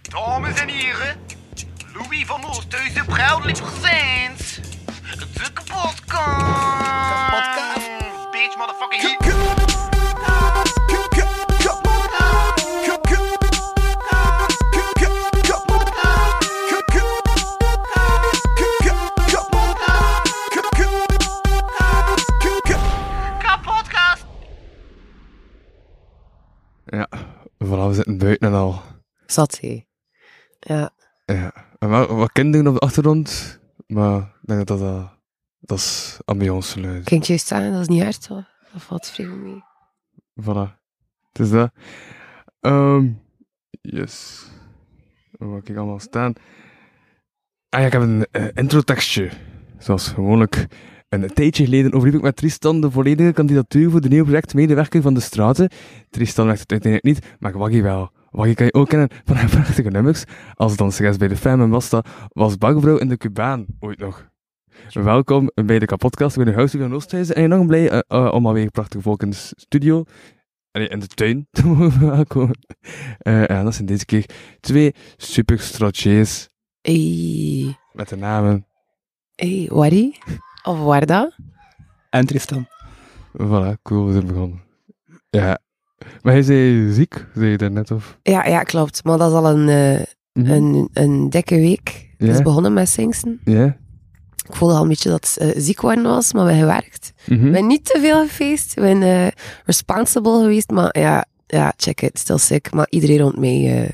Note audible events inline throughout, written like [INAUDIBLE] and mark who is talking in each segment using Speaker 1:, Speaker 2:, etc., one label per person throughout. Speaker 1: Dames en heren, Louis van Oosthuizen, proudly presents de kapotkast.
Speaker 2: Kapotkast.
Speaker 1: Bitch, motherfucker, hier. Kapotkast.
Speaker 3: Ja, voilà, we zitten buiten en al.
Speaker 4: Zat hij. Ja,
Speaker 3: Ja. En wel, wat kinderen op de achtergrond, maar ik denk dat dat, eh, dat is ambiance geluid.
Speaker 4: klinkt juist aan, dat is niet hard hoor. Dat valt vrij mee.
Speaker 3: Voilà. Het is dat. Ehm, yes. Wat ik allemaal staan. Ah ja, ik heb een eh, introtekstje. Zoals gewoonlijk. Een tijdje geleden overliep ik met Tristan de volledige kandidatuur voor de nieuwe projectmedewerker van de straten. Tristan werd het uiteindelijk niet, maar Waggy wel. Waggy kan je ook kennen van haar [LAUGHS] prachtige nummers. Als danseres bij de Fem en Basta was Bagvrouw in de Cubaan ooit nog. Welkom bij de kapotkast bij de Huis van Oosthuizen. En enorm blij eh, eh, om alweer prachtig volk in de studio. Ah En in de tuin [LAUGHS] te mogen verwelkomen. Eh, en dat zijn deze keer twee super strategies
Speaker 4: Ey,
Speaker 3: met de namen.
Speaker 4: ey, Wari? Of Warda?
Speaker 2: En Tristan.
Speaker 3: Voilà, cool, we zijn begonnen. Ja. Maar hij zei ziek, zei je daarnet of? Mhm.
Speaker 4: Ja, ja, klopt. Maar dat is al een, eh, een, een dikke week. Het
Speaker 3: Ja.
Speaker 4: is begonnen met Singsen.
Speaker 3: Ja?
Speaker 4: Ik voelde al een beetje dat het ziek worden was, maar we hebben gewerkt.
Speaker 3: Mhm.
Speaker 4: Ik ben niet te veel gefeest. Ik ben eh, responsible geweest, maar ja, ja, check it. Still sick. Maar iedereen rond mij, eh,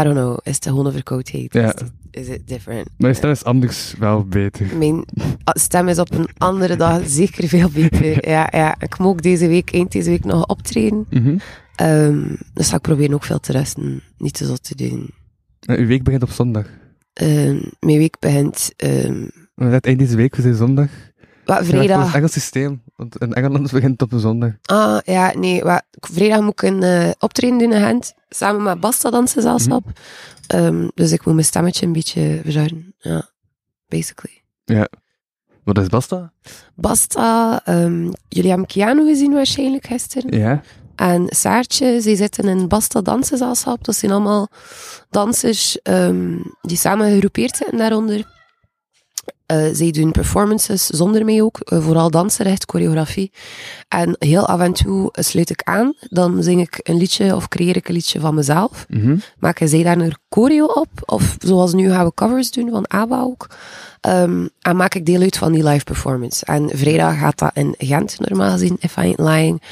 Speaker 4: I don't know, is het gewoon een verkoudheid?
Speaker 3: Ja.
Speaker 4: Is, het- is it different?
Speaker 3: Maar je stem is anders wel beter.
Speaker 4: Mijn stem is op een andere dag zeker veel beter. Ja, ja. Ik moet ook deze week, eind deze week nog optreden.
Speaker 3: Mhm.
Speaker 4: Ehm, dus ga ik proberen ook veel te rusten. Niet te zot te doen.
Speaker 3: Eh, Uw week begint op zondag.
Speaker 4: Ehm, mijn week begint ehm,
Speaker 3: Eh, Net eind deze week, we zijn zondag.
Speaker 4: wat,
Speaker 3: Ja, volgens
Speaker 4: vrijdag.
Speaker 3: Het Engels systeem, want in Engeland [LAUGHS] begint het op een zondag.
Speaker 4: Ah, ja, nee. wa- vrijdag moet ik een eh, optreden doen in Gent. Samen met Basta Dansgezelschap. Ehm, dus ik moet mijn stemmetje een beetje verzorgen. Ja, basically.
Speaker 3: Wat is Basta?
Speaker 4: Basta, ehm, jullie hebben Keanu gezien waarschijnlijk gisteren.
Speaker 3: Ja.
Speaker 4: En Saartje, zij zitten in Basta Dansgezelschap. Dat zijn allemaal dansers ehm, die samen gegroepeerd zitten daaronder. Eh, zij doen performances zonder mij ook, eh, vooral dansenrecht, choreografie. En heel af en toe eh, sluit ik aan, dan zing ik een liedje of creëer ik een liedje van mezelf.
Speaker 3: Mhm.
Speaker 4: Maken zij daar een choreo op? Of zoals nu gaan we covers doen van ABBA ook. Ehm, en maak ik deel uit van die live performance. En vrijdag gaat dat in Gent normaal gezien, If I Ain't Lying,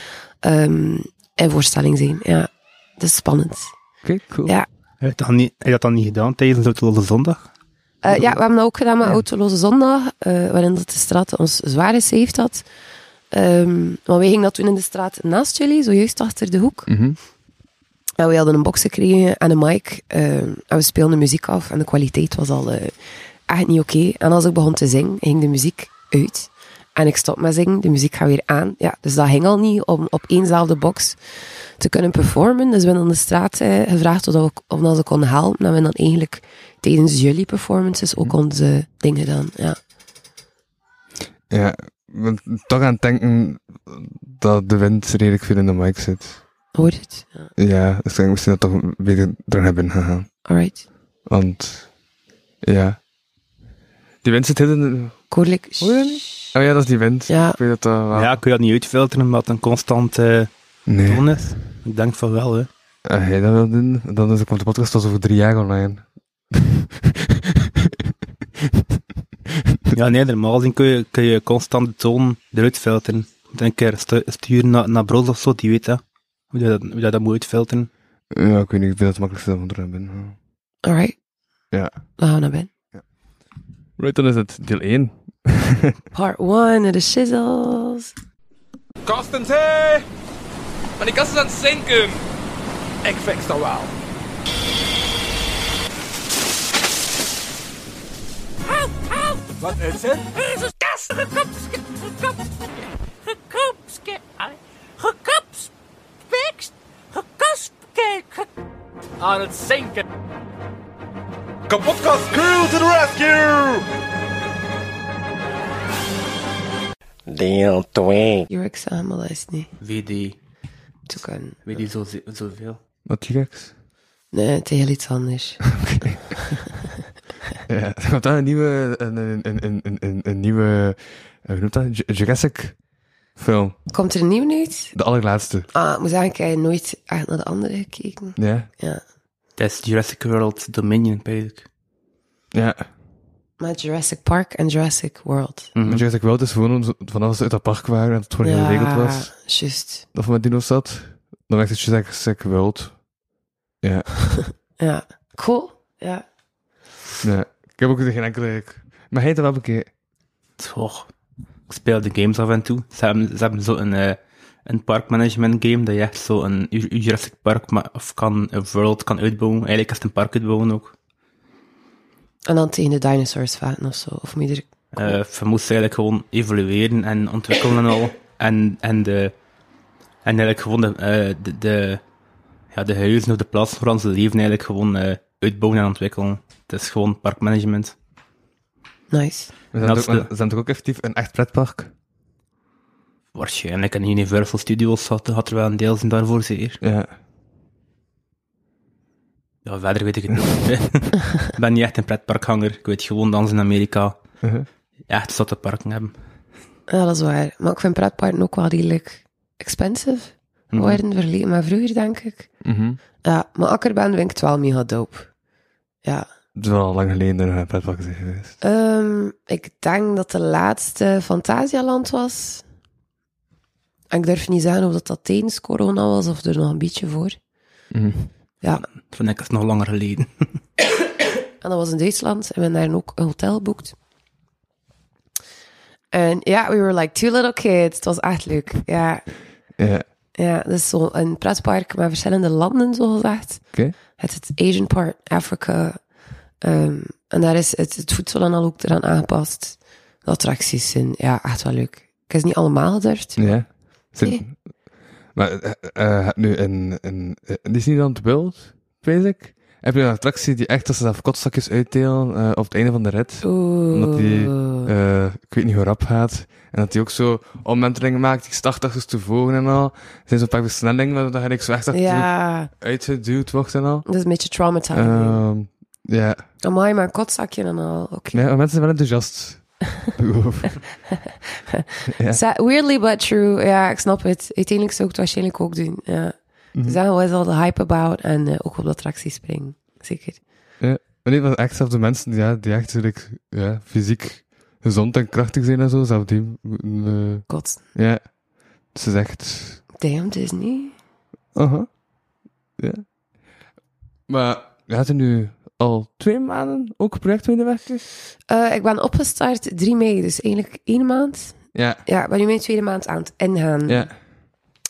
Speaker 4: ehm in voorstelling zijn. Ja, dat is spannend.
Speaker 3: Oké, cool.
Speaker 4: Ja.
Speaker 2: Heb je dat niet, heb je dat dan niet gedaan tijdens de Lotte Zondag?
Speaker 4: Eh, ja, we hebben dat ook gedaan met Autoloze Zondag, eh, waarin dat de straat ons zware heeft had. Ehm, maar wij gingen dat toen in de straat naast jullie, zojuist achter de hoek.
Speaker 3: Mhm.
Speaker 4: En we hadden een box gekregen en een mic. eh, en we speelden muziek af en de kwaliteit was al eh, echt niet oké. En als ik begon te zingen, ging de muziek uit. En ik stop met zingen, de muziek gaat weer aan. Ja, dus dat ging al niet om op éénzelfde box te kunnen performen. Dus we hebben aan de straat eh, gevraagd of, dat we, of dat ze konden helpen. En we hebben dan eigenlijk tijdens jullie performances
Speaker 3: Mhm.
Speaker 4: ook onze ding gedaan. Ja.
Speaker 3: Ja, want toch aan het denken dat de wind redelijk veel in de mic zit.
Speaker 4: Hoor je het? Ja.
Speaker 3: Ja, dus ik misschien dat toch beter er hebben gegaan.
Speaker 4: Alright.
Speaker 3: Want, ja. Die wind zit heel in de...
Speaker 4: Koorlijk.
Speaker 3: Hoor je dat Oh ja, dat is die wind.
Speaker 4: Ja.
Speaker 3: Ik weet dat dat wel-
Speaker 2: Ja, kun je dat niet uitfilteren omdat het een constant eh
Speaker 3: Nee.
Speaker 2: toon is? Ik denk van wel, hè.
Speaker 3: Als jij dat wil doen, dan is, komt de podcast als over drie jaar online. [LAUGHS]
Speaker 2: Ja, nee, normaal gezien kun je, kun je constant de toon eruit filteren. Je moet een keer stu- sturen naar, naar Bros of zo, die weet dat. Hoe je dat, hoe je dat moet uitfilteren.
Speaker 3: ja, ik weet niet, ik denk dat het makkelijkste is om er aan binnen.
Speaker 4: Alright.
Speaker 3: Ja.
Speaker 4: Dan gaan we naar binnen.
Speaker 3: Right, dan is het deel 1.
Speaker 4: Part 1 de shizzles.
Speaker 5: Kastens, hé! Maar die kast is aan het zinken. Ik fix dat wel. Wat is het?
Speaker 6: Er is een kast gekopske, gekopske, gekopske, ai, gekopspekst, gekopske, ge- aan het zinken.
Speaker 5: Kapotkast crew to the rescue!
Speaker 7: Deel 2.
Speaker 4: Your example is niet
Speaker 8: Wie die,
Speaker 4: te kunnen.
Speaker 8: wie die zo, zoveel.
Speaker 3: Wat, T-Rex?
Speaker 4: Nee, het is heel iets
Speaker 3: [LAUGHS]
Speaker 4: anders.
Speaker 3: Ja, er komt daar een nieuwe, een, een, een, een, een, een, een nieuwe, eh, hoe noemt dat? Ju- Jurassic film.
Speaker 4: Komt er een nieuw uit?
Speaker 3: De allerlaatste.
Speaker 4: Ah, ik moet zeggen, ik heb nooit echt naar de andere gekeken.
Speaker 3: Ja.
Speaker 4: Ja.
Speaker 2: Dat is Jurassic World Dominion, eigenlijk.
Speaker 3: Ja.
Speaker 4: Maar Jurassic Park en Jurassic World.
Speaker 3: Maar Jurassic World is gewoon omdat ze- van alles uit dat park waren en dat het gewoon heel geregeld was.
Speaker 4: juist.
Speaker 3: Dat van met dino's zat. Dan werd het Jurassic World. Ja.
Speaker 4: Ja. Cool. Ja.
Speaker 3: ja. Ik heb ook geen enkele... Maar hij heeft er wel een keer...
Speaker 2: Toch. Ik speel de games af en toe. Ze hebben, ze hebben zo een, eh, een parkmanagement game dat je echt zo een Ju- Jurassic Park ma- of kan, een world kan uitbouwen. Eigenlijk is het een park uitbouwen ook.
Speaker 4: En dan tegen de dinosaurs vaten of zo. Of moet je er...
Speaker 2: Eh je moest eigenlijk gewoon evolueren en ontwikkelen en al. En, en, de, en eigenlijk gewoon de, eh, de, de, ja, de huizen of de plaats waar ze leven eigenlijk gewoon eh, uitbouwen en ontwikkelen. Het is gewoon parkmanagement.
Speaker 4: Nice.
Speaker 3: We
Speaker 2: Dat
Speaker 3: zijn,
Speaker 2: is
Speaker 3: toch,
Speaker 2: de-
Speaker 3: we zijn toch ook effectief een echt pretpark?
Speaker 2: Waarschijnlijk in Universal Studios had, had er wel een deel zijn daarvoor, zeker.
Speaker 3: Ja.
Speaker 2: Ja, verder weet ik het niet. [LAUGHS] ik ben niet echt een pretparkhanger. Ik weet gewoon dat ze in Amerika
Speaker 3: Uh-huh.
Speaker 2: echt zotte parken hebben.
Speaker 4: Ja, dat is waar. Maar ik vind pretparken ook wel redelijk expensive. Worden vergeleken met vroeger, denk ik.
Speaker 3: Mhm.
Speaker 4: Ja, maar Akkerban vind ik het wel mega dope. Ja.
Speaker 3: Het is wel lang geleden dat we naar een pretpark zijn geweest.
Speaker 4: Ehm, ik denk dat de laatste Fantasialand was. En ik durf niet zeggen of dat, dat tijdens corona was of er nog een beetje voor. Ja,
Speaker 2: Dat vind ik is nog langer geleden.
Speaker 4: en dat was in Duitsland. En we hebben daar ook een hotel geboekt. En ja, we were like two little kids. Het was echt leuk. Ja,
Speaker 3: Ja.
Speaker 4: ja dus zo'n pretpark met verschillende landen, zogezegd.
Speaker 3: Oké.
Speaker 4: Het is het Asian part, Afrika. Ehm, en daar is het, het voedsel dan al ook eraan aangepast. De attracties zijn, ja, echt wel leuk. Ik heb ze niet allemaal gedurfd.
Speaker 3: Ja. Zit-
Speaker 4: Nee.
Speaker 3: Maar eh, eh, heb nu in, in, in Disneyland World, weet ik, heb je een attractie die echt als ze zelf kotzakjes uitdelen eh, op het einde van de rit.
Speaker 4: Oeh.
Speaker 3: Omdat die, eh, ik weet niet hoe rap gaat. En dat die ook zo omwentelingen maakt, die start achter tevoren en al. Er zijn zo'n paar versnellingen, waardoor hij zo echt achter
Speaker 4: ja,
Speaker 3: uitgeduwd wordt en al.
Speaker 4: dat is een beetje traumatizing.
Speaker 3: Ehm, ja,
Speaker 4: Amai, maar een kotzakje en al. Oké.
Speaker 3: ja, maar mensen zijn wel enthousiast. Over. Ja.
Speaker 4: Sa- Weirdly but true. Ja, ik snap het. Uiteindelijk zou ik het waarschijnlijk ook doen. Ja.
Speaker 3: Mhm.
Speaker 4: Dus daar was al de hype about en eh, ook op de attractie springen. Zeker.
Speaker 3: Ja, maar nee, maar echt zelfs de mensen die, ja, die echt like, ja, fysiek gezond en krachtig zijn en zo, zelfs die moeten, eh,
Speaker 4: God
Speaker 3: ja, ze zegt,
Speaker 4: damn Disney.
Speaker 3: aha, uh-huh. ja. Maar we hadden nu al twee maanden ook project in de weg.
Speaker 4: Eh, ik ben opgestart 3 mei, dus eigenlijk één maand.
Speaker 3: Ja,
Speaker 4: Ja, ik ben nu mijn tweede maand aan het ingaan.
Speaker 3: ja.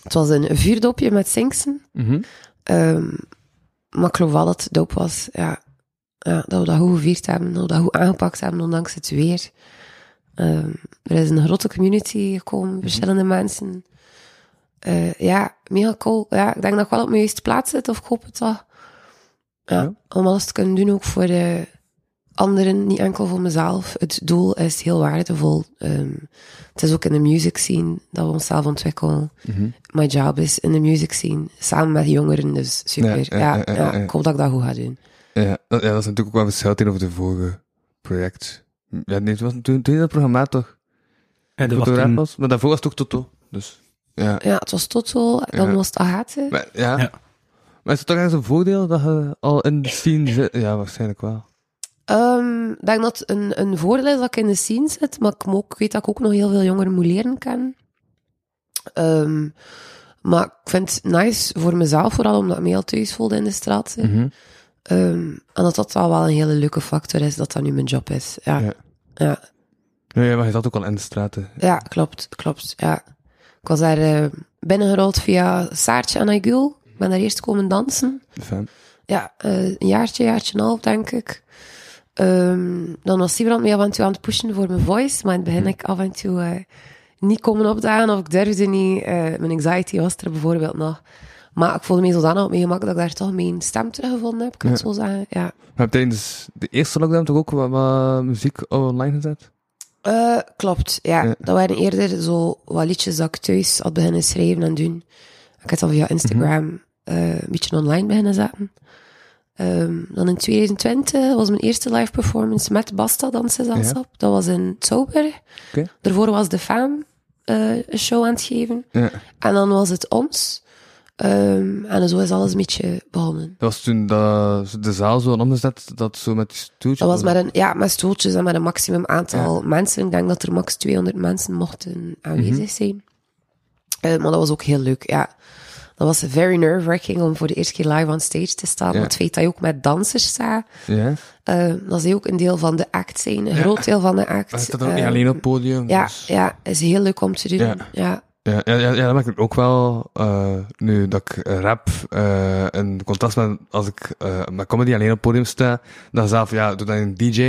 Speaker 4: Het was een vuurdopje met Sinksen.
Speaker 3: Mhm.
Speaker 4: Ehm maar ik geloof wel dat het doop was. Ja. ja, dat we dat goed gevierd hebben, dat we dat goed aangepakt hebben, ondanks het weer. Ehm, er is een grote community gekomen, verschillende mensen. Eh, ja, mega cool. Ja, ik denk dat ik wel op mijn juiste plaats zit, of ik hoop het wel. Ja,
Speaker 3: Ja.
Speaker 4: Om alles te kunnen doen, ook voor de anderen, niet enkel voor mezelf. Het doel is heel waardevol. Ehm, het is ook in de music scene dat we onszelf ontwikkelen. My job is in de music scene, samen met jongeren, dus super.
Speaker 3: Ja,
Speaker 4: Ja,
Speaker 3: ja, ja, ja, ja.
Speaker 4: ja, ik hoop dat ik dat goed ga doen.
Speaker 3: Ja, dat, ja, dat is natuurlijk ook wel verschil tegenover de vorige project. Ja, nee, het was toen, toen dat programma toch
Speaker 2: Ja, dat was
Speaker 3: fotograaf
Speaker 2: toen-
Speaker 3: was, maar daarvoor was het ook Toto, dus ja.
Speaker 4: Ja, het was Toto, dan
Speaker 3: Ja.
Speaker 4: was het Agathe.
Speaker 3: Maar, ja.
Speaker 2: Ja.
Speaker 3: Maar is het toch ergens een voordeel dat je al in de scene zit? Ja, waarschijnlijk wel.
Speaker 4: Ehm, Ik denk dat een, een voordeel is dat ik in de scene zit, maar ik, mo- ik weet dat ik ook nog heel veel jongeren moet leren kennen. Ehm, maar ik vind het nice voor mezelf, vooral omdat ik me heel thuis voelde in de straat. hè.
Speaker 3: Mhm.
Speaker 4: Ehm, en dat dat wel wel een hele leuke factor is, dat dat nu mijn job is. Ja,
Speaker 3: Ja.
Speaker 4: ja. ja,
Speaker 3: Nee, maar je zat ook al in de straten.
Speaker 4: klopt, klopt. Ja. Ik was daar eh, binnengerold via Saartje en Aigul. Ik ben daar eerst komen dansen.
Speaker 3: Fijn.
Speaker 4: Ja, eh, een jaartje, jaartje en een half, denk ik. Ehm, dan was Sibrand mij af en toe aan het pushen voor mijn voice. Maar in het begin ik af en toe eh, niet komen opdagen of ik durfde niet. Eh, mijn anxiety was er bijvoorbeeld nog. Maar ik voelde me zodanig op mijn gemak dat ik daar toch mijn stem teruggevonden heb, kan ik het zo zeggen. Ja.
Speaker 3: Maar heb je tijdens de eerste lockdown toch ook wat, wat muziek online gezet?
Speaker 4: Eh, klopt, ja.
Speaker 3: Ja.
Speaker 4: Dat waren eerder zo wat liedjes dat ik thuis had beginnen
Speaker 3: Mhm.
Speaker 4: schrijven en doen. Ik had al via Instagram eh, een beetje online beginnen zetten. Ehm, dan in 2020 was mijn eerste live performance met Basta Dansenzelschap. Dat was in Zouberg.
Speaker 3: Oké.
Speaker 4: Daarvoor was De Faam eh, een show aan het geven.
Speaker 3: Ja.
Speaker 4: En dan was het ons. Ehm, en zo is alles een beetje begonnen.
Speaker 3: Dat was toen dat, ze de zaal zo omgezet, dat zo met die stoeltjes.
Speaker 4: Dat was met een, ja, met stoeltjes en met een maximum aantal mensen. Ik denk dat er max 200 mensen mochten aanwezig
Speaker 3: Mhm.
Speaker 4: zijn. Eh, maar dat was ook heel leuk, ja. Dat was very nerve-wracking om voor de eerste keer live on stage te staan.
Speaker 3: Ja.
Speaker 4: Want het feit dat je ook met dansers staat,
Speaker 3: Ja?
Speaker 4: eh, dat ze ook een deel van de act zijn. Een groot deel van de act.
Speaker 3: Maar staat ook niet
Speaker 4: Eh,
Speaker 3: alleen op het podium.
Speaker 4: Ja,
Speaker 3: dus-
Speaker 4: ja, is heel leuk om te doen.
Speaker 3: Ja.
Speaker 4: Ja.
Speaker 3: Ja, ja, ja, ja, dat maakt het ook wel, eh, nu dat ik rap, eh in contrast met als ik eh, met comedy alleen op het podium sta, dan zelf, ja, doordat je een DJ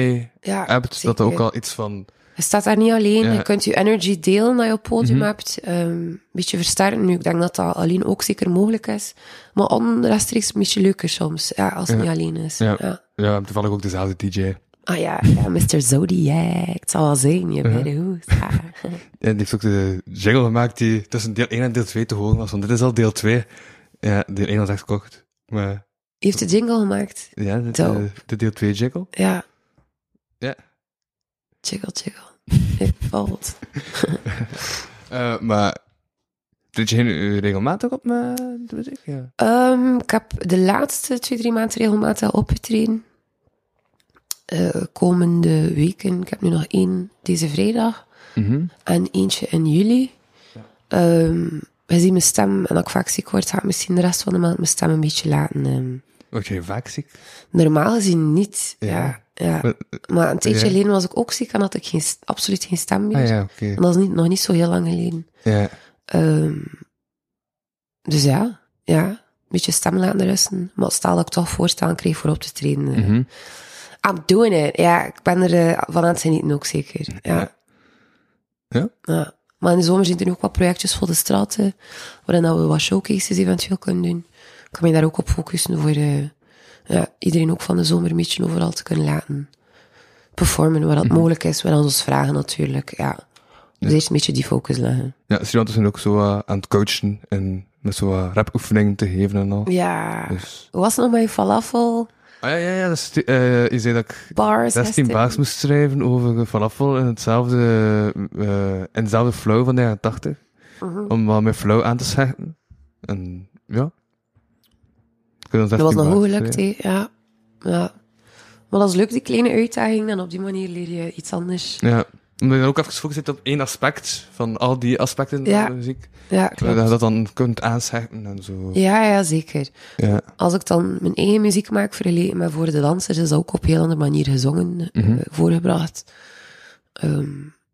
Speaker 4: Ja,
Speaker 3: hebt, dat er ook
Speaker 4: zeker.
Speaker 3: wel iets van,
Speaker 4: Je staat daar niet alleen.
Speaker 3: Ja. Mhm.
Speaker 4: Je kunt je energy delen dat je op het podium hebt. Ehm, een beetje versterken nu. Ik denk dat dat alleen ook zeker mogelijk is. Maar onrechtstreeks een beetje leuker soms. Ja, als het
Speaker 3: Ja.
Speaker 4: niet alleen is.
Speaker 3: ja,
Speaker 4: Ja.
Speaker 3: ja. en toevallig ook dezelfde DJ.
Speaker 4: Ah ja, ja, Mr. Zodiac. Het zal wel zijn. Je bij de hoes. Ja.
Speaker 3: En die heeft ook de jingle gemaakt die tussen deel 1 en deel 2 te horen was, want dit is al deel 2. Ja, deel 1 was echt kort. Maar,
Speaker 4: Je [LAUGHS] heeft de jingle gemaakt.
Speaker 3: ja, dit,
Speaker 4: Zo.
Speaker 3: eh, de deel 2 jingle.
Speaker 4: Ja.
Speaker 3: Ja.
Speaker 4: Jiggle, jiggle. It valt.
Speaker 3: Eh, maar, doet je nu regelmatig op eh, met de muziek? Ja.
Speaker 4: Ehm, ik heb de laatste twee, drie maanden regelmatig opgetreden. Eh, komende weken. Ik heb nu nog één deze vrijdag. En eentje in juli. Ehm we zien mijn stem, en dat ik vaak ziek word, ga ik misschien de rest van de maand mijn stem een beetje laten. ehm.
Speaker 3: Word je vaak ziek?
Speaker 4: normaal gezien niet. Ja.
Speaker 3: Ja.
Speaker 4: Ja,
Speaker 3: Maar-
Speaker 4: Maar, een tijdje
Speaker 3: ja.
Speaker 4: geleden was ik ook ziek en had ik geen, absoluut geen stem meer.
Speaker 3: Ah ja, oké.
Speaker 4: En dat is niet, nog niet zo heel lang geleden.
Speaker 3: Ja.
Speaker 4: Ehm, dus ja, ja, een beetje stem laten rusten. Maar stel dat ik toch voorstaan kreeg voor op te treden. eh,
Speaker 3: Mhm.
Speaker 4: I'm doing it. Ja, ik ben er eh, van aan het genieten ook zeker. Ja.
Speaker 3: Ja?
Speaker 4: Ja. Maar in de zomer zijn er ook wat projectjes voor de straten, waarin dat we wat showcases eventueel kunnen doen. Ik kan me daar ook op focussen voor eh, ja, iedereen ook van de zomer een beetje overal te kunnen laten performen, waar dat
Speaker 3: Mhm.
Speaker 4: mogelijk is, waar dat ons vragen natuurlijk. Ja. Dus eerst een beetje die focus leggen.
Speaker 3: Ja, studenten zijn ook zo eh, aan het coachen en met zo eh, rapoefeningen te geven en al.
Speaker 4: Ja.
Speaker 3: Dus.
Speaker 4: Hoe was het nog met je falafel?
Speaker 3: Ah, ja, ja, ja. Dat is, die- eh, je zei dat ik
Speaker 4: Bars?
Speaker 3: 16
Speaker 4: gisteren?
Speaker 3: baas moest schrijven over eh, falafel in hetzelfde, eh, in dezelfde flow van de jaren 80.
Speaker 4: Mhm.
Speaker 3: Om wel mijn flow aan te scheppen. En ja. Kunnen
Speaker 4: Dat was nog goed gelukt, hè. Ja. ja. Maar dat is leuk, die kleine uitdaging. En op die manier leer je iets anders.
Speaker 3: Ja. Omdat je dan ook even gefocust zit op één aspect van al die aspecten
Speaker 4: Ja,
Speaker 3: van de muziek.
Speaker 4: Ja,
Speaker 3: Dat
Speaker 4: klopt.
Speaker 3: je dat dan kunt aanscherpen en zo.
Speaker 4: Ja, ja, zeker.
Speaker 3: Ja.
Speaker 4: Als ik dan mijn eigen muziek maak vergeleken met voor de dansers, is dat ook op een heel andere manier gezongen, eh, voorgebracht. Ehm,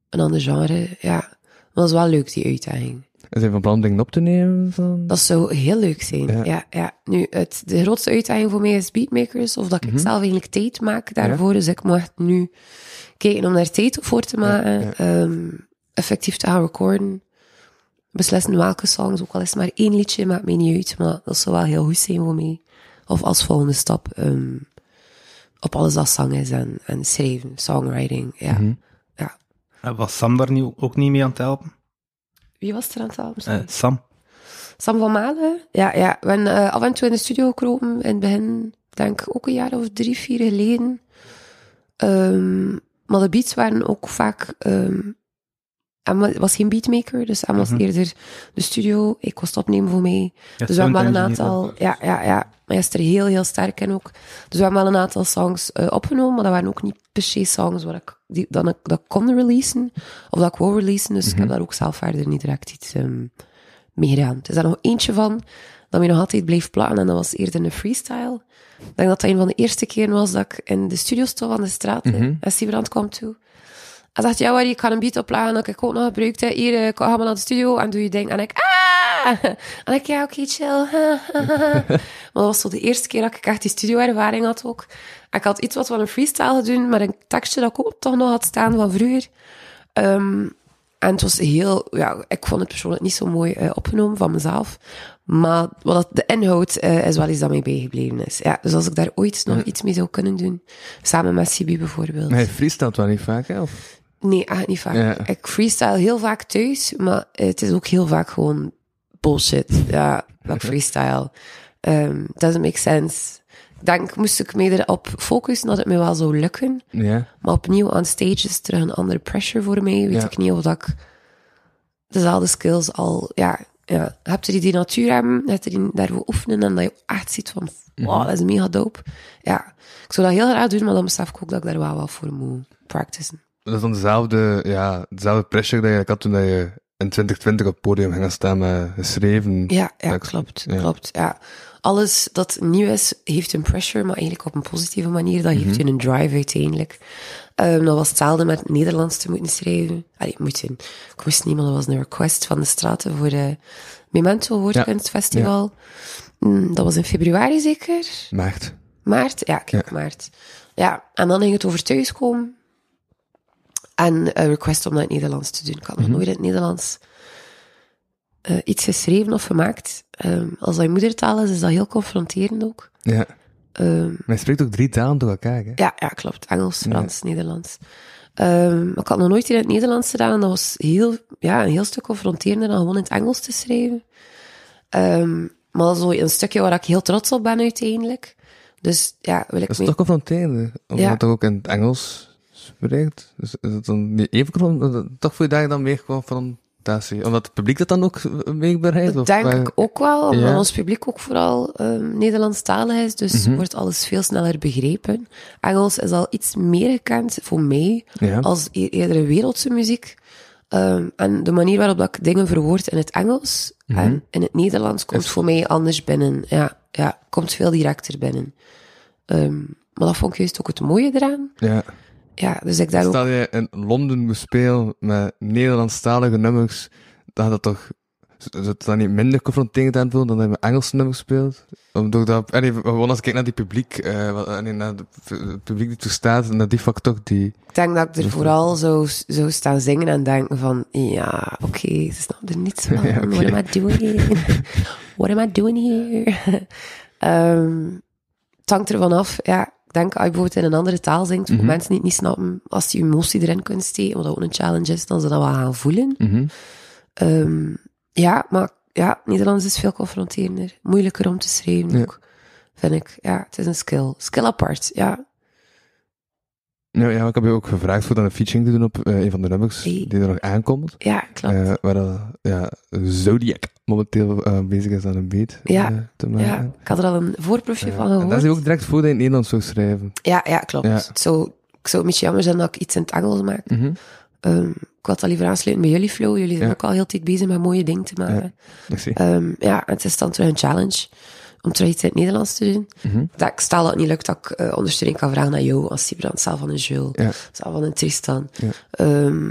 Speaker 4: een ander genre, ja. Maar dat is wel leuk, die uitdaging.
Speaker 3: En zijn van plan dingen op te nemen van...
Speaker 4: Dat zou heel leuk zijn.
Speaker 3: Ja.
Speaker 4: Ja. Ja, Nu, het, de grootste uitdaging voor mij is beatmakers, of dat ik
Speaker 3: Mhm.
Speaker 4: zelf eigenlijk tijd maak daarvoor. Dus ik mag nu kijken om daar tijd voor te maken,
Speaker 3: ja.
Speaker 4: ehm, effectief te gaan recorden. Beslissen welke songs, ook al is het maar één liedje, maakt mij niet uit. Maar dat zou wel heel goed zijn voor mij. Of als volgende stap ehm, op alles dat zang is en, en schrijven, songwriting. Ja.
Speaker 3: Mhm.
Speaker 4: ja.
Speaker 2: Eh, Was Sam daar nu ook niet mee aan het helpen?
Speaker 4: Wie was er aan het helpen?
Speaker 2: Eh, Sam?
Speaker 4: Sam van Malen? Ja, ja. We hebben eh, af en toe in de studio gekropen. In het begin, ik denk ook een jaar of drie, vier geleden. Ehm, maar de beats waren ook vaak... ehm Emma was geen beatmaker, dus Emma was eerder de studio. Ik was het opnemen voor mij. dus we hebben wel een
Speaker 2: sound engineer.
Speaker 4: aantal... Ja, ja, ja. Maar hij is er heel, heel sterk in ook. Dus we hebben wel een aantal songs eh, opgenomen, maar dat waren ook niet per se songs waar ik, die, dan, ik- dat ik kon releasen, of dat ik wou releasen. Dus ik heb daar ook zelf verder niet direct iets... ehm, meegedaan. Er is daar nog eentje van dat mij nog altijd bleef plakken en dat was eerder een freestyle. Ik denk dat dat een van de eerste keren was dat ik in de studio stond aan de straat en Siebrand kwam toe. Hij zegt, ja, Wari, ik ga een beat opladen dat ik ook nog gebruikte. Hier, eh, ga maar naar de studio en doe je ding. En ik, ah! [LAUGHS] En ik, ja, oké, chill. [LAUGHS] maar dat was zo de eerste keer dat ik echt die studioervaring had ook. Ik had iets wat van een freestyle gedaan, maar een tekstje dat ik ook toch nog had staan van vroeger. Ehm, en het was heel, ja, ik vond het persoonlijk niet zo mooi eh, opgenomen van mezelf. Maar wat dat, de inhoud eh, is wel iets dat mij bijgebleven is. Ja, dus als ik daar ooit nog iets mee zou kunnen doen, samen met Sibi bijvoorbeeld.
Speaker 3: Nee, freestelt wel niet vaak, hè? Of...
Speaker 4: Nee, eigenlijk niet vaak.
Speaker 3: Ja.
Speaker 4: Ik freestyle heel vaak thuis, maar eh, het is ook heel vaak
Speaker 3: [LAUGHS]
Speaker 4: gewoon bullshit. Ja, dat ik freestyle. Ehm doesn't make sense. denk, moest ik mij erop focussen dat het me wel zou lukken.
Speaker 3: Ja.
Speaker 4: Maar opnieuw aan stage is terug een andere pressure voor mij. Weet
Speaker 3: Ja.
Speaker 4: ik niet of dat ik dezelfde skills al... Ja, ja. Heb je die, die natuur hebben, heb je die daarvoor oefenen en dat je echt ziet van,
Speaker 3: Mhm.
Speaker 4: wow, dat is mega dope. Ja, ik zou dat heel graag doen, maar dan besef ik ook dat ik daar wel wat voor moet practicen.
Speaker 3: Dat is dan dezelfde, ja, dezelfde pressure die je eigenlijk had toen dat je in 2020 op het podium ging gaan staan met geschreven.
Speaker 4: Ja, ja
Speaker 3: tekst.
Speaker 4: klopt.
Speaker 3: Ja.
Speaker 4: klopt ja. Alles dat nieuw is, heeft een pressure, maar eigenlijk op een positieve manier. Dat geeft je een drive uiteindelijk. Ehm, dat was hetzelfde met Nederlands te moeten schrijven. Allee, moeten. Ik wist niet, maar dat was een request van de straten voor de Memento Woordkunstfestival. Mm, dat was in februari zeker?
Speaker 3: Maagd.
Speaker 4: Maart? Ja, kijk, maart. Ja, en dan ging het over thuiskomen. En een request om dat in het Nederlands te doen. Ik had nog nooit in het Nederlands eh, iets geschreven of gemaakt. Ehm, als dat je moedertaal is, is dat heel confronterend ook.
Speaker 3: Ja.
Speaker 4: Ehm,
Speaker 3: Maar je spreekt ook drie talen door elkaar, hè?
Speaker 4: ja, ja, klopt. Engels, Frans, Nederlands. Ehm, maar ik had nog nooit in het Nederlands gedaan. En dat was heel, ja, een heel stuk confronterender dan gewoon in het Engels te schrijven. Ehm, maar zo een stukje waar ik heel trots op ben uiteindelijk. Dus ja, wil ik
Speaker 3: Dat is
Speaker 4: mee-
Speaker 3: toch confronterend, hè? omdat
Speaker 4: Ja.
Speaker 3: het toch ook in het Engels spreekt. Dus is het dan niet even confronterend? Toch voor je daar dan meer confrontatie? Omdat het publiek dat dan ook mee bereidt?
Speaker 4: Dat denk ik ook wel, omdat
Speaker 3: Ja.
Speaker 4: ons publiek ook vooral ehm Nederlandstalig is, dus wordt alles veel sneller begrepen. Engels is al iets meer gekend voor mij
Speaker 3: Ja.
Speaker 4: als e- eerdere wereldse muziek. Ehm, en de manier waarop dat ik dingen verwoord in het Engels en in het Nederlands komt voor mij anders binnen. Ja, ja, komt veel directer binnen. Ehm, maar dat vond ik juist ook het mooie eraan.
Speaker 3: Ja.
Speaker 4: Ja, dus ik daar ook...
Speaker 3: Stel je in Londen moet spelen met Nederlandstalige nummers, dan gaat dat toch... Zou het dan niet minder confronterend aanvoelen dan dat je met Engelse nummers speelt? Omdat dat... En gewoon als ik kijk naar die publiek, eh, wat- en naar de- het publiek die toestaat, en naar die factor die...
Speaker 4: Ik denk dat ik er vooral zo, zo staan zingen en denken van, ja, oké, ze snapt er niets van.
Speaker 3: [LAUGHS] Ja, oké.
Speaker 4: What am I doing
Speaker 3: [LAUGHS]
Speaker 4: here? What am I doing here? [LAUGHS] Ehm het hangt ervan af, ja. Ik denk, als je bijvoorbeeld in een andere taal zingt,
Speaker 3: Mhm.
Speaker 4: voor mensen die het niet snappen, als die emotie erin kunt steken, wat ook een challenge is, dan ze dat wel gaan voelen. Ehm, ja, maar ja, Nederlands is veel confronterender. Moeilijker om te schrijven
Speaker 3: Ja.
Speaker 4: ook, vind ik. Ja, het is een skill. Skill apart, ja.
Speaker 3: Ja, ja, maar ik heb je ook gevraagd voor dan een featuring te doen op eh, een van de nummers
Speaker 4: Hey.
Speaker 3: die er nog aankomt.
Speaker 4: Ja, klopt.
Speaker 3: Eh, waar eh, ja, Zodiac momenteel eh, bezig is aan een beat
Speaker 4: Ja,
Speaker 3: eh, te
Speaker 4: Ja, Oh,
Speaker 3: maken.
Speaker 4: ik had er al een voorproefje
Speaker 3: Eh,
Speaker 4: van
Speaker 3: en dat
Speaker 4: gehoord.
Speaker 3: is ook direct voor dat je in het Nederlands zou schrijven.
Speaker 4: Ja, ja, klopt.
Speaker 3: Ja.
Speaker 4: Het zou, ik zou het een beetje jammer zijn dat ik iets in het Engels maak.
Speaker 3: Mhm.
Speaker 4: Ehm, ik had al liever aansluiten bij jullie flow. Jullie zijn
Speaker 3: Ja.
Speaker 4: ook al heel de tijd bezig met mooie dingen te maken.
Speaker 3: Ik zie.
Speaker 4: Ja, ja en het is dan terug een challenge om terug iets in het Nederlands te doen.
Speaker 3: Mhm.
Speaker 4: dat, ik stel dat het niet lukt, dat ik eh, ondersteuning kan vragen aan jou als Sibrand, zelf van een Jules,
Speaker 3: Ja.
Speaker 4: zelf van een Tristan.
Speaker 3: Ja.
Speaker 4: Ehm,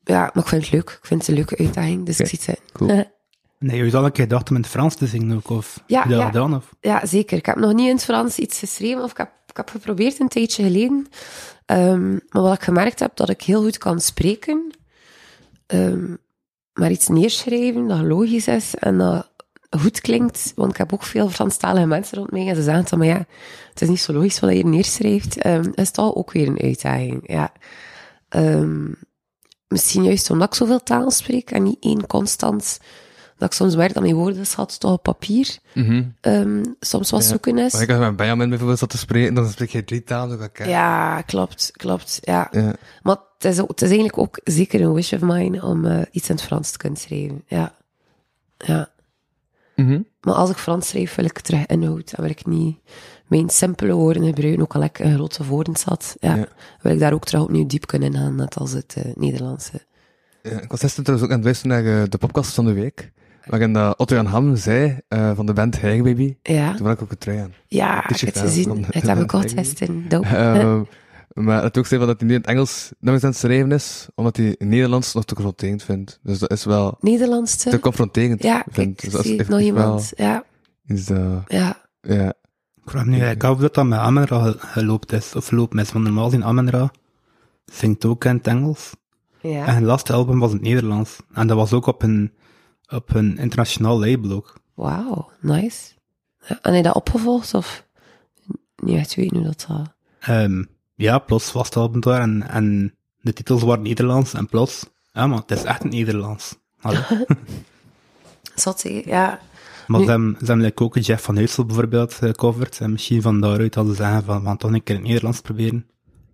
Speaker 4: ja, maar ik vind het leuk. Ik vind het een leuke uitdaging, dus
Speaker 3: Oké,
Speaker 4: ik zie het zitten.
Speaker 3: cool.
Speaker 2: Nee, je had al een keer gedacht om in het Frans te zingen ook, of
Speaker 4: Ja,
Speaker 2: heb je dat
Speaker 4: ja.
Speaker 2: gedaan? Of?
Speaker 4: Ja, zeker. Ik heb nog niet in het Frans iets geschreven of ik heb, ik heb geprobeerd een tijdje geleden. Ehm, maar wat ik gemerkt heb, dat ik heel goed kan spreken, Ehm, maar iets neerschrijven dat logisch is en dat goed klinkt. Want ik heb ook veel Franstalige mensen rond mij en ze zeggen dan, maar ja, het is niet zo logisch wat je hier neerschrijft. Ehm is dat ook weer een uitdaging, ja. Ehm, misschien juist omdat ik zoveel taal spreek en niet één constant, dat ik soms merk dat mijn woordenschat toch op papier ehm, soms wat zoeken is.
Speaker 3: Maar ik als met Benjamin bijvoorbeeld zat te spreken, dan spreek je drie talen door elkaar.
Speaker 4: Ja, klopt, klopt, ja.
Speaker 3: Ja.
Speaker 4: Maar het is, ook- het is eigenlijk ook zeker een wish of mine om eh, iets in het Frans te kunnen schrijven, ja. Ja. Maar als ik Frans schrijf, wil ik terug inhoud. En wil ik niet mijn simpele woorden gebruiken, ook al ik een grote woorden zat. Ja.
Speaker 3: Ja.
Speaker 4: Wil ik daar ook terug opnieuw diep kunnen ingaan, net als het eh, Nederlandse.
Speaker 3: Ja, Ik was gisteren trouwens ook aan het luisteren naar eh, de podcast van de week, waarin dat Otto Jan Ham zei eh, van de band Hey Baby.
Speaker 4: Ja,
Speaker 3: Toen brak ik ook een trui aan.
Speaker 4: ja,
Speaker 3: is je
Speaker 4: het
Speaker 3: taal
Speaker 4: gezien.
Speaker 3: van- [LAUGHS]
Speaker 4: Het heb ik al
Speaker 3: Eigenlijk.
Speaker 4: testen. Dope.
Speaker 3: Ehm, maar het ook zei van dat hij nu in het Engels nummers aan het schrijven is, omdat hij Nederlands nog te confronterend vindt. Dus dat is wel
Speaker 4: Nederlands
Speaker 3: te
Speaker 4: te?
Speaker 3: confronterend.
Speaker 4: Ja,
Speaker 3: vindt.
Speaker 4: ik
Speaker 3: Dus dat is
Speaker 4: zie nog
Speaker 3: effectief wel
Speaker 4: iemand. Ja,
Speaker 3: Is dat,
Speaker 4: ja.
Speaker 3: ja.
Speaker 2: Ik vraag me nu eigenlijk af of dat dat met Amara gel- geloopt is, of loopt mis, want normaal zien Amara zingt ook in het Engels.
Speaker 4: ja.
Speaker 3: Ah,
Speaker 2: En hun laatste album was in het Nederlands. En dat was ook op een, op een internationaal label ook.
Speaker 4: Wauw, nice. Ja, en heb je dat opgevolgd of niet echt weten hoe dat dat...
Speaker 2: Ehm, ja, plots was het album daar en, en de titels waren Nederlands en
Speaker 4: [LAUGHS]
Speaker 2: plots, ja maar het is echt in het Nederlands. Allee.
Speaker 4: Zot, hè? ja.
Speaker 2: Maar
Speaker 4: Nu-
Speaker 2: ze hebben, ze hebben like ook Jeff van Huisel bijvoorbeeld gecoverd. En misschien van daaruit hadden ze zeggen van, we gaan toch een keer in het Nederlands proberen.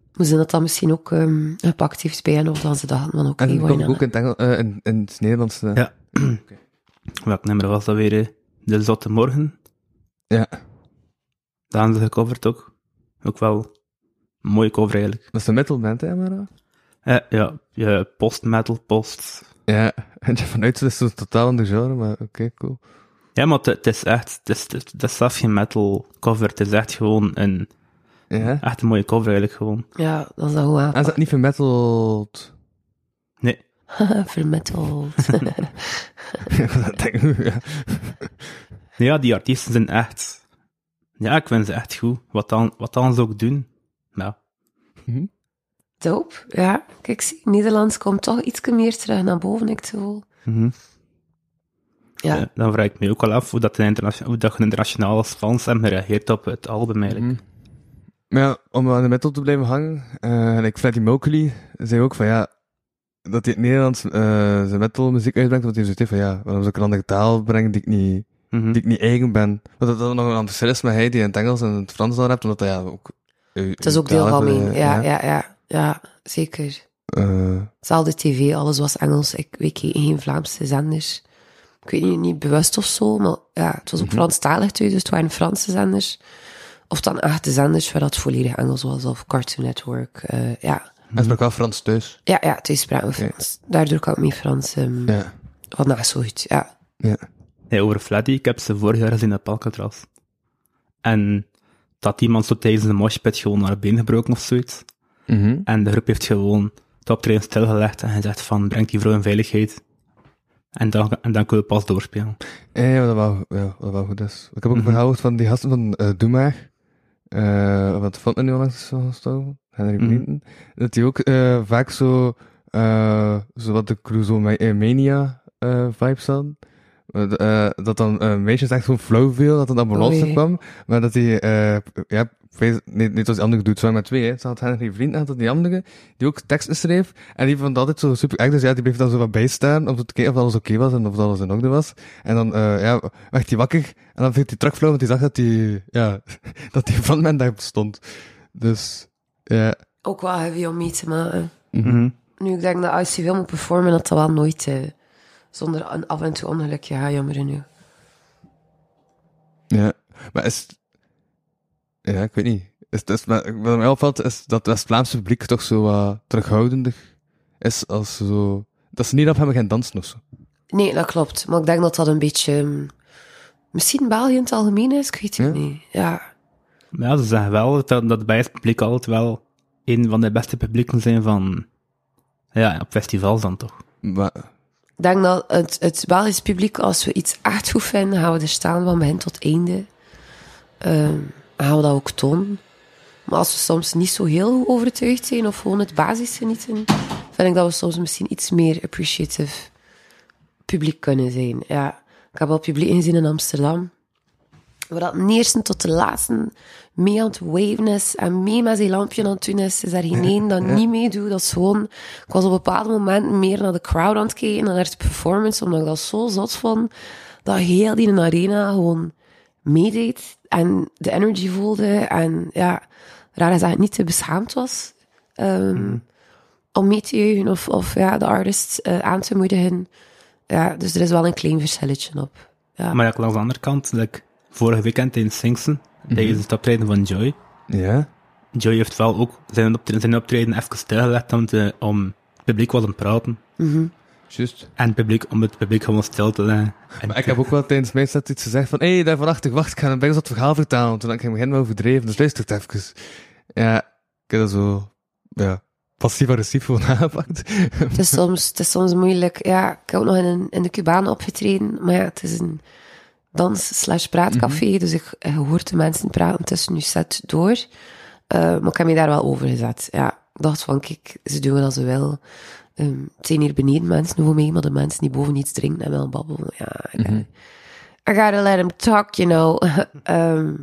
Speaker 4: Moeten ze dat dan misschien ook ehm, gepakt heeft bij hen, of dan ze dachten van oké,
Speaker 3: En
Speaker 4: okay,
Speaker 3: dat komt ook in het, Engel, eh, in, in het Nederlands. eh.
Speaker 2: Ja. Welk nummer was dat weer? eh? De Zotte Morgen.
Speaker 3: ja.
Speaker 2: Dat hebben ze gecoverd ook. Ook wel een mooie cover eigenlijk.
Speaker 3: Dat is een metalband, hè, Mara?
Speaker 2: Eh, ja, ja, post-metal, post...
Speaker 3: Ja, [LAUGHS] en vanuit is het totaal ander genre, maar oké, cool.
Speaker 2: Ja, maar het- het is echt... Het is, het- het is zelfs geen metal cover. Het is echt gewoon een...
Speaker 3: Ja.
Speaker 2: Echt een mooie cover eigenlijk gewoon.
Speaker 4: Ja, dat is dat hoe
Speaker 3: Hij
Speaker 4: aan.
Speaker 3: is dat niet [LAUGHS]
Speaker 4: [LAUGHS]
Speaker 3: vermeteld.
Speaker 2: Nee.
Speaker 4: Vermeteld.
Speaker 3: Ik was aan het denken, ja.
Speaker 2: Ja, die artiesten zijn echt... Ja, ik vind ze echt goed. Wat dan, wat dan ze ook doen. Nou,
Speaker 4: Dope, ja. Kijk, zie, Nederlands komt toch iets meer terug naar boven, ik voel. Ja.
Speaker 2: eh, dan vraag ik me ook al af hoe dat, de interna- hoe dat je internationaal als fans hebben gereageerd op het album eigenlijk.
Speaker 3: Mm. Maar ja, om aan de metal te blijven hangen, eh, en ik Freddy Mercury zei ook van ja, dat hij in het Nederlands eh, zijn metalmuziek uitbrengt, want hij zoiets heeft van ja, waarom zou ik een andere taal brengen die ik niet,
Speaker 2: Mhm.
Speaker 3: die ik niet eigen ben? Want dat dat nog een ander verschil is met hij die in het Engels en het Frans dan hebt, omdat hij ja ook...
Speaker 4: Het is ook deel van mij.
Speaker 3: eh,
Speaker 4: Ja, ja, ja. Ja, zeker. Hetzelfde tv, alles was Engels. Ik weet geen- geen Vlaamse zenders. Ik weet niet, niet bewust of zo, maar ja, het
Speaker 3: Mhm.
Speaker 4: was ook Franstalig toen, dus het waren Franse zenders. Of dan echte zenders waar dat volledig Engels was, of Cartoon Network. eh, ja.
Speaker 3: Hij sprak wel Frans thuis.
Speaker 4: ja, ja, toen spraken we
Speaker 3: Ja.
Speaker 4: Frans. Daardoor kan ik meer Frans ehm,
Speaker 3: Ja.
Speaker 4: wat naast zo goed. Ja.
Speaker 3: Ja.
Speaker 2: Nee, over Freddy, ik heb ze vorig jaar gezien op Alcatraz. En dat iemand zo tijdens de moshpit gewoon haar been gebroken of zoiets.
Speaker 3: Mhm.
Speaker 2: En de groep heeft gewoon het optreden stilgelegd en gezegd van, breng die vrouw in veiligheid. En dan, en dan kunnen we pas doorspelen.
Speaker 3: Ja, ja, wat wel, ja, wat wel goed is. Ik heb ook een verhaal gehoord van die gasten van eh Doe Maar. eh, wat vond nu onlangs zo gestoken? Henry
Speaker 2: Mhm.
Speaker 3: Blinken. Dat die ook eh, vaak zo, eh, zo wat de eh, Cruzo-mania vibes hadden. Eh, d- eh, dat dan eh, meisjes echt gewoon flow viel, dat een ambulance
Speaker 4: Oei.
Speaker 3: kwam. Maar dat die, eh, ja, wees- niet, niet als die andere doet, zo maar twee. Hè. Ze had Henry Vriend, had die andere, die ook teksten schreef. En die vond dat altijd zo super eng. Dus ja, die bleef dan zo wat bijstaan om te kijken of alles oké was en of alles in orde was. En dan, eh, ja, werd hij wakker. En dan viel hij terugvlogen, want hij zag dat die, ja, [LAUGHS] dat die van men daar stond. Dus, ja.
Speaker 4: Ook wel heavy om mee te maken.
Speaker 2: Mhm.
Speaker 4: Nu, ik denk dat als je veel moet performen, dat dat wel nooit eh, zonder een af en toe ongelukje gaat, jammer nu.
Speaker 3: Ja, maar is... Ja, ik weet niet. Is, is, maar wat mij opvalt, is dat het West-Vlaamse publiek toch zo wat terughoudender is als zo... Dat ze niet af hebben gaan dansen of zo.
Speaker 4: Nee, dat klopt. Maar ik denk dat dat een beetje... ehm, misschien België in het algemeen is, ik weet het
Speaker 3: Ja?
Speaker 4: niet. Ja.
Speaker 2: Maar ja, ze zeggen wel dat, dat het Belgisch publiek altijd wel een van de beste publieken zijn van... Ja, op festivals dan toch.
Speaker 3: Maar...
Speaker 4: Ik denk dat het, het Belgisch publiek, als we iets echt goed vinden, gaan we er staan van begin tot einde. Ehm gaan we dat ook tonen. Maar als we soms niet zo heel goed overtuigd zijn of gewoon het basis genieten, vind ik dat we soms misschien iets meer appreciative publiek kunnen zijn. Ja. Ik heb al publiek gezien in Amsterdam. Waar dat van de eerste tot de laatste mee aan het waven is en mee met zijn lampje aan het doen is, is daar geen één dat niet meedoet. Dat is gewoon... Ik was op een bepaald moment meer naar de crowd aan het kijken dan naar de performance, omdat ik dat zo zot vond dat heel die arena gewoon meedeed en de energy voelde en ja, raar is dat het niet te beschaamd was ehm, om mee te juichen of, of ja, de artist eh, aan te moedigen. Ja, dus er is wel een klein verschilletje op. Ja.
Speaker 2: Maar ja, langs de andere kant, like, vorige weekend in Singsen, tijdens het optreden van Joy,
Speaker 3: Ja?
Speaker 2: Joey heeft wel ook zijn optreden, zijn optreden even stilgelegd om, te, om het publiek wat aan het praten.
Speaker 4: Mhm.
Speaker 3: Juist.
Speaker 2: En het publiek, om het publiek gewoon stil te leggen. En
Speaker 3: Maar ik heb ook wel tijdens mijn set iets gezegd van... Hé, hey, daar van achter, wacht, ik ga een best wat verhaal vertalen. Toen had ik hem helemaal overdreven, dus luister het even. Ja, ik heb dat zo... Ja, passief-agressief gewoon [LAUGHS] aangepakt.
Speaker 4: Het is soms, het is soms moeilijk. Ja, ik heb ook nog in, een, in de Cubaan opgetreden. Maar ja, het is een dans slash praatcafé.
Speaker 3: Mhm.
Speaker 4: Dus ik, je hoort de mensen praten tussen je set door. Eh, maar ik heb me daar wel over gezet. Ja, ik dacht van, kijk, ze doen wat ze wil. Ehm, het zijn hier beneden mensen voor mij, maar de mensen die boven iets drinken en
Speaker 3: Mhm.
Speaker 4: wel babbelen. Ja, I gotta, I gotta let them talk, you know. [LAUGHS] Ehm,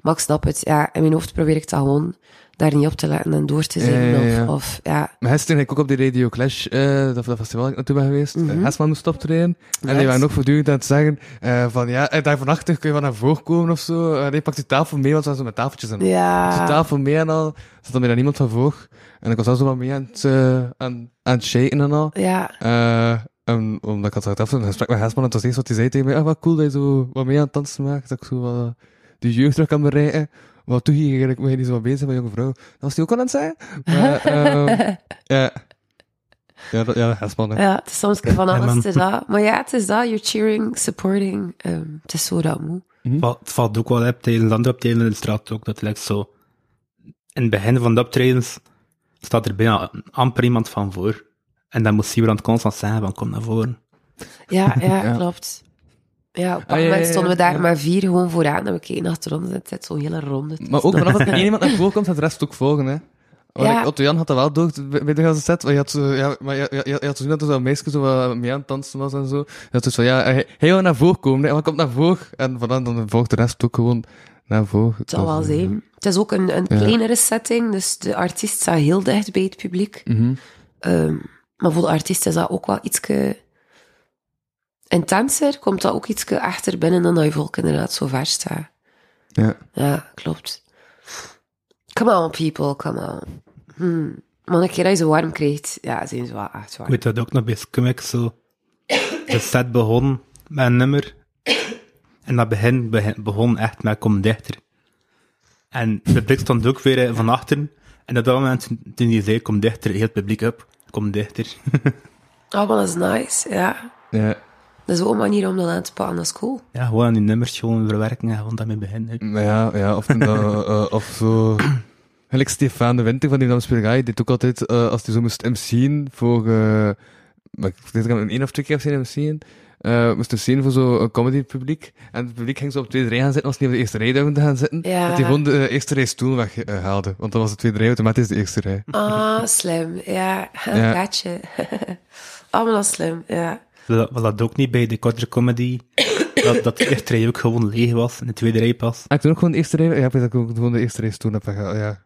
Speaker 4: Maar ik snap het, ja. In mijn hoofd probeer ik dat gewoon daar niet op te letten en door te
Speaker 3: Ja,
Speaker 4: zingen.
Speaker 3: ja, ja.
Speaker 4: Of, of ja,
Speaker 3: Maar gisteren ging ik ook op die Radio Clash, eh dat, dat festival waar ik naartoe ben geweest. mm moest optreden. En die
Speaker 4: Nice.
Speaker 3: waren ook voortdurend aan het zeggen eh, van ja, eh, daar vannachter kun je wel naar voren komen of zo. Eh, nee, pak je tafel mee, want ze hadden zo met tafeltjes en Dus de
Speaker 4: ja.
Speaker 3: tafel mee en al. Zat dan bijna niemand van voor. En ik was al zo wat mee aan het, eh, aan, aan het shaken en al.
Speaker 4: Ja,
Speaker 3: Eh, en omdat ik had achteraf een gesprek met Hesman en het was eerst wat hij zei tegen mij. Ah, wat cool dat je zo wat mee aan het dansen maakt. Dat ik zo wat eh, de jeugd terug kan bereiken. Wat doe je eigenlijk? Moet je niet zo wat bezig zijn met jonge vrouw? Dat was hij ook al aan het zeggen. Maar, ehm, [LAUGHS] ja. Ja, dat, ja, Hesman. hè.
Speaker 4: ja, het is soms van alles
Speaker 2: man.
Speaker 4: te dat. Maar ja, het is dat. You're cheering, supporting. ehm, het is zo dat moet.
Speaker 2: Het valt- Het valt ook wel op tijdens de andere optredens in de straat ook, dat lijkt zo... In het begin van de optredens staat er bijna amper iemand van voor. En dan moet Sibrand constant zeggen van kom naar voren.
Speaker 3: [LAUGHS]
Speaker 4: Ja, ja,
Speaker 3: Ja.
Speaker 4: klopt. Ja, op een
Speaker 3: Ah, ja,
Speaker 4: moment
Speaker 3: ja, ja,
Speaker 4: stonden we daar
Speaker 3: ja.
Speaker 4: maar vier gewoon vooraan en we keken achterom. Het zit zo'n hele ronde.
Speaker 3: Maar ook vanaf dat er één iemand naar voren komt, gaat de rest ook volgen, hè. Maar
Speaker 4: Ja.
Speaker 3: ik- Otto Jan had dat wel door bij de hele set. Maar je had zo, ja, maar je, je, je had gezien dat er zo'n meisje zo wat mee aan het dansen was en zo. Je had dus van, ja, hij, hij wil naar voren komen, hè. Maar hij komt naar voren. En vanaf dan volgt de rest ook gewoon naar voren.
Speaker 4: Het zal wel zijn. Het is ook een, een
Speaker 3: Ja.
Speaker 4: kleinere setting, dus de artiest staat heel dicht bij het publiek.
Speaker 3: Mhm.
Speaker 4: Ehm, maar voor de artiest is dat ook wel iets intenser. Komt dat ook iets achter binnen dan dat je volk inderdaad zo ver staat.
Speaker 3: Ja.
Speaker 4: Ja, klopt. Come on, people, come on. Hmm. Maar een keer dat je ze warm krijgt, ja, zijn ze wel echt warm.
Speaker 2: Ik weet dat ook nog bij Skummick zo. De set begon met een nummer. En dat begin, begin- begon echt met kom dichter. En de blik stond ook weer eh, van achteren. En op dat moment, toen hij zei kom dichter, heel het publiek op. Kom dichter. [LAUGHS]
Speaker 4: Oh, maar dat is nice, ja.
Speaker 3: Ja.
Speaker 4: Dat is ook een manier om dat aan te pakken, dat is
Speaker 3: [LAUGHS]
Speaker 4: cool.
Speaker 2: Ja, gewoon aan die nummers gewoon verwerken en gewoon daarmee beginnen.
Speaker 3: Maar ja, ja of, dan, eh, eh, of zo... Gelijk Stefan de Winter van die Namspelgaai, die deed ook altijd, eh, als hij zo moest MC'en voor... eh maar ik weet niet, ik heb hem één of twee keer zien MC'en. eh moest MC'en voor zo'n comedy publiek. En het publiek ging zo op de tweede rij gaan zitten, als hij op de eerste rij durfde gaan zitten.
Speaker 4: Ja.
Speaker 3: Dat hij gewoon de eh, eerste rij stoel weghaalde. Want dan was de tweede rij automatisch de eerste rij.
Speaker 4: Ah, slim. Ja, [LAUGHS]
Speaker 3: Ja.
Speaker 4: gaatje. Allemaal dat is slim, ja.
Speaker 2: Was dat- was dat ook niet bij de kortere comedy? dat, dat de eerste rij ook gewoon leeg was en de tweede rij pas.
Speaker 3: Ah, ik toen ook gewoon de eerste rij... Ja, ik weet dat ik ook gewoon de eerste rij stoel heb weggehaald, ja.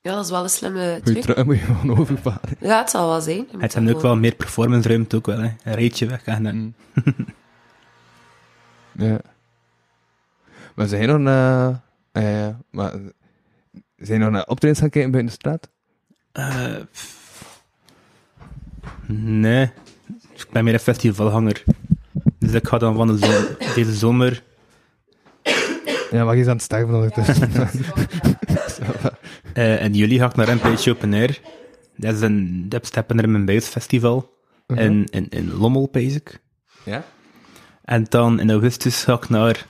Speaker 4: Ja, dat is wel een slimme
Speaker 3: Moet je,
Speaker 4: truc.
Speaker 3: tru- moet je gewoon overpalen.
Speaker 4: Ja, het zal wel zijn. Je moet
Speaker 2: Het
Speaker 4: dat
Speaker 2: zijn ook
Speaker 4: gewoon-
Speaker 2: wel meer performance ruimte ook wel, hè. Een rijtje weg en dan...
Speaker 3: Ja. Maar zijn jullie nog naar... Ja, ja, ja, maar... Zijn jullie nog naar optredens gaan kijken buiten de straat?
Speaker 2: Eh, pff. nee. Ik ben meer een festivalhanger. Dus ik ga dan van de zon- deze zomer...
Speaker 3: Ja, maar je is aan het sterven dan ondertussen.
Speaker 2: eh, in juli ga ik naar Rampage Open Air. Dat is een dubstep en rim bass festival. in, in, in Lommel, basic.
Speaker 3: Ja?
Speaker 2: En dan in augustus ga ik naar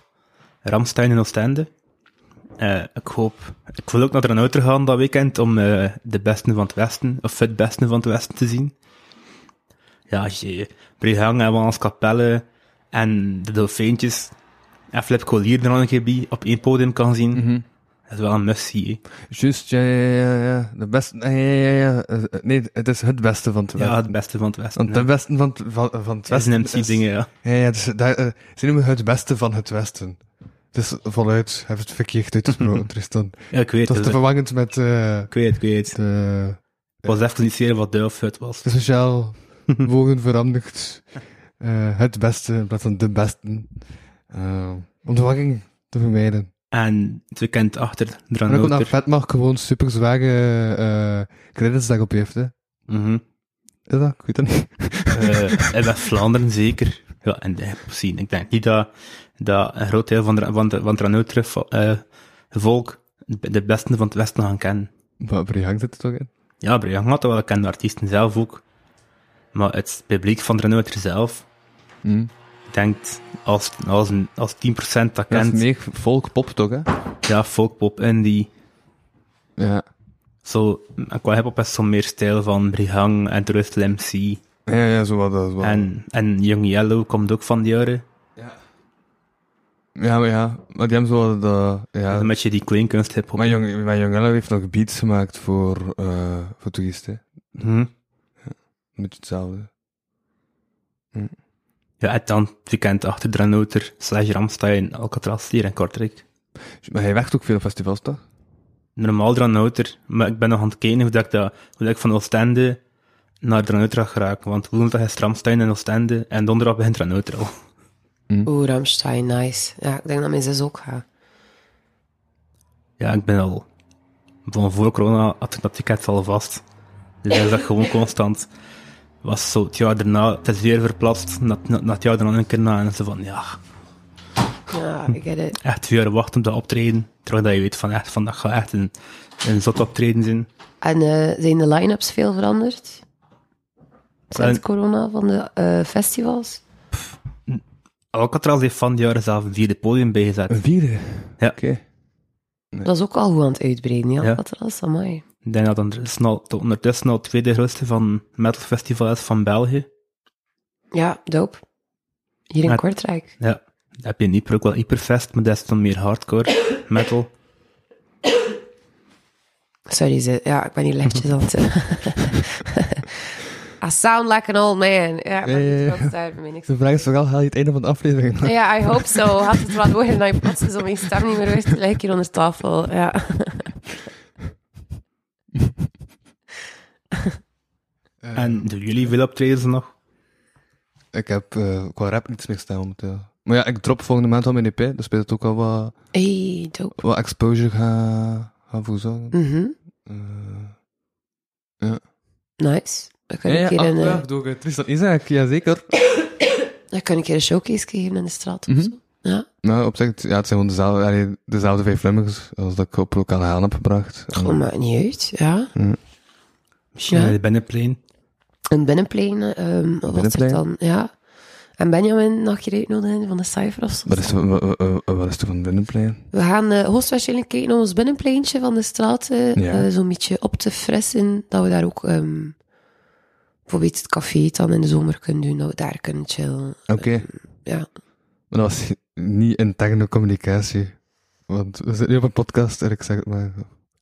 Speaker 2: Ramstein in Oostende. Eh, ik hoop... Ik wil ook naar een auto gaan dat weekend om eh, de besten van het westen, of het besten van het westen te zien. Ja, je Brihang en Wans Capelle en de Dolfijntjes en Flip Collier er nog een keer bij op één podium kan zien. Dat is wel een must-see, hè.
Speaker 3: Juist, ja, ja, ja, ja. De beste... Ja, ja, ja, ja. Eh, eh, Nee, het is het beste van het
Speaker 2: Ja,
Speaker 3: westen.
Speaker 2: het beste van het westen.
Speaker 3: Want de beste van, het- van, van het
Speaker 2: Dat is
Speaker 3: westen
Speaker 2: een MC-dingen, ja.
Speaker 3: Ja, ja, dus daar, eh, ze noemen het beste van het westen. Dus voluit, heb het verkeerd
Speaker 2: [LAUGHS]
Speaker 3: uitgesproken, Tristan.
Speaker 2: Ja, ik weet
Speaker 3: Dat is te
Speaker 2: het. Ik
Speaker 3: verwangend met eh,
Speaker 2: weet het, ik weet het.
Speaker 3: de...
Speaker 2: Ik was even niet zeker wat Delft het was.
Speaker 3: de [LAUGHS] sociaal wogen veranderd. Eh, het beste in plaats van de besten. Eh, om de verwachting te vermijden.
Speaker 2: En het weekend achter,
Speaker 3: En dan komt naar
Speaker 2: Dranouter.
Speaker 3: Vetmag gewoon super zware eh credits dat ik op heeft. Hè.
Speaker 2: Mhm.
Speaker 3: Is dat? Ik weet dat niet.
Speaker 2: Eh, in West-Vlaanderen zeker. Ja, en de zien. Ik denk niet dat, dat een groot deel van, de- van, de- van het Ranouter eh volk de beste van het Westen gaan kennen.
Speaker 3: [LAUGHS] Maar voor die hang zit het toch in?
Speaker 2: Ja, Brian had dat wel, ik ken de artiesten zelf ook. Maar het publiek van Ranouter zelf
Speaker 3: Mm.
Speaker 2: denkt als, als, een- als 10% dat
Speaker 3: Dat is
Speaker 2: kent,
Speaker 3: meer volk pop toch, hè?
Speaker 2: ja, folkpop, indie.
Speaker 3: Ja.
Speaker 2: Zo, en qua hip-hop is zo'n meer stijl van Brihang en Trust MC.
Speaker 3: Ja, ja, zo wat. Dat is wel.
Speaker 2: En, en Young Yellow komt ook van die jaren.
Speaker 3: Ja, maar ja. Maar die hebben zo wat... dat-
Speaker 2: Dat is
Speaker 3: ja.
Speaker 2: een beetje die kleinkunst hip-hop.
Speaker 3: Maar Jong, maar Jong Ellen heeft nog beats gemaakt voor, eh voor toeristen. hè.
Speaker 2: Mhm.
Speaker 3: Een beetje hetzelfde.
Speaker 2: Ja, en dan het weekend achter Dranouter, slash Ramstein, Alcatraz hier in Kortrijk.
Speaker 3: Maar hij werkt ook veel op festivals, toch?
Speaker 2: Normaal Dranouter, maar ik ben nog aan het kijken hoe, dat ik, dat, hoe dat ik van Oostende naar Dranouter ga geraken. Want woensdag is Ramstein in Oostende en donderdag begint Dranouter al.
Speaker 4: Oeh, Ramstein, nice. Ja, ik denk dat mijn zus ook gaat.
Speaker 2: Ja, ik ben al... Van voor corona had ik dat ticket al vast. Dus dat is dat gewoon constant. Was zo het jaar daarna, het is weer verplaatst, na, na, na het jaar daarna een keer na. En ze van, ja,
Speaker 4: Ja, ik get it.
Speaker 2: echt twee jaar wachten om te optreden. Terwijl dat je weet van, echt, van dat gaat echt een, een zot optreden zijn.
Speaker 4: En eh, zijn de line-ups veel veranderd? Sinds
Speaker 2: En-
Speaker 4: corona van de eh, festivals?
Speaker 2: Alcatraz heeft van het jaar zelf een vierde podium bijgezet.
Speaker 3: Een vierde?
Speaker 2: Ja.
Speaker 3: Oké.
Speaker 4: Dat is ook al goed aan het uitbreiden, ja.
Speaker 2: Ja.
Speaker 4: Dat was amai.
Speaker 2: Ik denk dat ondertussen al, dat ondertussen al het tweede grootste van metal festival is van België.
Speaker 4: Ja, dope. Hier in
Speaker 2: Maar-
Speaker 4: Kortrijk.
Speaker 2: Ja, dan heb je in Ypres ook wel Yperfest, maar dat is dan meer hardcore metal.
Speaker 4: Sorry, ze, ja, ik ben hier lichtjes aan het... [LAUGHS] I sound like an old man. Ja, ik ben
Speaker 3: ja, ja.
Speaker 4: niet trots daar, ben ik niks.
Speaker 3: De vraag is vooral, haal je het einde van de aflevering nog?
Speaker 4: Ja, I hope so. Had het wat worden dan je plots zo mijn stem niet meer hoort, lig ik hier onder tafel. Ja.
Speaker 2: En doen jullie veel optredens nog?
Speaker 3: Ik heb eh, qua rap niets meer staan momenteel. Maar ja, ik drop volgende maand al mijn EP, dus speelt het ook al wat,
Speaker 4: Hey, dope.
Speaker 3: wat exposure gaan, gaan voor zorgen.
Speaker 4: Mhm.
Speaker 3: Eh,
Speaker 4: Nice. Dan kan, ik een keer een, eh,
Speaker 3: door eh, Tristan Isaac, jazeker.
Speaker 4: dan kan ik een keer een showcase geven in de straat
Speaker 3: Mhm.
Speaker 4: of zo. Ja.
Speaker 3: Nou, op zich, ja, het zijn gewoon dezelfde, allee, dezelfde vijf nummers als dat ik op lokale haan heb gebracht.
Speaker 4: Goh, maakt niet uit. Ja.
Speaker 2: Misschien
Speaker 4: Ja.
Speaker 2: bij de binnenplein.
Speaker 4: Een binnenplein, eh, ehm, wat was er
Speaker 3: Binnenplein?
Speaker 4: dan? Ja. En Benjamin nog een keer uitnodigen van de cijfer of zo.
Speaker 3: Wat is, wa- wa- wa- wa- wat is er van binnenplein?
Speaker 4: We gaan eh hoogstwaarschijnlijk kijken om ons binnenpleintje van de straat eh,
Speaker 3: Ja.
Speaker 4: eh, zo'n beetje op te frissen. Dat we daar ook ehm, bijvoorbeeld het café dan in de zomer kunnen doen. Dat we daar kunnen chillen.
Speaker 3: Oké.
Speaker 4: Ja.
Speaker 3: Maar dat was niet interne communicatie. Want we zitten nu op een podcast en ik zeg het maar.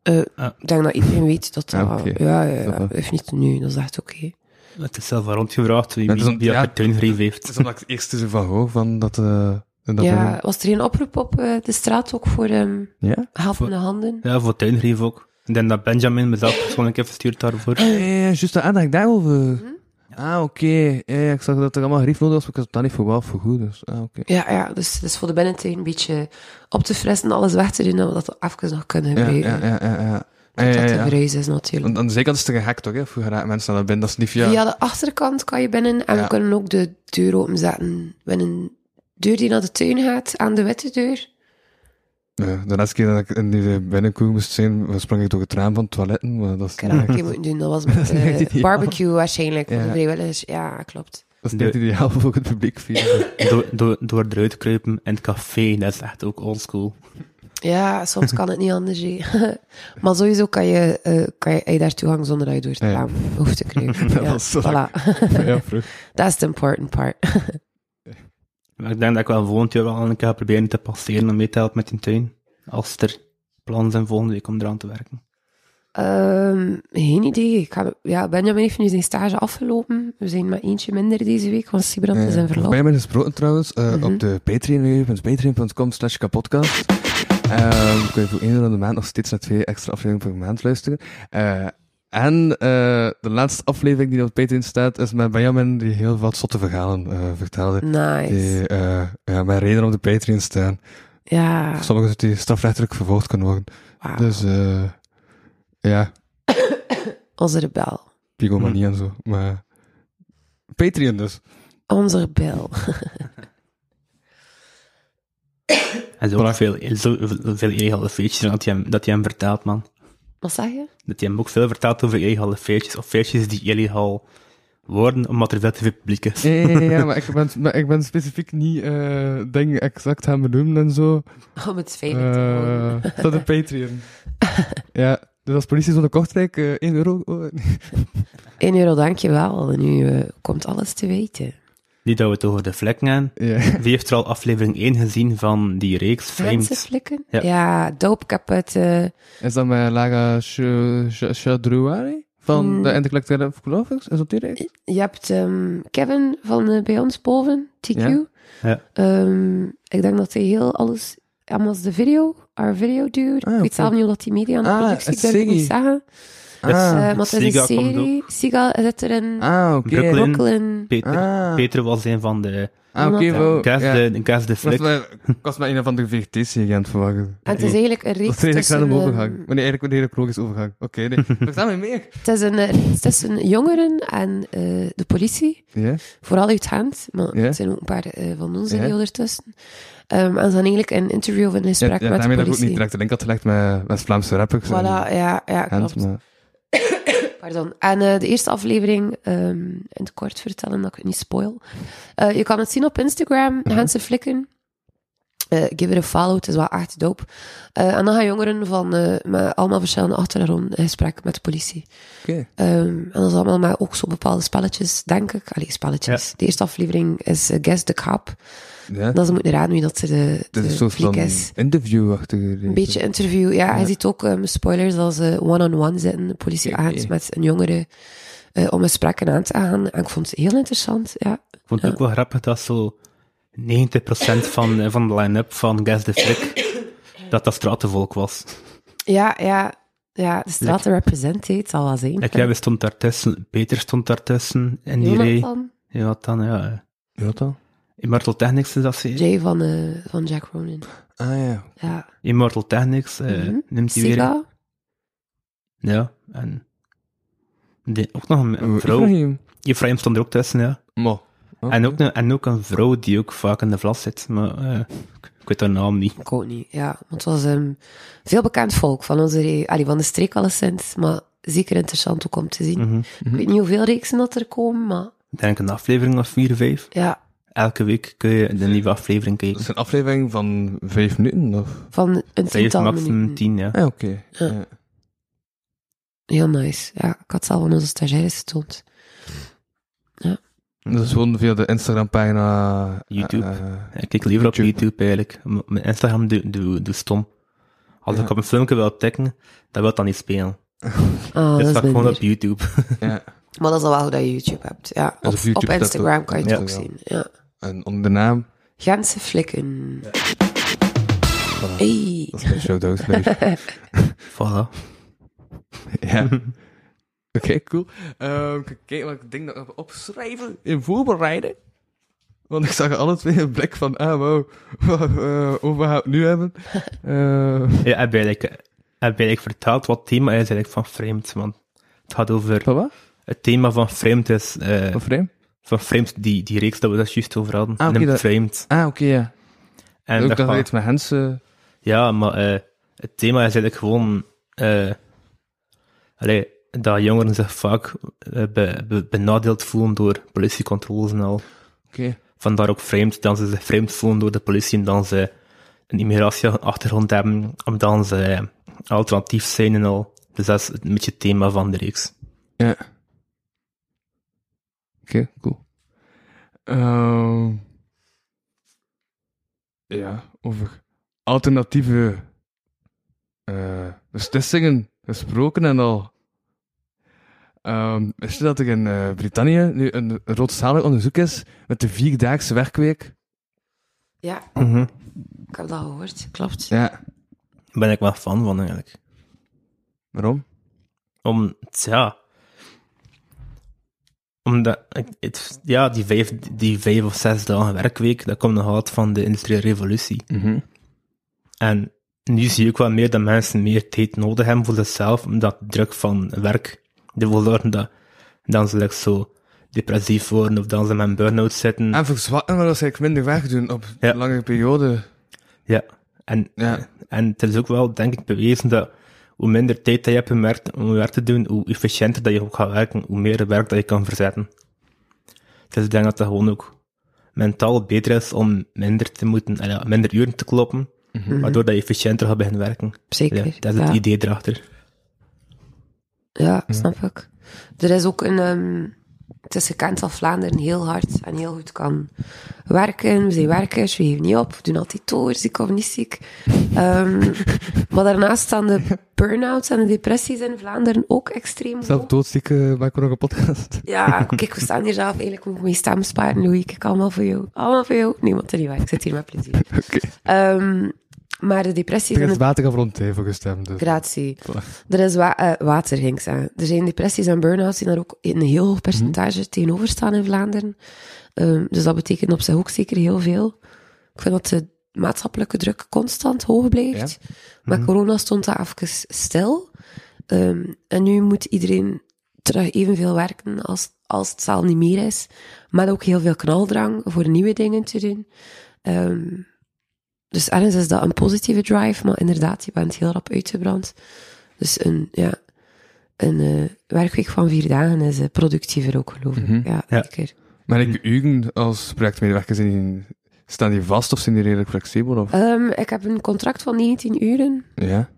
Speaker 4: Ik denk dat iedereen weet dat dat...
Speaker 3: Ja, Ah, oké.
Speaker 4: Ja, ja, ja.
Speaker 3: Dat wel.
Speaker 4: Heeft niet nu, dat is echt oké.
Speaker 2: Het is zelf wel rondgevraagd wie,
Speaker 3: Ja, het is
Speaker 2: wie,
Speaker 3: om-
Speaker 2: wie
Speaker 3: ja.
Speaker 2: dat per tuingreep heeft.
Speaker 3: Het is omdat ik het eerste zo van hoor, van dat... eh dat
Speaker 4: Ja, was er een oproep op eh, de straat ook voor ehm
Speaker 3: ja?
Speaker 4: helpende handen?
Speaker 2: Ja, voor tuingreep ook. Ik denk dat Benjamin mezelf persoonlijk heeft verstuurd daarvoor.
Speaker 3: Ja, ja, ja, juist de aandacht daarover.
Speaker 4: Hm?
Speaker 3: Ah, oké. Ja, ja, ik zag dat er allemaal grief nodig was, maar ik had het dan niet voor wel voor goed. Dus. Ah, oké.
Speaker 4: Ja, ja, dus het is voor de binnentuin een beetje op te fressen, alles weg te doen, dat we dat even nog kunnen
Speaker 3: Ja,
Speaker 4: gebruiken.
Speaker 3: ja, ja, ja. ja. Ja,
Speaker 4: Dat
Speaker 3: ja,
Speaker 4: het
Speaker 3: ja.
Speaker 4: een verhuis is natuurlijk.
Speaker 3: Want aan de zijkant is het gehackt, toch? Hè? Vroeger raken mensen naar binnen, dat is niet via...
Speaker 4: Via de achterkant kan je binnen en
Speaker 3: Ja.
Speaker 4: we kunnen ook de deur openzetten. We hebben een deur die naar de tuin gaat, aan de witte deur.
Speaker 3: Ja, de laatste keer dat ik in die binnenkoe moest zijn, sprong ik door het raam van het toiletten. Maar dat is,
Speaker 4: Ik heb dat
Speaker 3: [LAUGHS]
Speaker 4: een keer moeten doen, dat was met
Speaker 3: is niet echt
Speaker 4: eh,
Speaker 3: ideaal.
Speaker 4: barbecue waarschijnlijk.
Speaker 3: Ja.
Speaker 4: Ja. vrijwilligers, ja, klopt.
Speaker 3: dat is niet ideaal voor het publiek. Via.
Speaker 4: [LAUGHS]
Speaker 2: Door, door, door eruit te kruipen in het café, dat is echt ook oldschool.
Speaker 4: Ja, soms kan het niet anders. hè. [LAUGHS] maar sowieso kan je, eh, kan je, heb je daar toegang zonder dat je door het
Speaker 3: Ja.
Speaker 4: raam hoeft te
Speaker 3: [LAUGHS]
Speaker 4: kruipen.
Speaker 3: Dat
Speaker 4: Ja,
Speaker 3: was zo-
Speaker 4: voilà.
Speaker 3: ja, vroeg.
Speaker 4: That's the important part.
Speaker 2: Maar ik denk dat ik wel volgend jaar wel een keer ga proberen te passeren om mee te helpen met die tuin. Als er plannen zijn volgende week om eraan te werken.
Speaker 4: Ehm, geen idee. Ik ga, ja, Benjamin heeft nu zijn stage afgelopen. We zijn maar eentje minder deze week, want Sibrand is in verlof.
Speaker 3: Bij Eh, mij gesproken trouwens, eh, op de patreon, patreon.com slash kapodcast. Ehm, kun je voor 1 euro in de maand nog steeds naar twee extra afleveringen per maand luisteren. Eh, en eh, de laatste aflevering die op Patreon staat, is met Benjamin, die heel wat zotte verhalen eh, vertelde.
Speaker 4: Nice.
Speaker 3: Die eh ja, met reden op de Patreon staan.
Speaker 4: Ja, Ah,
Speaker 3: Sommigen zitten die strafrechtelijk vervolgd kunnen worden.
Speaker 4: wauw.
Speaker 3: Dus eh ja,
Speaker 4: Onze rebel.
Speaker 3: pigomanie en zo. Maar Patreon dus.
Speaker 4: Onze rebel. [LAUGHS]
Speaker 2: En zo ook veel, zo, veel illegale feestjes dat hij hem, dat hij hem vertelt, man.
Speaker 4: Wat zeg je?
Speaker 2: Dat hij hem ook veel vertelt over illegale feestjes, of feestjes die illegaal worden, omdat er veel te veel publiek is.
Speaker 3: Ja, ja, ja, ja, maar, ik ben, maar ik ben specifiek niet eh dingen exact gaan benoemen en zo.
Speaker 4: Om het
Speaker 3: Eh,
Speaker 4: veilig te houden.
Speaker 3: staat op
Speaker 4: [LAUGHS]
Speaker 3: Patreon. ja, dus als politie zonder Kortrijk, eh 1 euro. oh, nee.
Speaker 4: 1 euro, dankjewel. Nu eh, komt alles te weten.
Speaker 2: Niet dat we het over de vlekken hebben.
Speaker 3: ja.
Speaker 2: Wie heeft er al aflevering 1 gezien van die reeks
Speaker 4: Mensen
Speaker 2: Frames?
Speaker 4: flikken?
Speaker 2: Ja.
Speaker 4: Ja, dope. Ik heb het... eh,
Speaker 3: Is dat met Lara Ch- Ch- Chadrouari? Van
Speaker 4: Hmm.
Speaker 3: de Intercollectuele Verlovings? Is dat die reeks?
Speaker 4: je hebt ehm, Kevin van eh, bij ons boven, TQ.
Speaker 3: Ja.
Speaker 2: Ja.
Speaker 4: Ehm, ik denk dat hij heel alles Amas de video, our video dude.
Speaker 3: Ah,
Speaker 4: ik weet
Speaker 3: oké.
Speaker 4: zelf niet hoe dat die media aan de
Speaker 3: Ah,
Speaker 4: productie
Speaker 3: het
Speaker 4: ik durf het niet
Speaker 3: Siggy.
Speaker 4: zeggen. Eh,
Speaker 3: Ah,
Speaker 4: maar het is
Speaker 2: Siga
Speaker 4: een
Speaker 2: komt
Speaker 4: serie. Siga zit er in
Speaker 3: ah oké.
Speaker 2: Brooklyn.
Speaker 4: Brooklyn.
Speaker 2: Peter,
Speaker 3: Ah.
Speaker 2: Peter was een van de...
Speaker 3: Ah, oké,
Speaker 4: Omdat-
Speaker 3: wel.
Speaker 2: Gas
Speaker 3: ja.
Speaker 2: de, Gas de
Speaker 3: Ik was
Speaker 2: Flick.
Speaker 3: maar- Ik was maar een of andere VGT-agent verwacht.
Speaker 4: En het is eigenlijk een reeks
Speaker 3: Dat is eigenlijk
Speaker 4: tussen...
Speaker 3: een
Speaker 4: ehm,
Speaker 3: overgang. Wanneer eigenlijk een hele logisch overgang. Oké, nee.
Speaker 2: [LAUGHS]
Speaker 3: Ik sta met meer.
Speaker 4: het is een eh, reeks tussen jongeren en eh, de politie.
Speaker 3: Ja?
Speaker 4: Vooral uit Gent. Maar
Speaker 3: Ja.
Speaker 4: het zijn ook een paar eh, van ons
Speaker 3: Ja.
Speaker 4: die ondertussen. Ehm, en ze zijn eigenlijk een interview of een
Speaker 3: Ja, ja,
Speaker 4: gesprek met
Speaker 3: daarmee
Speaker 4: de
Speaker 3: dat ik ook
Speaker 4: politie.
Speaker 3: niet direct de link had gelegd met, met Vlaamse rappers. en
Speaker 4: Voilà, ja, ja
Speaker 3: Gent,
Speaker 4: klopt.
Speaker 3: maar-
Speaker 4: Pardon. En eh, de eerste aflevering, ehm, in het kort vertellen, dat ik het niet spoil. Eh, je kan het zien op Instagram,
Speaker 3: Mhm.
Speaker 4: Gentse Flikken. Eh, give it a follow, het is wel echt dope. Eh, en dan gaan jongeren van eh, met allemaal verschillende achtergronden in gesprek met de politie.
Speaker 3: Oké.
Speaker 4: Ehm, en dat is allemaal met ook zo bepaalde spelletjes, denk ik. Allee, spelletjes. De eerste aflevering is eh, Guess the Cop.
Speaker 3: Ja.
Speaker 4: Dat ze moeten raden wie dat ze de,
Speaker 3: Het is een
Speaker 4: de
Speaker 3: soort
Speaker 4: fliek
Speaker 3: van
Speaker 4: is.
Speaker 3: interview-achtige reeks.
Speaker 4: Een beetje interview. Ja, hij ziet ook ehm, spoilers als ze one-on-one zitten, de politieagent
Speaker 3: Oké.
Speaker 4: met een jongere, eh, om gesprekken aan te gaan. En ik vond het heel interessant, ja.
Speaker 2: Ik vond het ook wel grappig dat zo 90% van, eh, van de line-up van Gas de Flick dat dat stratenvolk was.
Speaker 4: Ja, ja, ja, de straten representeert, het zal wel zijn.
Speaker 2: Ik, jij stond daartussen, Peter stond daartussen in die rij.
Speaker 4: Jonathan,
Speaker 2: Jonathan, ja. eh.
Speaker 3: Ja, dan?
Speaker 2: Immortal Technics is dat ze.
Speaker 4: Jay van, eh, van Jack Ronin.
Speaker 3: Ah ja.
Speaker 4: Ja.
Speaker 2: Immortal Technics eh,
Speaker 4: Mhm.
Speaker 2: neemt die weer.
Speaker 4: Siga,
Speaker 2: Ja, en... die- ook nog een, een
Speaker 3: Oeh,
Speaker 2: vrouw.
Speaker 3: Ibrahim.
Speaker 2: Ephraim stond er ook tussen, ja.
Speaker 3: Mo. Oké.
Speaker 2: En ook, een, en ook een vrouw die ook vaak in de vlas zit, maar eh, ik, ik weet haar naam niet.
Speaker 4: ik ook niet. Ja, want het was een veel bekend volk van onze re- allee, van de streek alleszins, maar zeker interessant ook om te zien.
Speaker 2: Mhm.
Speaker 4: Ik weet niet hoeveel reeksen dat er komen, maar
Speaker 2: Ik denk een aflevering of vier, vijf.
Speaker 4: ja,
Speaker 2: Elke week kun je de nieuwe aflevering
Speaker 3: Dat
Speaker 2: kijken.
Speaker 3: is een aflevering van vijf minuten, of?
Speaker 4: van een
Speaker 2: Vijf,
Speaker 4: tiental
Speaker 2: maximum
Speaker 4: minuten.
Speaker 2: tien, ja.
Speaker 3: Ah, oké.
Speaker 4: Ja.
Speaker 3: Ja.
Speaker 4: Heel nice. Ja, ik had het al aan onze stagiaires getoond.
Speaker 3: Dat is gewoon via de Instagram-pagina... eh,
Speaker 2: YouTube.
Speaker 3: eh,
Speaker 2: Ik kijk liever op
Speaker 3: YouTube.
Speaker 2: YouTube eigenlijk. M- Mijn Instagram doe, doe, doe stom. Als
Speaker 3: Ja.
Speaker 2: ik op een filmpje wil tikken, dan wil dat niet spelen.
Speaker 3: Oh,
Speaker 4: Ah,
Speaker 2: dus
Speaker 4: dat is
Speaker 2: ga ik gewoon
Speaker 4: minder.
Speaker 2: op YouTube. [LAUGHS]
Speaker 3: ja.
Speaker 4: Maar dat is al wel goed dat je YouTube hebt. Ja.
Speaker 3: op
Speaker 4: Of op
Speaker 3: YouTube, dat
Speaker 4: Instagram
Speaker 3: ook.
Speaker 4: kan je het ook zien.
Speaker 3: Instagram.
Speaker 4: Ja.
Speaker 3: En onder de naam...
Speaker 4: Gentse flikken. Hey. [LAUGHS]
Speaker 3: Dat is mijn shout-out. meisje.
Speaker 2: Voilà.
Speaker 3: ja. [LAUGHS] Oké, cool. Ehm, ik ga kijken wat ik denk dat ik heb opschrijven in voorbereiden. Want ik zag alle twee een blik van, ah, [LAUGHS] wow, wat eh, over wat gaan we het nu hebben? Eh,
Speaker 2: Ja, heb je eigenlijk, heb je eigenlijk verteld wat het thema is eigenlijk van Framed? Want het gaat over...
Speaker 3: van wat?
Speaker 2: Het thema van Framed is... eh,
Speaker 3: Van Vreem?
Speaker 2: van Framed, die, die reeks dat we daar juist over hadden.
Speaker 3: Ah, oké,
Speaker 2: Noemt
Speaker 3: dat-
Speaker 2: Framed.
Speaker 3: Ah, oké, ja.
Speaker 2: En
Speaker 3: ook
Speaker 2: dat
Speaker 3: dat
Speaker 2: gaat-
Speaker 3: er iets met Hensen...
Speaker 2: Ja, maar eh, het thema is eigenlijk gewoon eh, allee, dat jongeren zich vaak eh, be- be- benadeeld voelen door politiecontroles en al.
Speaker 3: Oké.
Speaker 2: Vandaar ook vreemd, dan ze zich vreemd voelen door de politie en dan ze een immigratieachtergrond hebben, omdat ze eh, alternatief zijn en al. Dus dat is een beetje het thema van de reeks.
Speaker 3: Ja. Oké, cool. Ehm, ja, over alternatieve eh, beslissingen gesproken en al. Ehm wist je dat er in eh, Brittannië nu een roodzalig onderzoek is met de vierdaagse werkweek?
Speaker 4: Ja, ik heb dat al gehoord. Klopt.
Speaker 3: Ja.
Speaker 2: Daar ben ik wel fan van eigenlijk.
Speaker 3: Waarom?
Speaker 2: Om, ja. Omdat, ik- het, ja, die vijf, die vijf of zes dagen werkweek, dat komt nog uit van de industriële revolutie. En nu zie ik wel meer dat mensen meer tijd nodig hebben voor zichzelf, omdat de druk van werk ervoor zorgt dat, dat ze like, zo depressief worden of dat ze met een burn-out zitten.
Speaker 3: En verzwakken, maar dat ze eigenlijk minder werk doen op
Speaker 2: Ja.
Speaker 3: een langere periode.
Speaker 2: Ja. En,
Speaker 3: Ja.
Speaker 2: en het is ook wel, denk ik, bewezen dat hoe minder tijd dat je hebt om werk, om werk te doen, hoe efficiënter dat je ook gaat werken, hoe meer werk dat je kan verzetten. Dus ik denk dat dat gewoon ook mentaal beter is om minder te moeten, eh, ja, minder uren te kloppen, waardoor dat je efficiënter gaat beginnen werken. Ja,
Speaker 4: Mhm. Zeker.
Speaker 2: dat is het
Speaker 4: ja.
Speaker 2: idee erachter.
Speaker 4: Ja, snap ik. Er is ook een... ehm, het is gekend dat Vlaanderen heel hard en heel goed kan werken. We zijn werkers, we geven niet op. We doen altijd door, ziek of niet ziek. Ehm, maar daarnaast staan de burn-outs en de depressies in Vlaanderen ook extreem hoog.
Speaker 3: Zelf doodziek uh, maken we nog een podcast.
Speaker 4: Ja, kijk, we staan hier zelf. Eigenlijk moet ik mijn stem sparen, Louis. Kijk, allemaal voor jou. Allemaal voor jou. Nee, want niet waar. Ik zit hier met plezier.
Speaker 3: Oké.
Speaker 4: Ehm, Maar de depressies
Speaker 3: Ik heb
Speaker 4: en
Speaker 3: het
Speaker 4: de
Speaker 3: water over een tevel gestemd. Dus.
Speaker 4: Gratie.
Speaker 3: Voilà.
Speaker 4: Er is wa- eh, water, ging ik zeggen. Er zijn depressies en burn-outs die daar ook in een heel hoog percentage tegenover staan in Vlaanderen. Ehm, dus dat betekent op zich ook zeker heel veel. Ik vind dat de maatschappelijke druk constant hoog blijft. Maar corona stond daar even stil. Ehm, en nu moet iedereen terug evenveel werken als, als het zaal niet meer is. Maar ook heel veel knaldrang voor nieuwe dingen te doen. Ehm, dus ergens is dat een positieve drive, maar inderdaad, je bent heel rap uitgebrand. Dus een, ja, een eh, werkweek van vier dagen is eh, productiever ook, geloof ik. Ja,
Speaker 2: Ja.
Speaker 4: zeker.
Speaker 3: Maar ik uren als projectmedewerker zijn die, staan die vast of zijn die redelijk flexibel? Of?
Speaker 4: Ehm, ik heb een contract van 19 uren,
Speaker 3: Ja.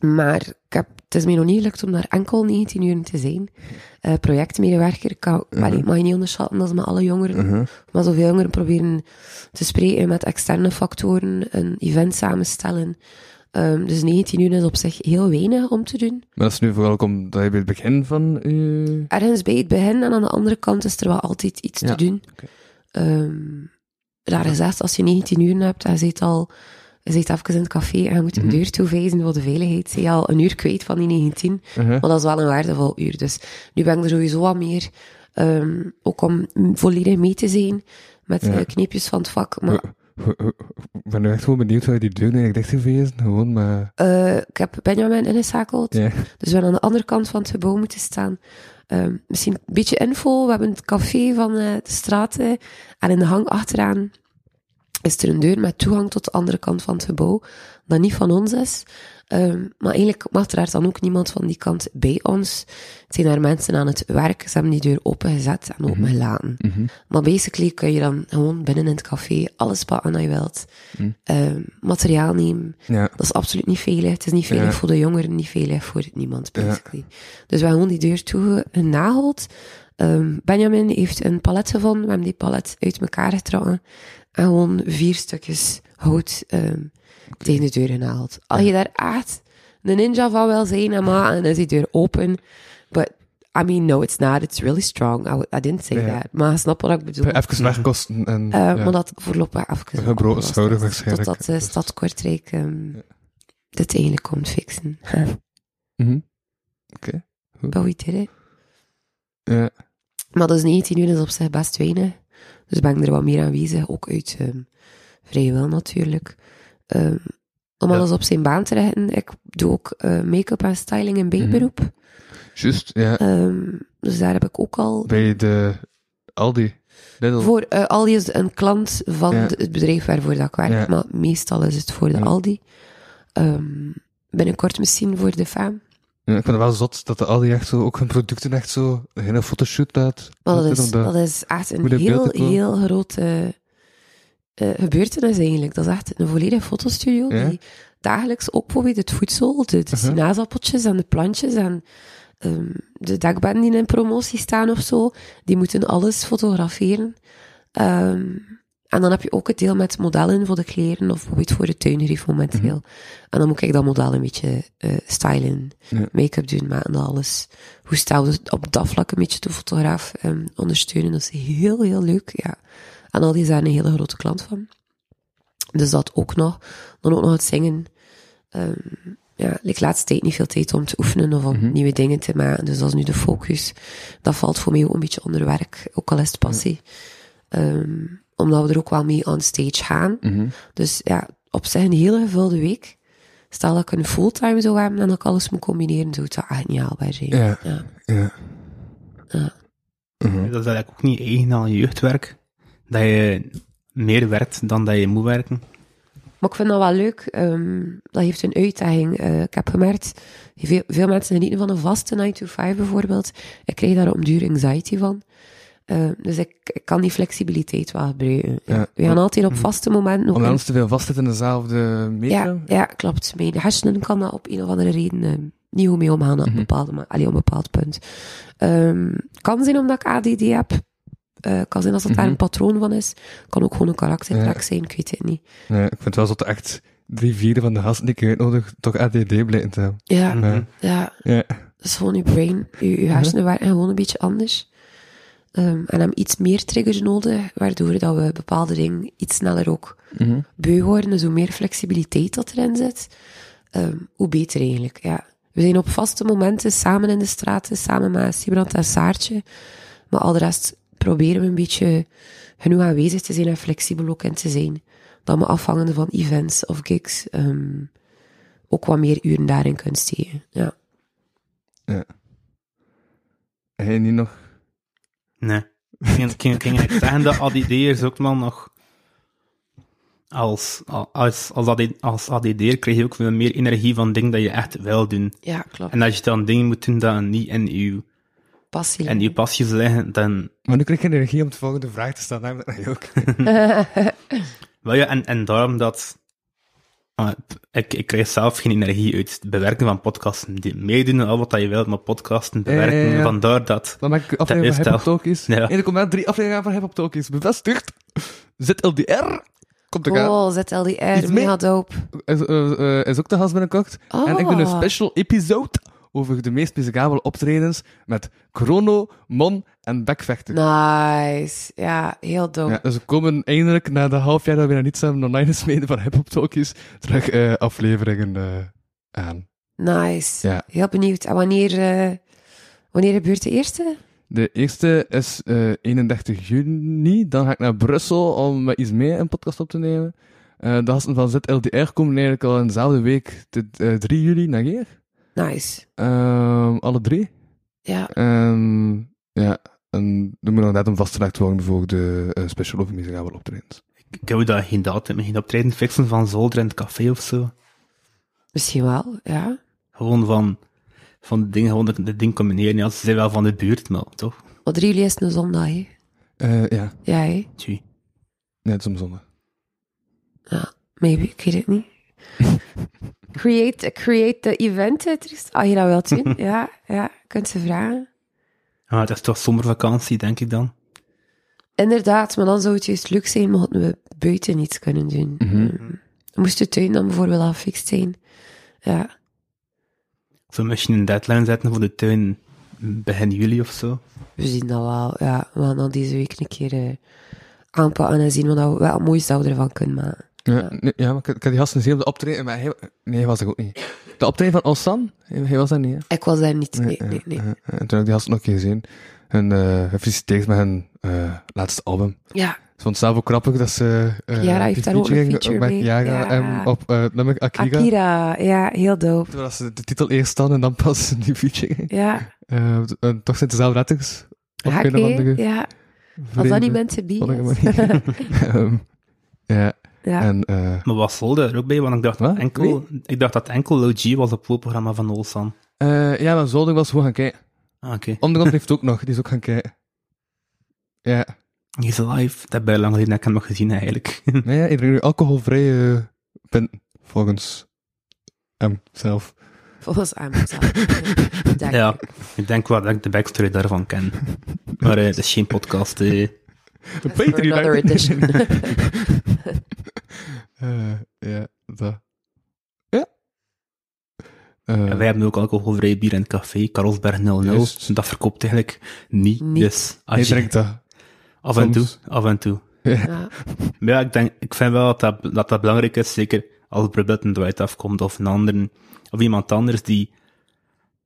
Speaker 4: maar ik heb, het is mij nog niet gelukt om daar enkel 19 uren te zijn. Eh, projectmedewerker, kan, maar ik mag je niet onderschatten, dat is met alle jongeren. Maar zoveel jongeren proberen te spreken met externe factoren, een event samenstellen. Ehm, dus 19 uur is op zich heel weinig om te doen.
Speaker 3: Maar dat is nu vooral ook omdat je bij het begin van je...
Speaker 4: ergens bij het begin en aan de andere kant is er wel altijd iets
Speaker 3: Ja,
Speaker 4: te doen.
Speaker 3: oké.
Speaker 4: Ehm, raar gezegd, als je 19 uur hebt en je zit al je zit even in het café en je moet een
Speaker 3: Mhm.
Speaker 4: deur toewijzen voor de veiligheid, zie je al een uur kwijt van die 19.
Speaker 3: Mhm.
Speaker 4: Maar dat is wel een waardevol uur. Dus nu ben ik er sowieso wat meer, ehm, ook om volledig mee te zijn met
Speaker 3: Ja.
Speaker 4: eh, kneepjes van het vak. Maar
Speaker 3: Ik ben nu echt gewoon benieuwd hoe je die deur eigenlijk dicht heeft geweest. Gewoon, maar...
Speaker 4: eh, ik heb Benjamin ingeschakeld.
Speaker 3: Ja.
Speaker 4: Dus we hebben aan de andere kant van het gebouw moeten staan. Ehm, misschien een beetje info. We hebben het café van eh, de straten. En in de hang achteraan is er een deur met toegang tot de andere kant van het gebouw. Dat niet van ons is. Ehm, maar eigenlijk mag er daar dan ook niemand van die kant bij ons. Het zijn daar mensen aan het werk. Ze hebben die deur opengezet
Speaker 3: Mhm.
Speaker 4: en opengelaten. Maar basically kun je dan gewoon binnen in het café alles pakken dat je wilt. Ehm, materiaal nemen.
Speaker 3: Mhm. Ja.
Speaker 4: Dat is absoluut niet veilig. Het is niet veilig
Speaker 3: Ja.
Speaker 4: voor de jongeren, niet veilig voor niemand, basically. Dus we hebben gewoon die deur toegenageld. Ehm Benjamin heeft een palet gevonden. We hebben die palet uit elkaar getrokken. En gewoon vier stukjes hout ehm, tegen de deur genaald. Als je daar echt een ninja van wil zijn, en maar, en dan is die deur open. But, I mean, no, it's not. It's really strong. I, w- I didn't say
Speaker 3: Ja.
Speaker 4: that. Maar snap wat ik bedoel?
Speaker 3: Even wegkosten en...
Speaker 4: Eh,
Speaker 3: ja.
Speaker 4: Maar dat voorlopig even...
Speaker 3: Een gebroken
Speaker 4: opgelost
Speaker 3: schouder
Speaker 4: is,
Speaker 3: waarschijnlijk.
Speaker 4: Totdat de stad Kortrijk eh, ehm, dit eigenlijk komt fixen.
Speaker 3: [LAUGHS] Mhm.
Speaker 4: Bowie did it.
Speaker 3: Ja.
Speaker 4: Maar dat is 19 uur is op zich best weinig. Dus ben ik er wat meer aanwezig, ook uit ehm vrijwel natuurlijk. Ehm, om
Speaker 3: Ja.
Speaker 4: alles op zijn baan te richten. Ik doe ook eh, make-up en styling
Speaker 3: Mhm.
Speaker 4: in bijberoep.
Speaker 3: Juist, ja.
Speaker 4: Ehm, dus daar heb ik ook al...
Speaker 3: Bij de Aldi. Lidl.
Speaker 4: Voor eh, Aldi is een klant van
Speaker 3: Ja.
Speaker 4: de- het bedrijf waarvoor dat ik werk,
Speaker 3: Ja.
Speaker 4: maar meestal is het voor de
Speaker 3: Ja.
Speaker 4: Aldi. Ehm, binnenkort misschien voor de faam.
Speaker 3: Ja, ik vind het wel zot dat de Aldi echt zo, ook hun producten echt zo, een hele fotoshoot laat.
Speaker 4: Maar dat
Speaker 3: Altijd
Speaker 4: is,
Speaker 3: om de-
Speaker 4: dat is echt een
Speaker 3: Hoe dat beeld
Speaker 4: heel,
Speaker 3: ook wel.
Speaker 4: heel grote eh, gebeurtenis eigenlijk. Dat is echt een volledige fotostudio
Speaker 3: Ja. Uh-huh.
Speaker 4: die dagelijks opprobeert het voedsel, de, de sinaasappeltjes en de plantjes en ehm, de dakbanden die in promotie staan of zo, die moeten alles fotograferen. Ehm, en dan heb je ook het deel met modellen voor de kleren of bijvoorbeeld voor de tuingerief momenteel. En dan moet ik dat model een beetje eh, stylen,
Speaker 3: Ja.
Speaker 4: make-up doen, maken, dat alles. Hoe stel dus op dat vlak een beetje de fotograaf ehm, ondersteunen. Dat is heel, heel leuk, ja. En al die zijn een hele grote klant van. Dus dat ook nog. Dan ook nog het zingen. Ehm, ja, ik laatste tijd niet veel tijd om te oefenen of om nieuwe dingen te maken. Dus dat is nu de focus. Dat valt voor mij ook een beetje onder werk, ook al is het passie. Ehm, omdat we er ook wel mee on stage gaan. Dus ja, op zich een hele gevulde week. Stel dat ik een fulltime zou hebben en dat ik alles moet combineren, zou het echt niet haalbaar zijn.
Speaker 3: Ja.
Speaker 4: Ja.
Speaker 3: Ja.
Speaker 2: Dat is eigenlijk ook niet eigen aan jeugdwerk. Dat je meer werkt dan dat je moet werken.
Speaker 4: Maar ik vind dat wel leuk. ehm, dat heeft een uitdaging. Eh, ik heb gemerkt, veel, veel mensen genieten van een vaste 9 to 5 bijvoorbeeld. Ik krijg daar om duur anxiety van. Eh, dus ik, ik kan die flexibiliteit wel gebruiken.
Speaker 3: Ja. Mm-hmm.
Speaker 4: We gaan altijd op vaste momenten ook
Speaker 3: Om
Speaker 4: in-
Speaker 3: anders te veel vast te zitten in dezelfde
Speaker 4: ja,
Speaker 3: media.
Speaker 4: ja, klopt. Mijn hersenen kan daar op een of andere reden eh, niet goed mee omgaan
Speaker 3: Mm-hmm.
Speaker 4: op een bepaalde, ma- allee, op een bepaald punt. Ehm, kan zijn omdat ik ADD heb. Eh, kan zijn als dat daar een patroon van is. Kan ook gewoon een karaktertrek
Speaker 3: Mm-hmm. Ja.
Speaker 4: zijn, ik weet het niet.
Speaker 3: Nee, ik vind het wel zot dat echt drie vierde van de gasten die ik uitnodig toch ADD blijken te hebben.
Speaker 4: Ja,
Speaker 3: Ja.
Speaker 4: ja.
Speaker 3: Ja.
Speaker 4: Dat is gewoon je brain, je, je hersenen waren gewoon een beetje anders. Ehm, ehm, en hebben iets meer triggers nodig, waardoor dat we bepaalde dingen iets sneller ook beu worden. Dus hoe meer flexibiliteit dat erin zit, ehm, hoe beter eigenlijk. Ja. We zijn op vaste momenten samen in de straten, samen met Sibrand en Saartje. Maar al de rest proberen we een beetje genoeg aanwezig te zijn en flexibel ook in te zijn. Dat we afhangende van events of gigs ehm, ook wat meer uren daarin kunnen steken. Ja.
Speaker 3: Heb je niet nog...
Speaker 2: Nee. Ik ging- Ik ging- ik ging echt zeggen dat ADD'ers ook wel nog... Als, als, als, AD, als ADD'er krijg je ook veel meer energie van dingen dat je echt wil doen.
Speaker 4: ja, klopt.
Speaker 2: En als je dan dingen moet doen dat niet in je,
Speaker 4: Passie.
Speaker 2: in je passies liggen, dan...
Speaker 7: Maar nu krijg je energie om de volgende vraag te stellen. hè, Dat je ook.
Speaker 2: Wel ja, en, en daarom dat... ah, p- ik, ik krijg zelf geen energie uit het bewerken van podcasten. Die- Meedoen en al wat dat je wilt, maar podcasten bewerken,
Speaker 3: ja, ja.
Speaker 2: vandaar dat...
Speaker 3: Dan maak ik een aflevering
Speaker 2: is
Speaker 3: van Hip
Speaker 2: tof.
Speaker 3: Hop Talkies.
Speaker 2: Ja.
Speaker 3: In de commentaar drie afleveringen van Hip Hop Talkies. Bevestigd. ZLDR. Komt er aan.
Speaker 4: Oh, ZLDR,
Speaker 3: Iets mee?
Speaker 4: mega dope.
Speaker 3: Is, eh, eh, is ook te gast binnenkort.
Speaker 4: Oh.
Speaker 3: En ik
Speaker 2: Ah.
Speaker 3: doe een special episode over de meest muzikale optredens met Chrono, Mon en Backvechter.
Speaker 4: Nice. Ja, heel dope.
Speaker 2: Nou.
Speaker 3: Ja, dus we komen eindelijk na de half jaar dat we nog niets hebben online gesmeden van Hip Hop Talkies terug eh, afleveringen eh, aan.
Speaker 4: Nice.
Speaker 3: Ja.
Speaker 4: Heel benieuwd. En wanneer, eh, wanneer gebeurt de eerste?
Speaker 3: De eerste is eh, 31 juni. Dan ga ik naar Brussel om eh, iets meer een podcast op te nemen. Eh, de gasten van ZLDR komen eigenlijk al in dezelfde week, de, eh, 3 juli, naar hier.
Speaker 4: Nice.
Speaker 3: Ehm, alle drie.
Speaker 4: Ja,
Speaker 3: Ehm, ja, en er moet nog net een vastgelegd worden voor de eh, special over muzikale optredens.
Speaker 2: Ik hou daar geen datum, geen optreden fixen van zolder in het café of zo.
Speaker 4: misschien wel. Ja.
Speaker 2: Gewoon van, van de dingen, gewoon de, de dingen combineren. Ja, ze zijn wel van de buurt, maar toch?
Speaker 4: Wat 3 juli is een zondag, hè?
Speaker 3: Eh, ja,
Speaker 4: Ja, hè?
Speaker 2: Tjie.
Speaker 3: net soms zondag.
Speaker 4: Ja, maybe. Ik
Speaker 3: [LAUGHS]
Speaker 4: weet het niet. create, create the event, hè, Tristan. Als je dat
Speaker 3: [LAUGHS]
Speaker 4: wilt doen. ja, ja. Je kunt ze vragen.
Speaker 2: Ah, het is toch zomervakantie, denk ik dan.
Speaker 4: Inderdaad, maar dan zou het juist leuk zijn mochten we buiten iets kunnen doen.
Speaker 3: Mhm.
Speaker 4: Mm. Ja. Moest de tuin dan bijvoorbeeld al gefixt zijn. Ja.
Speaker 2: Zo misschien een deadline zetten voor de tuin begin juli of zo.
Speaker 4: We zien dat wel, ja. We gaan dat deze week een keer eh, aanpakken en zien wat we wel mooi zouden ervan kunnen maken.
Speaker 3: Ja, nee, ja, maar ik, ik had die gasten zien op de optreden, maar hij, nee, hij was er ook niet. De optreden van Ossan, hij, hij was daar niet, hè?
Speaker 4: Ik was daar niet, nee, nee, nee.
Speaker 3: Eh, eh, en toen heb ik die gasten ook een keer gezien. En eh gefeliciteerd met hun eh, laatste album.
Speaker 4: Ja,
Speaker 3: Ze vond het zelf ook grappig dat ze... eh
Speaker 4: Kiara
Speaker 3: die
Speaker 4: heeft daar ook een
Speaker 3: featuring
Speaker 4: feature
Speaker 3: met
Speaker 4: mee.
Speaker 3: Kiara
Speaker 4: Ja.
Speaker 3: en op eh, het nummer Akira.
Speaker 4: Akira. Ja, heel dope.
Speaker 3: Terwijl ze de titel eerst dan en dan pas die featuring.
Speaker 4: Ja,
Speaker 3: Eh, en toch zijn het dezelfde letters. Op een of
Speaker 4: Hake.
Speaker 3: andere
Speaker 4: Ja, was dat
Speaker 3: vreemde,
Speaker 4: niet meant to be?
Speaker 3: zonnige
Speaker 4: yes.
Speaker 3: manier. [LAUGHS] Ehm, ja,
Speaker 4: [LAUGHS] ja.
Speaker 3: en... eh,
Speaker 2: Maar was Zolder er ook bij? Want ik dacht, dat
Speaker 3: Wat?
Speaker 2: enkel, ik dacht dat enkel Low G was op het programma van Olsan.
Speaker 3: eh, ja, maar Zolding was gewoon gaan kijken.
Speaker 2: Ah, oké.
Speaker 3: Ondergrond heeft ook nog, die is ook gaan kijken. Ja.
Speaker 2: He's alive. Dat bij lang geleden dat ik hem nog gezien eigenlijk. [LAUGHS]
Speaker 3: Nee, ja, ik drink nu alcoholvrije pinten, volgens hem zelf.
Speaker 4: Volgens aan mezelf. Ah,
Speaker 3: [LAUGHS]
Speaker 4: Dank je.
Speaker 2: ja, ik denk wel dat ik de backstory daarvan ken. Maar eh, het is geen podcast. eh.
Speaker 4: For another edition.
Speaker 3: [LAUGHS] Eh, ja, dat. Ja. Eh,
Speaker 2: En wij hebben ook alcoholvrij bier in het café, Karlsberg 00.
Speaker 3: Juist.
Speaker 2: Dus Dat verkoopt eigenlijk niet.
Speaker 4: Niet.
Speaker 2: Dus
Speaker 3: hij
Speaker 2: als je-
Speaker 3: drinkt dat.
Speaker 2: af en toe,
Speaker 3: soms.
Speaker 2: af en toe.
Speaker 4: ja.
Speaker 2: Maar ja, ik, denk, ik vind wel dat dat, dat dat belangrijk is, zeker als het bijvoorbeeld een Dwight afkomt of een ander, of iemand anders die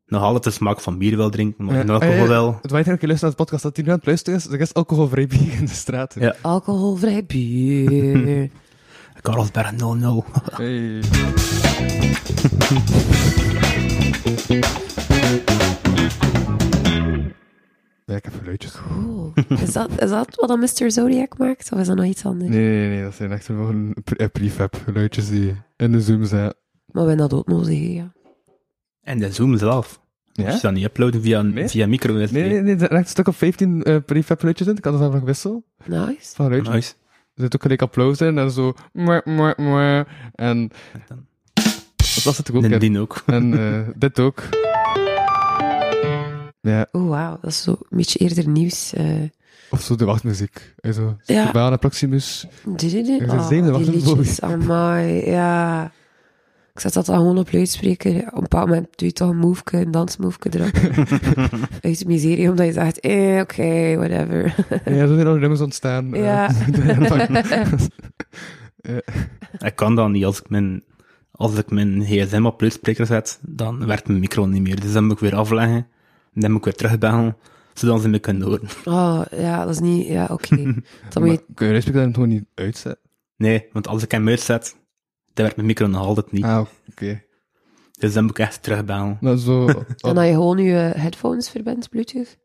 Speaker 2: nog altijd de smaak van bier wil drinken, maar
Speaker 3: Ja.
Speaker 2: in alcohol
Speaker 3: Ah, ja, ja.
Speaker 2: wel.
Speaker 3: Het wijt dat je luistert naar de podcast dat hij nu aan het luisteren is, er is alcoholvrij bier in de straat.
Speaker 2: Ja.
Speaker 4: Alcoholvrij bier.
Speaker 3: [LAUGHS]
Speaker 2: Carlsberg 00.
Speaker 3: Hey. Ja, ik heb geluidjes.
Speaker 4: Cool. Is dat, is dat wat dan Mr. Zodiac maakt? Of is dat nog iets anders?
Speaker 3: Nee, nee, nee, dat zijn echt gewoon pre- eh, prefab geluidjes die in de Zoom zijn.
Speaker 4: Maar we hebben dat ook nodig, hè, ja.
Speaker 2: En de Zoom zelf. Als je dat niet uploaden via, een-
Speaker 3: Nee?
Speaker 2: via micro USB.
Speaker 3: Nee, nee, nee, er zijn echt een stuk of 15 eh prefab geluidjes in. Ik kan dat zelf nog wisselen.
Speaker 4: Nice.
Speaker 3: Van geluidjes.
Speaker 2: Nice.
Speaker 3: Er zit ook gelijk applaus in en zo. mwah, mwah, mwah. En
Speaker 2: dan-
Speaker 3: dat was het ook
Speaker 2: En
Speaker 3: in.
Speaker 2: die
Speaker 3: [LAUGHS]
Speaker 2: ook.
Speaker 3: En eh, dit ook. Ja,
Speaker 4: Oh, wauw. Dat is zo een beetje eerder nieuws. eh.
Speaker 3: of zo de wachtmuziek. En zo.
Speaker 4: Ja.
Speaker 3: Ja. Proximus.
Speaker 4: Dit- dit- dit-
Speaker 3: Er zijn
Speaker 4: ah,
Speaker 3: zeven
Speaker 4: die
Speaker 3: wachten voor
Speaker 4: liedjes. Amai, ja. Ik Ik zet dat dan gewoon op luidspreker. Op een bepaald moment doe je toch een move, een dansmove erop. Uit de miserie, omdat je dacht, eh, oké, whatever.
Speaker 7: Ja, zo zijn alle nummers ontstaan. eh,
Speaker 3: [LAUGHS]
Speaker 4: Ja. [LAUGHS]
Speaker 2: Ik kan dat niet. Als ik mijn, als ik mijn gsm op luidspreker zet, dan werkt mijn micro niet meer. Dus dan moet ik weer afleggen. En dan moet ik weer terugbellen, zodat ze me kunnen horen.
Speaker 4: Oh, ja, dat is niet... Ja, oké. Dan moet je...
Speaker 3: kun je respect dan gewoon niet uitzetten?
Speaker 2: Nee, want als ik hem uitzet, dan werkt mijn micro nog altijd niet.
Speaker 3: Ah, oké.
Speaker 2: Dus dan moet ik echt terugbellen.
Speaker 3: Maar
Speaker 4: [LAUGHS]
Speaker 3: zo... oh.
Speaker 4: En dat je gewoon je eh, headphones verbindt, bluetooth.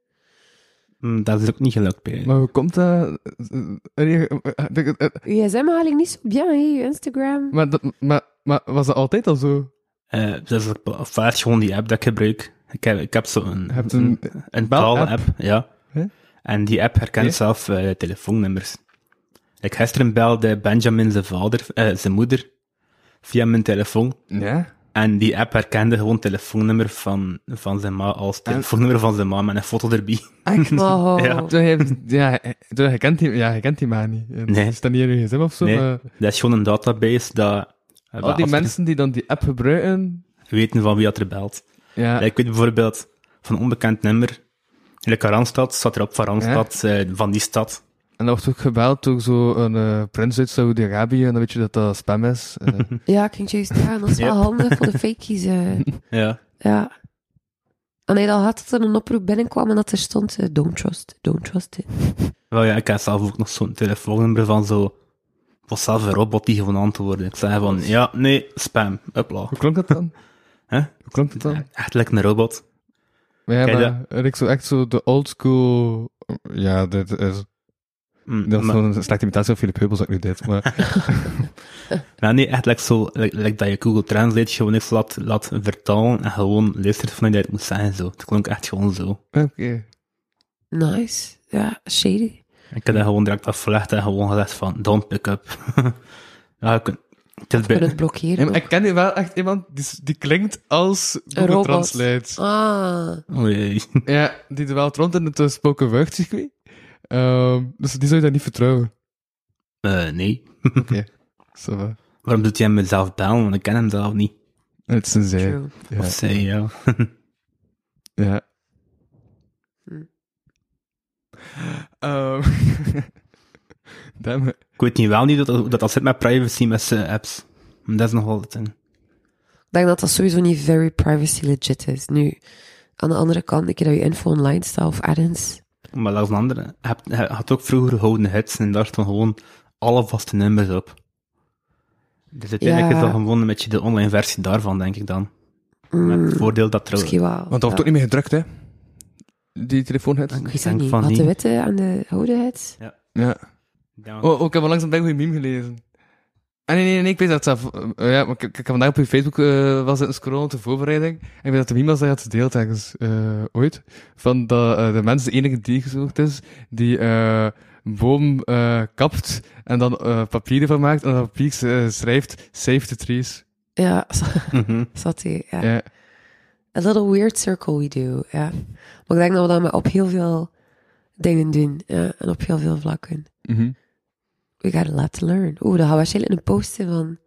Speaker 2: Hm, Dat is ook niet gelukt bij.
Speaker 3: maar hoe komt dat? Eh, eh,
Speaker 4: Je gsm haal ik niet zo bien, hè. Je
Speaker 3: [LAUGHS]
Speaker 4: Instagram.
Speaker 3: Maar, dat, maar, maar was dat altijd al zo?
Speaker 2: Eh, dus ik vaart gewoon die app dat ik gebruik. Ik heb, ik heb zo'n
Speaker 3: Je hebt
Speaker 2: Mm.
Speaker 3: een...
Speaker 2: een
Speaker 3: Bel-
Speaker 2: taal-app, ja.
Speaker 3: Hè?
Speaker 2: En die app herkent
Speaker 3: Ja.
Speaker 2: zelf eh, telefoonnummers. Ik gisteren belde Benjamin zijn vader, eh, zijn moeder, via mijn telefoon.
Speaker 3: Ja?
Speaker 2: En die app herkende gewoon het telefoonnummer van, van zijn ma als telefoonnummer van zijn ma met een foto erbij.
Speaker 3: Echt?
Speaker 4: Oh,
Speaker 2: Ja.
Speaker 3: Toen je, ja, eh, toen je kent die, ja, je kent die maar niet.
Speaker 2: Nee.
Speaker 3: Is dat niet in je gsm of zo?
Speaker 2: Nee,
Speaker 3: maar
Speaker 2: dat is gewoon een database dat... eh,
Speaker 3: eh, al
Speaker 2: waar
Speaker 3: die
Speaker 2: als-
Speaker 3: mensen die dan die app gebruiken...
Speaker 2: weten van wie dat er belt.
Speaker 3: Ja,
Speaker 2: Ja, Ik weet bijvoorbeeld van een onbekend nummer, in de Randstad, staat erop van Randstad, eh, van die stad.
Speaker 3: en dat wordt ook gebeld door zo'n eh, prins uit Saudi-Arabië, en dan weet je dat dat spam is. Eh,
Speaker 2: [LAUGHS]
Speaker 4: Ja, ik ging het juist zeggen. Dat is wel
Speaker 2: Yep.
Speaker 4: handig voor de fakies. eh.
Speaker 2: Ja.
Speaker 4: ja. En hij al had dat er een oproep binnenkwam en dat er stond, eh, don't trust, don't trust it.
Speaker 2: Wel ja, ik heb zelf ook nog zo'n telefoonnummer van zo... was zelf een robot die gewoon antwoordde. Ik zei van, ja, nee, spam, upla.
Speaker 3: hoe klonk dat dan?
Speaker 2: Hè?
Speaker 3: Hoe klonk dat dan?
Speaker 2: Echt lekker een robot.
Speaker 3: Maar ja,
Speaker 2: Kijk,
Speaker 3: maar, ik zo echt zo de old school... Ja, dit is...
Speaker 2: Mm,
Speaker 3: Dat is
Speaker 2: maar,
Speaker 3: wel een slechte imitatie van Philip Heubels dat ik nu deed, maar...
Speaker 2: [LAUGHS] maar nee, echt lekker zo, like, like dat je Google Translate gewoon niks laat, laat vertalen en gewoon luistert van hoe dat je het moet zeggen. Zo. Het klonk echt gewoon zo.
Speaker 3: Oké.
Speaker 4: Nice. Ja, shady.
Speaker 2: Ik heb dat gewoon direct afgelegd en gewoon gezegd van, don't pick up. [LAUGHS] ja, je kunt- het is bij-
Speaker 4: Kunnen het blokkeren.
Speaker 3: Ja, maar ik ken nu wel echt iemand die, s- die klinkt als Google
Speaker 4: robot.
Speaker 3: Translate.
Speaker 4: Ah,
Speaker 2: Oei.
Speaker 3: Ja, die dwaalt rond in het eh, spoken word circuit. Ehm, dus die zou je dan niet vertrouwen.
Speaker 2: Eh, nee.
Speaker 3: Zo va.
Speaker 2: [LAUGHS] Waarom doet jij hem zelf bellen? Want ik ken hem zelf niet.
Speaker 3: Het is een zij.
Speaker 4: true.
Speaker 3: Ja.
Speaker 2: Of zij, ja.
Speaker 3: ja.
Speaker 4: Hm.
Speaker 3: Ehm, [LAUGHS] Damn.
Speaker 2: Ik weet niet wel niet dat dat, dat zit met privacy met eh, apps. Dat is nog altijd een...
Speaker 4: Ik denk dat dat sowieso niet very privacy legit is. Nu, aan de andere kant, ik keer dat je info online staat of ergens.
Speaker 2: Maar dat is een andere. Je hebt- je had ook vroeger gouden hits en daar stonden gewoon alle vaste nummers op. Dus uiteindelijk
Speaker 4: Ja.
Speaker 2: is dat gewoon een beetje de online versie daarvan, denk ik dan.
Speaker 4: Mm,
Speaker 2: Met het voordeel dat er...
Speaker 4: misschien wel.
Speaker 7: Want dat
Speaker 4: ja.
Speaker 7: wordt ook niet meer gedrukt, hè?
Speaker 3: Die telefoon het.
Speaker 4: Ik weet dat
Speaker 2: denk
Speaker 4: niet.
Speaker 2: van
Speaker 4: Had de
Speaker 2: niet.
Speaker 4: witte aan de houdenheid?
Speaker 3: Ja.
Speaker 2: Ja,
Speaker 3: Oh, oh, ik heb al langs een goede meme gelezen. Ah, nee, nee, nee, ik weet dat zelf. Eh, ja, maar ik, ik heb vandaag op je Facebook eh was het een scrollen ter voorbereiding. En ik weet dat de meme was dat je had gedeeld ergens eh, ooit. Van dat eh, de mens de enige diergezocht is die eh een boom eh, kapt en dan eh papieren van maakt. En dan op papier eh, schrijft Save the Trees.
Speaker 4: Ja,
Speaker 2: [LAUGHS]
Speaker 4: [LAUGHS]
Speaker 2: mhm.
Speaker 4: zat hij. Ja.
Speaker 3: Ja.
Speaker 4: A little weird circle we do, ja. Maar ik denk dat we dat met op heel veel dingen doen. Ja, en op heel veel vlakken.
Speaker 3: Mhm.
Speaker 4: We gotta let to learn. Oeh, dat gaan we waarschijnlijk in een posten van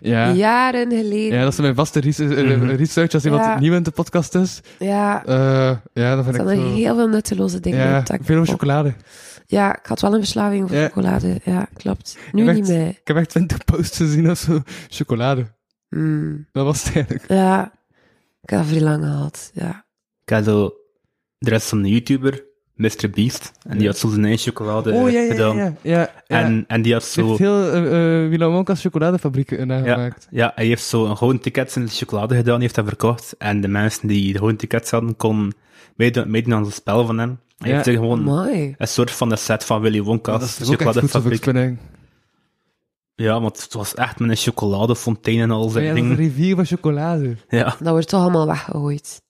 Speaker 3: ja. ja.
Speaker 4: jaren geleden.
Speaker 3: dat is mijn vaste research, eh,
Speaker 2: Mhm.
Speaker 3: research als iemand
Speaker 4: Ja.
Speaker 3: nieuw in de podcast is.
Speaker 4: Ja,
Speaker 3: Eh, ja, dan
Speaker 4: er
Speaker 3: vind ik
Speaker 4: zijn er
Speaker 3: zo...
Speaker 4: heel veel nutteloze dingen.
Speaker 3: Ja,
Speaker 4: op dat ik-
Speaker 3: veel chocolade.
Speaker 4: Ja, ik had wel een verslaving voor
Speaker 3: Ja.
Speaker 4: chocolade. Ja, klopt. Nu
Speaker 3: Ik
Speaker 4: niet
Speaker 3: werd-
Speaker 4: meer.
Speaker 3: Ik heb echt 20 [LAUGHS] posts gezien of zo. Chocolade.
Speaker 4: Mm,
Speaker 3: Dat was het eigenlijk.
Speaker 4: ja, ik heb dat vrij lang gehad. Ja.
Speaker 2: Ik had zo... Er is zo'n YouTuber, Mr. Beast, en die had zo zijn eigen chocolade
Speaker 3: oh, ja, ja, ja,
Speaker 2: Eh, gedaan.
Speaker 3: ja. ja, ja.
Speaker 2: En, en die had
Speaker 3: Ze
Speaker 2: zo...
Speaker 3: heeft heel eh eh Willy Wonka's chocoladefabriek eh, nagemaakt.
Speaker 2: Ja, hij heeft zo een gouden tickets in de chocolade gedaan, heeft dat verkocht. En de mensen die de gouden tickets hadden, konden meedoen, meedoen aan het spel van hem. Hij
Speaker 3: Ja.
Speaker 2: heeft zich gewoon
Speaker 4: Mooi.
Speaker 2: een soort van de set van Willy
Speaker 3: Ja,
Speaker 2: Wonka's
Speaker 3: dat is ook echt goed voor
Speaker 2: chocoladefabriek.
Speaker 3: verspilling.
Speaker 2: Ja, want het was echt met een chocoladefontein en al
Speaker 3: Maar
Speaker 2: zijn
Speaker 3: ja, dat is een
Speaker 2: dingen.
Speaker 3: rivier van chocolade.
Speaker 2: Ja.
Speaker 4: Dat wordt toch allemaal weggegooid.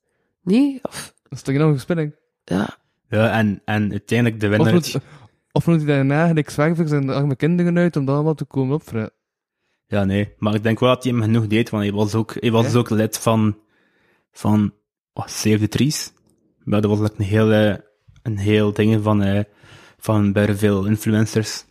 Speaker 4: Nee? Of,
Speaker 3: Dat is toch enorm verspilling?
Speaker 4: ja.
Speaker 2: ja, en, en uiteindelijk de
Speaker 3: Of
Speaker 2: winnaar...
Speaker 3: moet, of moet hij daarna niks zwervers en al mijn kinderen uit om dat allemaal te komen opvreten?
Speaker 2: Ja, nee. Maar ik denk wel dat hij hem genoeg deed, want hij was ook, hij was ook lid van... van oh, Save the Trees. Maar dat was like een heel... eh, een heel ding van... eh, van bij veel influencers.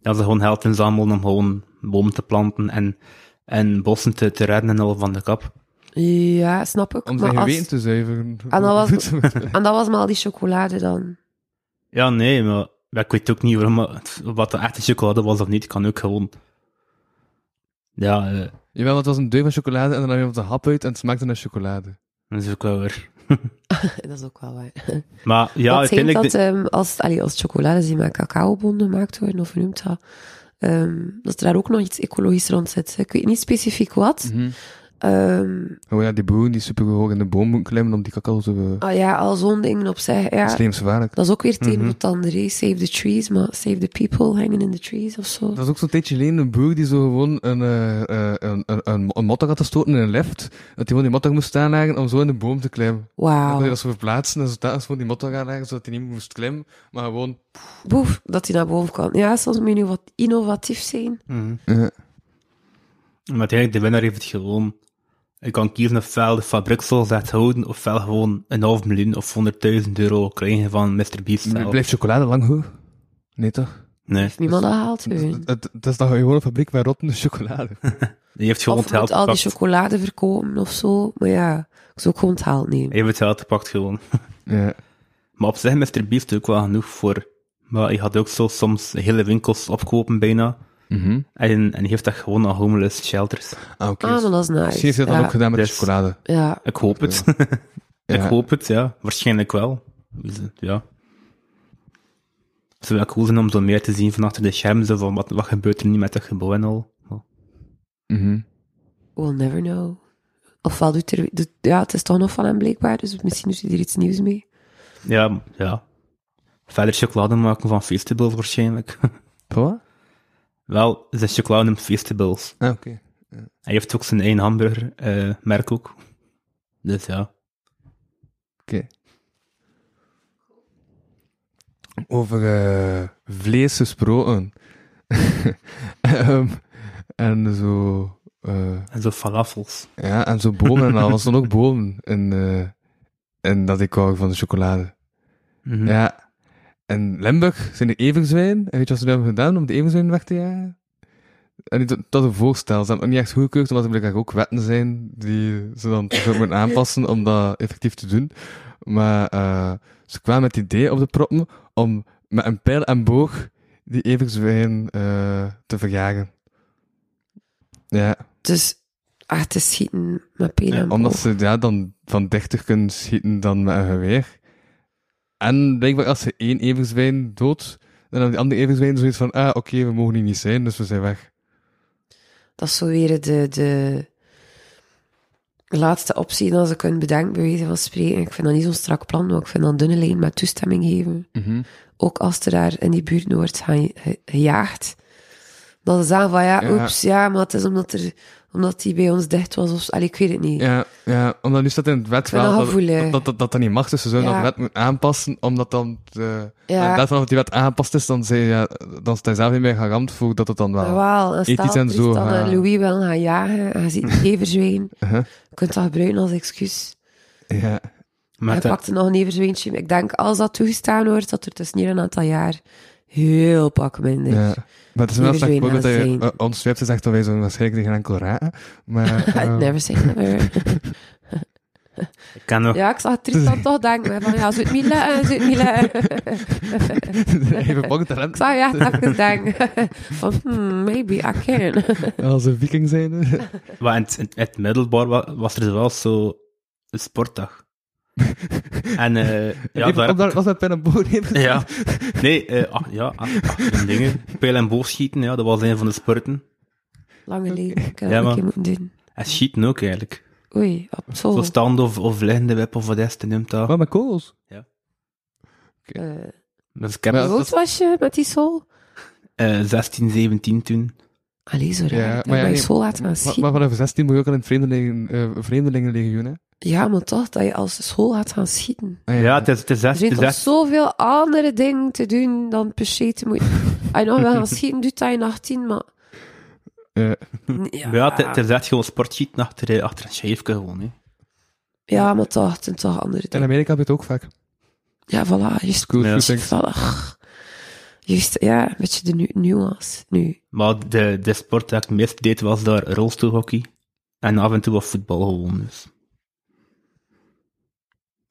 Speaker 2: Dat ze gewoon helpen zamelen om gewoon bomen te planten. En eh, en bossen te, te redden en al van de kap.
Speaker 4: Ja, snap ik.
Speaker 3: Om
Speaker 4: maar
Speaker 3: zijn
Speaker 4: als-
Speaker 3: geweten te zuiveren.
Speaker 2: Ah,
Speaker 4: En
Speaker 2: nou,
Speaker 4: dat was-
Speaker 3: Doet ze met- [LAUGHS]
Speaker 4: en dat was maar al die chocolade dan.
Speaker 2: Ja, nee, maar ja, ik weet ook niet waarom, het- wat de echte chocolade was of niet. kan ook gewoon... Ja, eh,
Speaker 3: Jawel, want het was een deuk van chocolade en dan nam je op de hap uit en het smaakte naar chocolade.
Speaker 2: dat is ook wel weer.
Speaker 4: [LAUGHS] Dat is ook wel waar.
Speaker 2: Maar ja,
Speaker 4: Ja, dat schijnt
Speaker 2: uiteindelijk...
Speaker 4: dat
Speaker 2: de-
Speaker 4: ehm, als, allee, als chocolade's die met cacaobonden gemaakt worden, of hoe noemt dat, ehm, dat er daar ook nog iets ecologisch rond zit. Ik weet niet specifiek wat.
Speaker 3: Mhm.
Speaker 4: Ehm,
Speaker 3: Oh ja, die boeren die super hoog in de boom moeten klimmen om die cacao te... Uh,
Speaker 4: ah ja, al zo'n dingen op zich. Ja,
Speaker 3: Levensgevaarlijk.
Speaker 4: dat is ook weer tegen
Speaker 3: Mhm.
Speaker 4: wat andere. hè. Save the trees, maar save the people hanging in the trees of zo.
Speaker 3: Dat was ook zo'n tijdje geleden een boer die zo gewoon een, eh, eh, een, een, een, een motto had gestoten in een lift. Dat hij gewoon die motto moest aanleggen om zo in de boom te klimmen. Dat hij
Speaker 4: Wauw.
Speaker 3: dat zo verplaatsen en zo tijdens gewoon die motto gaan leggen zodat hij niet moest klimmen, maar gewoon...
Speaker 4: Boef, dat hij naar boven kan. Ja, soms moet je wat innovatief zijn.
Speaker 2: Maar uiteindelijk, de winnaar heeft het gewoon... Ik kan kiezen ofwel de fabriek zoals dat houden, ofwel gewoon een half miljoen of 100.000 euro krijgen van Mr. Beast zelf.
Speaker 3: Blijft chocolade lang hoog? Nee toch?
Speaker 2: Nee,
Speaker 4: Heeft niemand dat gehaald? Eugen?
Speaker 3: Het, het, het dus is dan gewoon een fabriek met rottende chocolade.
Speaker 2: die heeft gewoon
Speaker 4: Of
Speaker 2: het
Speaker 4: moet
Speaker 2: geld
Speaker 4: al die
Speaker 2: gepakt.
Speaker 4: chocolade verkopen of zo. Maar ja, ik zou ook gewoon het haalt nemen.
Speaker 2: Hij heeft het geld gepakt gewoon.
Speaker 3: ja.
Speaker 2: Maar op zich, Mr. Beast ook wel genoeg voor. Maar je had ook zo soms hele winkels opkopen bijna.
Speaker 4: Mhm.
Speaker 2: En, en heeft dat gewoon aan homeless shelters.
Speaker 3: Ah, oké.
Speaker 4: Ah, maar dat is nice.
Speaker 3: Misschien heeft hij dat
Speaker 4: ja.
Speaker 3: dan ook gedaan met de
Speaker 2: Dus-
Speaker 3: chocolade.
Speaker 4: Ja,
Speaker 2: Ik hoop het. [LAUGHS] ik
Speaker 3: Ja.
Speaker 2: hoop het, ja. Waarschijnlijk wel. Dus, eh, Ja. Het zou wel cool zijn om zo meer te zien van achter de schermen. Zo van, wat, wat gebeurt er nu met dat gebouw en al. Maar-
Speaker 3: Mhm.
Speaker 4: we'll never know. Ofwel doet er... doet- ja, het is toch nog van hem blijkbaar, dus misschien doet hij er iets nieuws mee.
Speaker 2: Ja, ja. Verder chocolade maken van festivals waarschijnlijk. [LAUGHS]
Speaker 3: Van wat?
Speaker 2: wel, zijn chocolade noemt festivals.
Speaker 3: Ah, oké.
Speaker 2: Hij heeft ook zijn eigen hamburger, eh, merk ook. Dus ja.
Speaker 3: Over eh, vlees gesproken. [LAUGHS] Ehm, en zo... eh,
Speaker 2: En zo falafels.
Speaker 3: ja, en zo bomen en al. Er stonden ook bomen in, eh, in dat ik hou van de chocolade.
Speaker 2: Mhm.
Speaker 3: Ja. En Limburg zijn de everzwijn. En weet je wat ze nu hebben gedaan om de everzwijn weg te jagen? En die- dat dat een voorstel. Ze hebben het niet echt goedgekeurd, omdat er blijkbaar ook wetten zijn die ze dan terug moeten aanpassen om dat effectief te doen. Maar eh, ze kwamen met het idee op de proppen om met een pijl en boog die everzwijn eh, te verjagen. Ja,
Speaker 4: Dus, ah, te schieten met pijn en
Speaker 3: omdat
Speaker 4: boog.
Speaker 3: ze ja, dan van 30 kunnen schieten dan met een geweer. En blijkbaar als ze één everzwijn dood, dan hebben die andere everzwijnen zoiets van, ah, oké, we mogen hier niet zijn, dus we zijn weg.
Speaker 4: Dat is zo weer de, de laatste optie dat ze kunnen bedenken, bij wijze van spreken. Ik vind dat niet zo'n strak plan, maar ik vind dat een dunne lijn met toestemming geven.
Speaker 3: Mhm.
Speaker 4: Ook als er daar in die buurt wordt ge- ge- gejaagd. Dat ze zeggen van, ja,
Speaker 3: Ja.
Speaker 4: oeps, ja, maar het is omdat, er, omdat die bij ons dicht was. Of, allee, ik weet het niet.
Speaker 3: Ja, ja, omdat nu staat in het wet
Speaker 4: vind
Speaker 3: wel
Speaker 4: dat
Speaker 3: dat
Speaker 4: gevoelig.
Speaker 3: dat, dat, dat, dat niet mag, dus ze zouden
Speaker 4: Ja.
Speaker 3: dat wet moeten aanpassen, omdat dan... De,
Speaker 4: Ja.
Speaker 3: maar inderdaad, vanaf die wet aangepast is, dan, zijn, ja, dan sta je zelf niet meer garant voor dat het dan wel...
Speaker 4: Maar wel, en stel
Speaker 3: Ethisch Ah. en zo,
Speaker 4: Tristan en
Speaker 3: ja.
Speaker 4: Louis wel gaan jagen en
Speaker 3: [LAUGHS]
Speaker 4: je ziet een everzwijn.
Speaker 3: Uh-huh.
Speaker 4: Je kunt dat gebruiken als excuus.
Speaker 3: Ja.
Speaker 2: Maar
Speaker 4: Hij
Speaker 2: dat-
Speaker 4: pakte nog een everzwijntje. Ik denk, als dat toegestaan wordt, dat er tussen hier en een aantal jaar heel pak minder.
Speaker 3: Ja. Maar het is wel een
Speaker 4: Iedereen
Speaker 3: slecht voorbeeld dat
Speaker 4: aan
Speaker 3: je
Speaker 4: zijn.
Speaker 3: eh, ons swept en zegt dat wij zo waarschijnlijk tegen enkel raken. Maar,
Speaker 4: [LAUGHS] I'd
Speaker 3: eh,
Speaker 4: [LAUGHS] never say
Speaker 3: [LAUGHS]
Speaker 4: never.
Speaker 2: Ik ken nog,
Speaker 4: Ja, ik zag Tristan toch denken van, ja, zoet niet letten, zoet niet letten.
Speaker 3: eh, [LAUGHS] Even bang
Speaker 4: [LAUGHS] Ik
Speaker 3: talent.
Speaker 4: zag ja echt even denken [LAUGHS] van, hmm, maybe I can. [LAUGHS]
Speaker 3: Als een viking zijn.
Speaker 2: maar in, het- in het middelbaar wa- was er wel zo een sportdag. en eh
Speaker 3: [LAUGHS]
Speaker 2: ja,
Speaker 3: Even
Speaker 2: daar,
Speaker 3: op daar was met pen en boog nemen.
Speaker 2: [LAUGHS] ja, nee, eh, ach, ja, ach, ach, zo'n dingen. Pijl en boog schieten, ja, dat was een van de sporten.
Speaker 4: Lange leven, ik heb
Speaker 2: Ja,
Speaker 4: dat
Speaker 2: maar-
Speaker 4: een keer moeten doen.
Speaker 2: En schieten ook eigenlijk.
Speaker 4: Oei, op zo.
Speaker 2: Zo stand of, of liggende web of wat is het, noemt dat.
Speaker 3: Maar met kogels.
Speaker 4: Eh,
Speaker 2: Dus ik heb
Speaker 3: Maar-
Speaker 4: hoe oud was je met die sol?
Speaker 2: eh, 16, 17 toen.
Speaker 4: Allee, zo raar.
Speaker 3: Ja,
Speaker 4: dat
Speaker 3: maar ja,
Speaker 4: je
Speaker 3: nee,
Speaker 4: sol laat gaan
Speaker 3: Maar,
Speaker 4: schieten.
Speaker 3: maar vanaf 16 moet je ook al in het vreemdelingen, eh, vreemdelingenlegioen, hè?
Speaker 4: Ja, maar toch, dat je als school gaat gaan schieten.
Speaker 3: Ah,
Speaker 2: Ja, het is, het is,
Speaker 4: Er
Speaker 2: zes-
Speaker 4: zijn
Speaker 2: het is
Speaker 4: toch
Speaker 2: zes-
Speaker 4: zoveel andere dingen te doen dan per se te moeten... [LAUGHS] Als je nog wel gaat schieten, doet dat in 18, maar...
Speaker 3: Ja.
Speaker 2: ja, het- het is echt gewoon sportschieten achter, eh, achter een scheefje gewoon. Hè.
Speaker 4: Ja, maar toch, het zijn toch andere
Speaker 3: In
Speaker 4: dingen.
Speaker 3: Amerika heb je het ook vaak.
Speaker 4: Ja, voilà, je
Speaker 3: Cool
Speaker 2: Ja.
Speaker 3: shootings.
Speaker 4: toevallig. Juist, ja, een beetje de nu nuance nu.
Speaker 2: Maar de, de sport dat ik het meest deed was daar rolstoelhockey. En af en toe wat voetbal gewoon. Dus.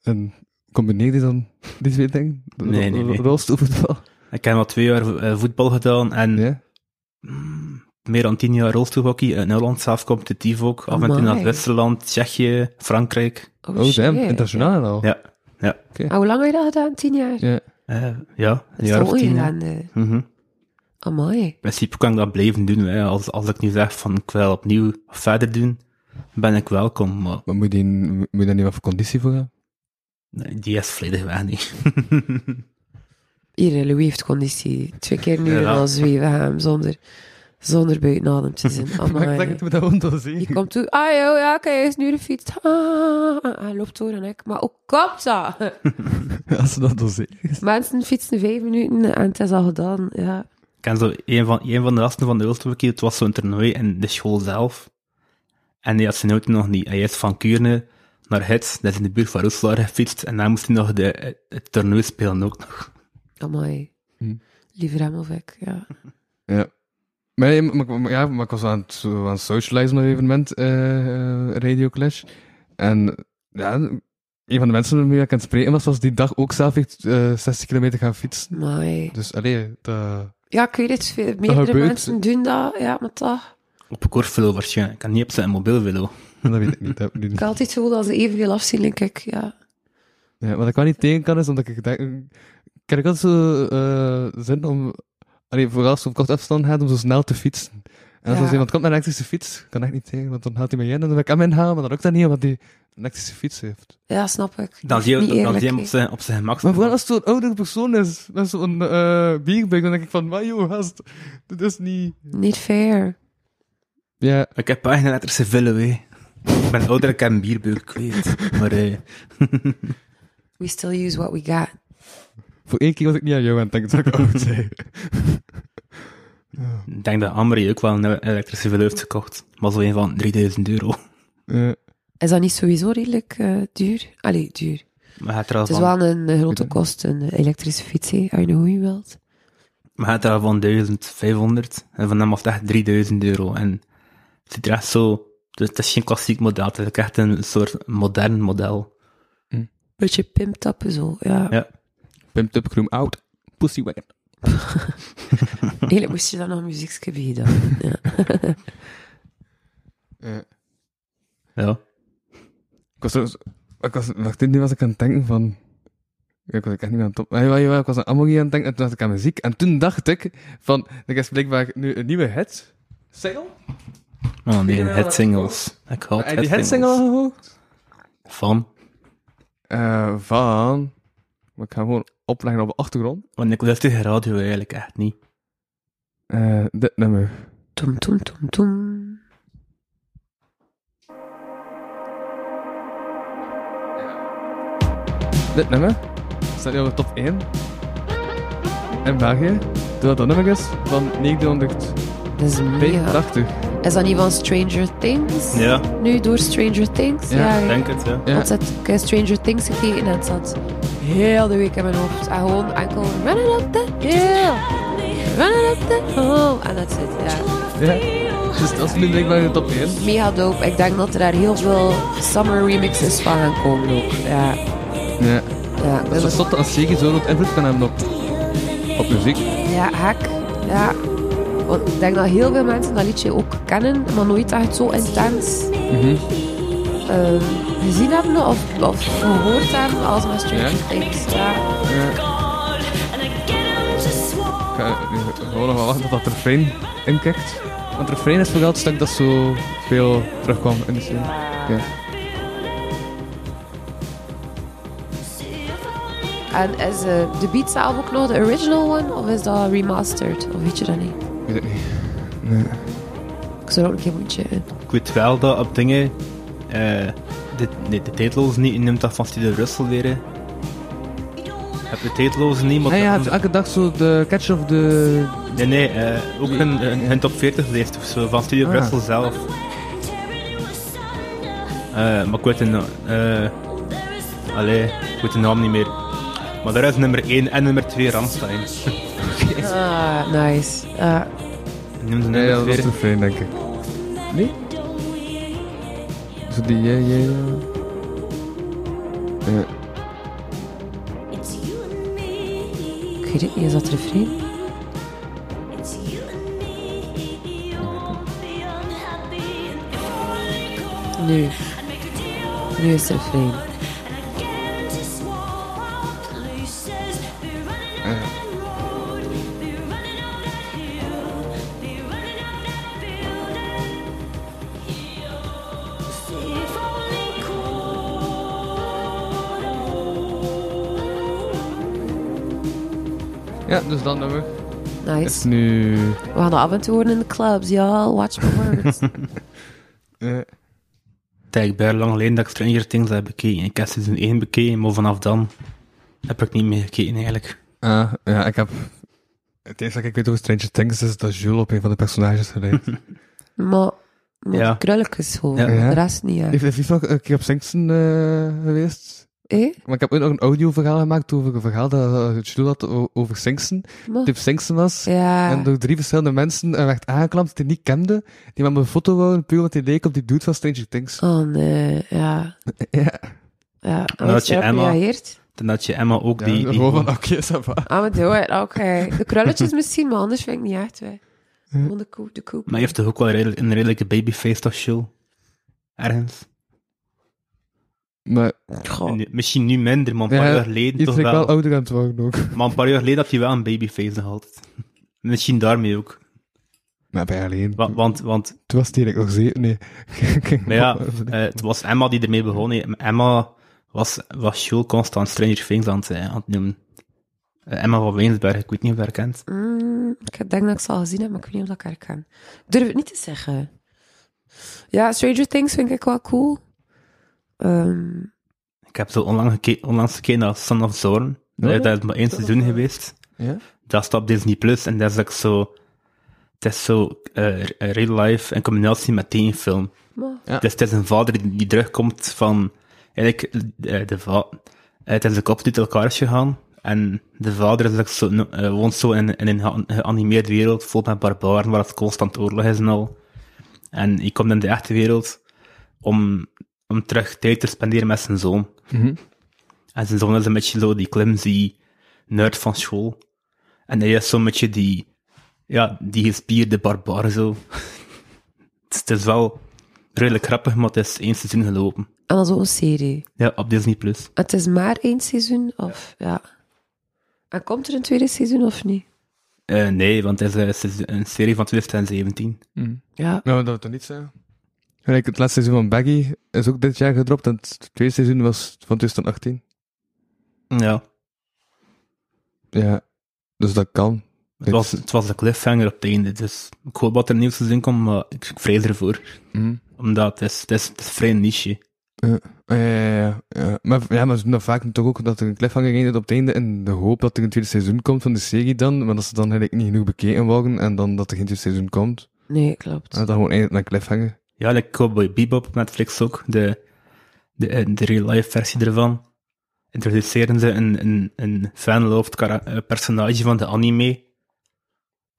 Speaker 3: En combineer je dan [LAUGHS] die twee dingen? De-
Speaker 2: Nee, nee,
Speaker 3: de-
Speaker 2: nee.
Speaker 3: de Rolstoelvoetbal?
Speaker 2: Ik heb al twee jaar eh, voetbal gedaan en
Speaker 3: Ja?
Speaker 2: meer dan tien jaar rolstoelhockey. In Nederland zelf competitief ook. Af en toe naar
Speaker 4: Amai.
Speaker 2: Zwitserland, Tsjechië, Frankrijk.
Speaker 4: Oh,
Speaker 3: Oh, damn.
Speaker 4: shit.
Speaker 3: Internationaal al.
Speaker 2: Ja, ja.
Speaker 4: Ah, hoe lang heb je dat gedaan? Tien jaar?
Speaker 3: Ja.
Speaker 2: Eh, ja,
Speaker 4: Dat
Speaker 2: een
Speaker 4: is
Speaker 2: jaar
Speaker 4: toch
Speaker 2: of tien. ja.
Speaker 4: ongedaan, eh.
Speaker 2: Mhm.
Speaker 4: Amai.
Speaker 2: In principe kan ik dat blijven doen. Hè. Als, als ik nu zeg van ik wil opnieuw verder doen, ben ik welkom. Maar
Speaker 3: Maar moet je, moet je daar niet wat voor conditie voor hebben?
Speaker 2: nee, die is volledig weg niet. [LAUGHS]
Speaker 4: Hier, eh, Louis heeft conditie. Twee keer nu en
Speaker 2: Ja.
Speaker 4: dan zweven hem zonder, zonder buiten adem
Speaker 3: [LAUGHS]
Speaker 4: te zijn.
Speaker 3: Maar ik
Speaker 4: Amai.
Speaker 3: denk dat we dat onder
Speaker 4: Je [LAUGHS]
Speaker 3: zien.
Speaker 4: komt toe, ah joh, ja, kijk, hij is nu de fiets. Ah, ah, ah, hij loopt door en ik. Maar hoe
Speaker 3: [LAUGHS]
Speaker 4: komt dat?
Speaker 3: Als ze dat door zien.
Speaker 4: Mensen fietsen vijf minuten en het is al gedaan. Ja.
Speaker 2: Ik ken zo een van, een van de gasten van de Ulsterwiki, het was zo'n toernooi in de school zelf. En hij had zijn auto nog niet. Hij is van Kuurne naar Hits, dat is in de buurt van Roeselaar gefietst. En daar moest hij nog de, het- het toernooi spelen ook nog.
Speaker 4: Amai.
Speaker 3: Hm.
Speaker 4: Liever hem of ik, ja.
Speaker 3: Maar, nee, maar, maar- maar ja, maar ik was aan het, zo aan het socializen op een evenement, eh eh, Radio Clash. En ja, een van de mensen met wie ik aan het spreken was, was die dag ook zelf echt eh, 60 kilometer gaan fietsen.
Speaker 4: Amai.
Speaker 3: Dus allee, dat...
Speaker 4: Ja, ik weet het, veel- meerdere
Speaker 3: gebeurt.
Speaker 4: mensen doen dat. Ja, maar toch.
Speaker 2: Op een kortvelo waarschijnlijk. Ik kan niet op zijn mobiel willen.
Speaker 3: dat weet ik niet. Dat, heb ik niet.
Speaker 4: [LAUGHS] Ik heb altijd zo als ze evenveel afzien, denk ik. Ja.
Speaker 3: Ja, wat ik wel niet tegen kan, is omdat ik denk... Ik heb altijd zo eh, zin om... Allee, vooral als het om kort afstand gaat, om zo snel te fietsen. En als
Speaker 4: Ja.
Speaker 3: er iemand komt met een elektrische fiets, kan ik niet tegen, want dan haalt hij mij in en dan wil ik hem inhalen, maar dat lukt dat niet, omdat hij een elektrische fiets heeft.
Speaker 4: ja, snap ik.
Speaker 2: Dan zie
Speaker 4: Niet
Speaker 2: je, dan
Speaker 4: eerlijk,
Speaker 2: zie je hem
Speaker 4: hè.
Speaker 2: op zijn, op zijn gemak.
Speaker 3: Maar vooral als het zo'n oudere persoon is, met zo'n eh bierbug, dan denk ik van, maar joh, gast, dit is niet...
Speaker 4: Niet fair.
Speaker 3: Ja,
Speaker 2: Ik heb pagina letters te vullen, wee. Ik ben ouder, ik heb een bierbeuk, ik weet het. Maar eh,
Speaker 4: We still use what we got.
Speaker 3: voor één keer was ik niet aan jou aan het denken, dat ik oud ben.
Speaker 2: ik denk dat Amri ook wel een elektrische velo heeft gekocht. Maar zo een van 3000 euro.
Speaker 3: [LAUGHS] Ja.
Speaker 4: Is dat niet sowieso redelijk eh, duur? Allee, duur.
Speaker 2: Maar het er al
Speaker 4: Het is
Speaker 2: van-
Speaker 4: wel een eh, grote kost, een eh, elektrische fiets, hè, als je een goeie wilt.
Speaker 2: Maar het daar van 1500 en van hem af echt 3000 euro. En het ziet er echt zo. Dus het is geen klassiek model, het is ook echt een soort modern model.
Speaker 4: Beetje pimptappen zo, ja.
Speaker 2: Ja.
Speaker 3: Pimp up, groom out, pussy wagon.
Speaker 4: Eigenlijk moest je dan nog muziekje bij dan. Ja.
Speaker 3: Ja.
Speaker 2: Ja.
Speaker 3: Ik was trouwens... Ik was, wacht, nu was ik aan het denken van... Ja, ik was echt niet meer aan het op... Ah, jawel, jawel, ik was aan Amogie aan het denken en toen dacht ik aan muziek. En toen dacht ik van... Er is blijkbaar nu een nieuwe hit. Single?
Speaker 2: Oh nee,
Speaker 3: je wel
Speaker 2: het
Speaker 3: dat
Speaker 2: singles. Ik had
Speaker 3: Heb je die hit single al gehoord?
Speaker 2: Van.
Speaker 3: Eh, van... Maar ik ga hem gewoon opleggen op de achtergrond.
Speaker 2: Want ik luister tegen radio eigenlijk echt niet.
Speaker 3: Eh, dit nummer.
Speaker 4: Tom, tom, tom, tom.
Speaker 3: Dit nummer. Staat nu op de top 1. In België. Terwijl dat nummer is van
Speaker 4: Dat is mega.
Speaker 3: 982.
Speaker 4: Is dat niet van Stranger Things?
Speaker 2: Ja,
Speaker 4: Nu door Stranger Things?
Speaker 3: Ja,
Speaker 4: Ja, ja.
Speaker 2: denk het, ja.
Speaker 3: Ja.
Speaker 4: Want zat, ik heb Stranger Things gekeken en het zat heel de week in mijn hoofd. En gewoon enkel running up the hill, running up the hill. Oh, En dat zit, ja.
Speaker 3: Ja. Dus dat is nu blijkbaar in de top 1.
Speaker 4: Mega dope. Ik denk dat er daar heel veel summer remixes van gaan komen ook. Ja,
Speaker 3: Ja. Dus
Speaker 4: ja.
Speaker 3: Dat is een zotte als zeker zo'n invloed kan hebben op, op muziek.
Speaker 4: Ja, hek. Ja. Want ik denk dat heel veel mensen dat liedje ook kennen, maar nooit echt zo intens eh, gezien hebben of, of gehoord hebben als met Stranger
Speaker 3: Ja.
Speaker 4: Things. Ja.
Speaker 3: Ik ga nu gewoon nog wel wachten tot dat refrein inkikt. Want het refrein is vooral het stuk dat zo veel terugkwam in de serie. Ja.
Speaker 4: En is eh, de beat zelf ook nog de original one, of is dat remastered? Of weet je dat niet?
Speaker 3: Weet het niet.
Speaker 4: Ik zou er ook een keer moeten checken.
Speaker 2: Ik weet wel dat op dingen. eh de, nee, de titels niet, je noemt dat van Studio Russell weer. hè. Ik heb de titels niet, maar.
Speaker 3: Hij
Speaker 2: dat-
Speaker 3: had elke dag zo de catch of the...
Speaker 2: Nee, nee, eh, ook een, een, een top 40 lijst of zo van Studio
Speaker 3: Ah.
Speaker 2: Brussel zelf. Eh, maar ik weet de na- eh, allee, ik weet de naam niet meer. Maar daar is nummer 1 en nummer 2 Ramstein.
Speaker 3: Oké.
Speaker 4: Ah, nice. Ah,
Speaker 2: Noem ze
Speaker 7: Nee,
Speaker 2: nummer
Speaker 7: dat was
Speaker 2: weer.
Speaker 7: de fijn, denk ik. Nee? Zo die, ja, ja, ja. Eh,
Speaker 4: ik weet het niet, is dat refrein? Nu. Nu is het refrein.
Speaker 7: Ja, dus dan nummer. Het is
Speaker 4: Nice.
Speaker 7: nu...
Speaker 4: We gaan dat af en toe horen in de clubs, y'all. Watch my words.
Speaker 7: eh,
Speaker 2: Tij, ik ben lang geleden dat ik Stranger Things heb bekeken. Ik heb seizoen 1 bekeken, maar vanaf dan heb ik niet meer gekeken eigenlijk.
Speaker 7: ah, ja, ik heb... Het eerste dat ik weet over Stranger Things is dat Jules op een van de personages [LAUGHS] gereden.
Speaker 4: maar, maar
Speaker 2: Ja.
Speaker 4: krullig is gewoon.
Speaker 2: Ja.
Speaker 4: De rest niet, ja.
Speaker 7: Heeft heeft FIFA een keer op Singsten eh, geweest?
Speaker 4: Eh?
Speaker 7: Maar ik heb ook nog een audioverhaal gemaakt over een verhaal dat eh, Jules had o- over Singsten.
Speaker 4: Maar-
Speaker 7: Tip Singsten was. En
Speaker 4: Ja.
Speaker 7: door drie verschillende mensen eh, werd aangeklampt die ik niet kende. Die met mijn foto wouden, puur want die leek op die dude van Stranger Things.
Speaker 4: Oh nee, ja.
Speaker 7: Ja.
Speaker 4: Ja,
Speaker 2: Dan
Speaker 4: hoe
Speaker 2: had
Speaker 4: is
Speaker 2: je
Speaker 4: erop
Speaker 2: Emma.
Speaker 4: gereageerd?
Speaker 2: Dan had je Emma ook die... die
Speaker 7: gewoon van, oké, ça va.
Speaker 4: Ah, maar doe het, oké. De krulletjes misschien, maar anders vind ik niet echt, wij. Gewoon de koep, de koep.
Speaker 2: Maar je hebt toch ook wel redelijk- een redelijke babyface toch, Jules? Ergens?
Speaker 7: Maar
Speaker 4: Goh.
Speaker 2: En misschien nu minder, maar een paar
Speaker 7: Ja,
Speaker 2: jaar geleden
Speaker 7: iets
Speaker 2: toch
Speaker 7: ik
Speaker 2: wel.
Speaker 7: wel ouder aan het worden ook.
Speaker 2: Maar een paar jaar geleden had hij wel een babyface nog altijd. Misschien daarmee ook.
Speaker 7: [LAUGHS] Maar bij alleen.
Speaker 2: Wa- Want, want
Speaker 7: Toen was het hier nog zeven, nee. [LAUGHS]
Speaker 2: maar ja, eh, het was Emma die ermee begon. hè. Emma was, was Jules constant Stranger Things aan het, eh, aan het noemen. Eh, Emma van Weensberg, ik weet niet of je haar kent.
Speaker 4: Mm, ik denk dat ik ze al gezien heb, maar ik weet niet of dat ik haar ken. Ik durf het niet te zeggen. Ja, Stranger Things vind ik wel cool. Ehm,
Speaker 2: Ik heb zo onlangs gekeken, onlangs gekeken naar Son of Zorn.
Speaker 7: Oh, Ja.
Speaker 2: dat is maar één seizoen geweest.
Speaker 7: Ja?
Speaker 2: Dat staat op Disney Plus en dat is ook zo. Het is zo eh, real life in combinatie met één film.
Speaker 4: maar,
Speaker 2: Dus het is een vader die, die terugkomt van. Eigenlijk, eh, de va eh, het is de kop die uit elkaar is gegaan. En de vader is ook zo, eh, woont zo in, in een ge- geanimeerde wereld, vol met barbaren, waar het constant oorlog is en al. En hij komt in de echte wereld om, om terug tijd te spenderen met zijn zoon. En zijn zoon is een beetje zo die clumsy nerd van school. En hij is zo'n beetje die, ja, die gespierde barbaar [LAUGHS] zo. het, is, het is wel redelijk grappig, maar het is één seizoen gelopen.
Speaker 4: en dan zo'n serie.
Speaker 2: Ja, op Disney+. Plus.
Speaker 4: Het is maar één seizoen, of ja. En komt er een tweede seizoen of niet?
Speaker 2: Eh, nee, want het is een, seizoen- een serie van 2017.
Speaker 4: Ja.
Speaker 7: Nou, dat we het dan niet zeggen. Gelijk, het laatste seizoen van Baggy is ook dit jaar gedropt. En het tweede seizoen was van 2018.
Speaker 2: Ja,
Speaker 7: Ja. Dus dat kan.
Speaker 2: het was, het was een cliffhanger op het einde, dus ik hoop dat er een nieuw seizoen komt, maar ik, ik vrees ervoor.
Speaker 7: Mhm.
Speaker 2: Omdat het is, het is, het is vrij niche.
Speaker 7: Ja, ja, ja, ja. Maar, ja, maar ze doen dat vaak toch ook dat er een cliffhanger in zit op het einde in de hoop dat er een tweede seizoen komt van de serie dan, maar dat ze dan eigenlijk niet genoeg bekeken worden en dan dat er geen tweede seizoen komt.
Speaker 4: Nee, klopt.
Speaker 7: En dat dan gewoon eindigt met een cliffhanger.
Speaker 2: Ja, like Cowboy Bebop op Netflix ook, de, de, eh, de real-life versie ervan. Introduceren ze een, een, een fanloved kara- eh, personage van de anime.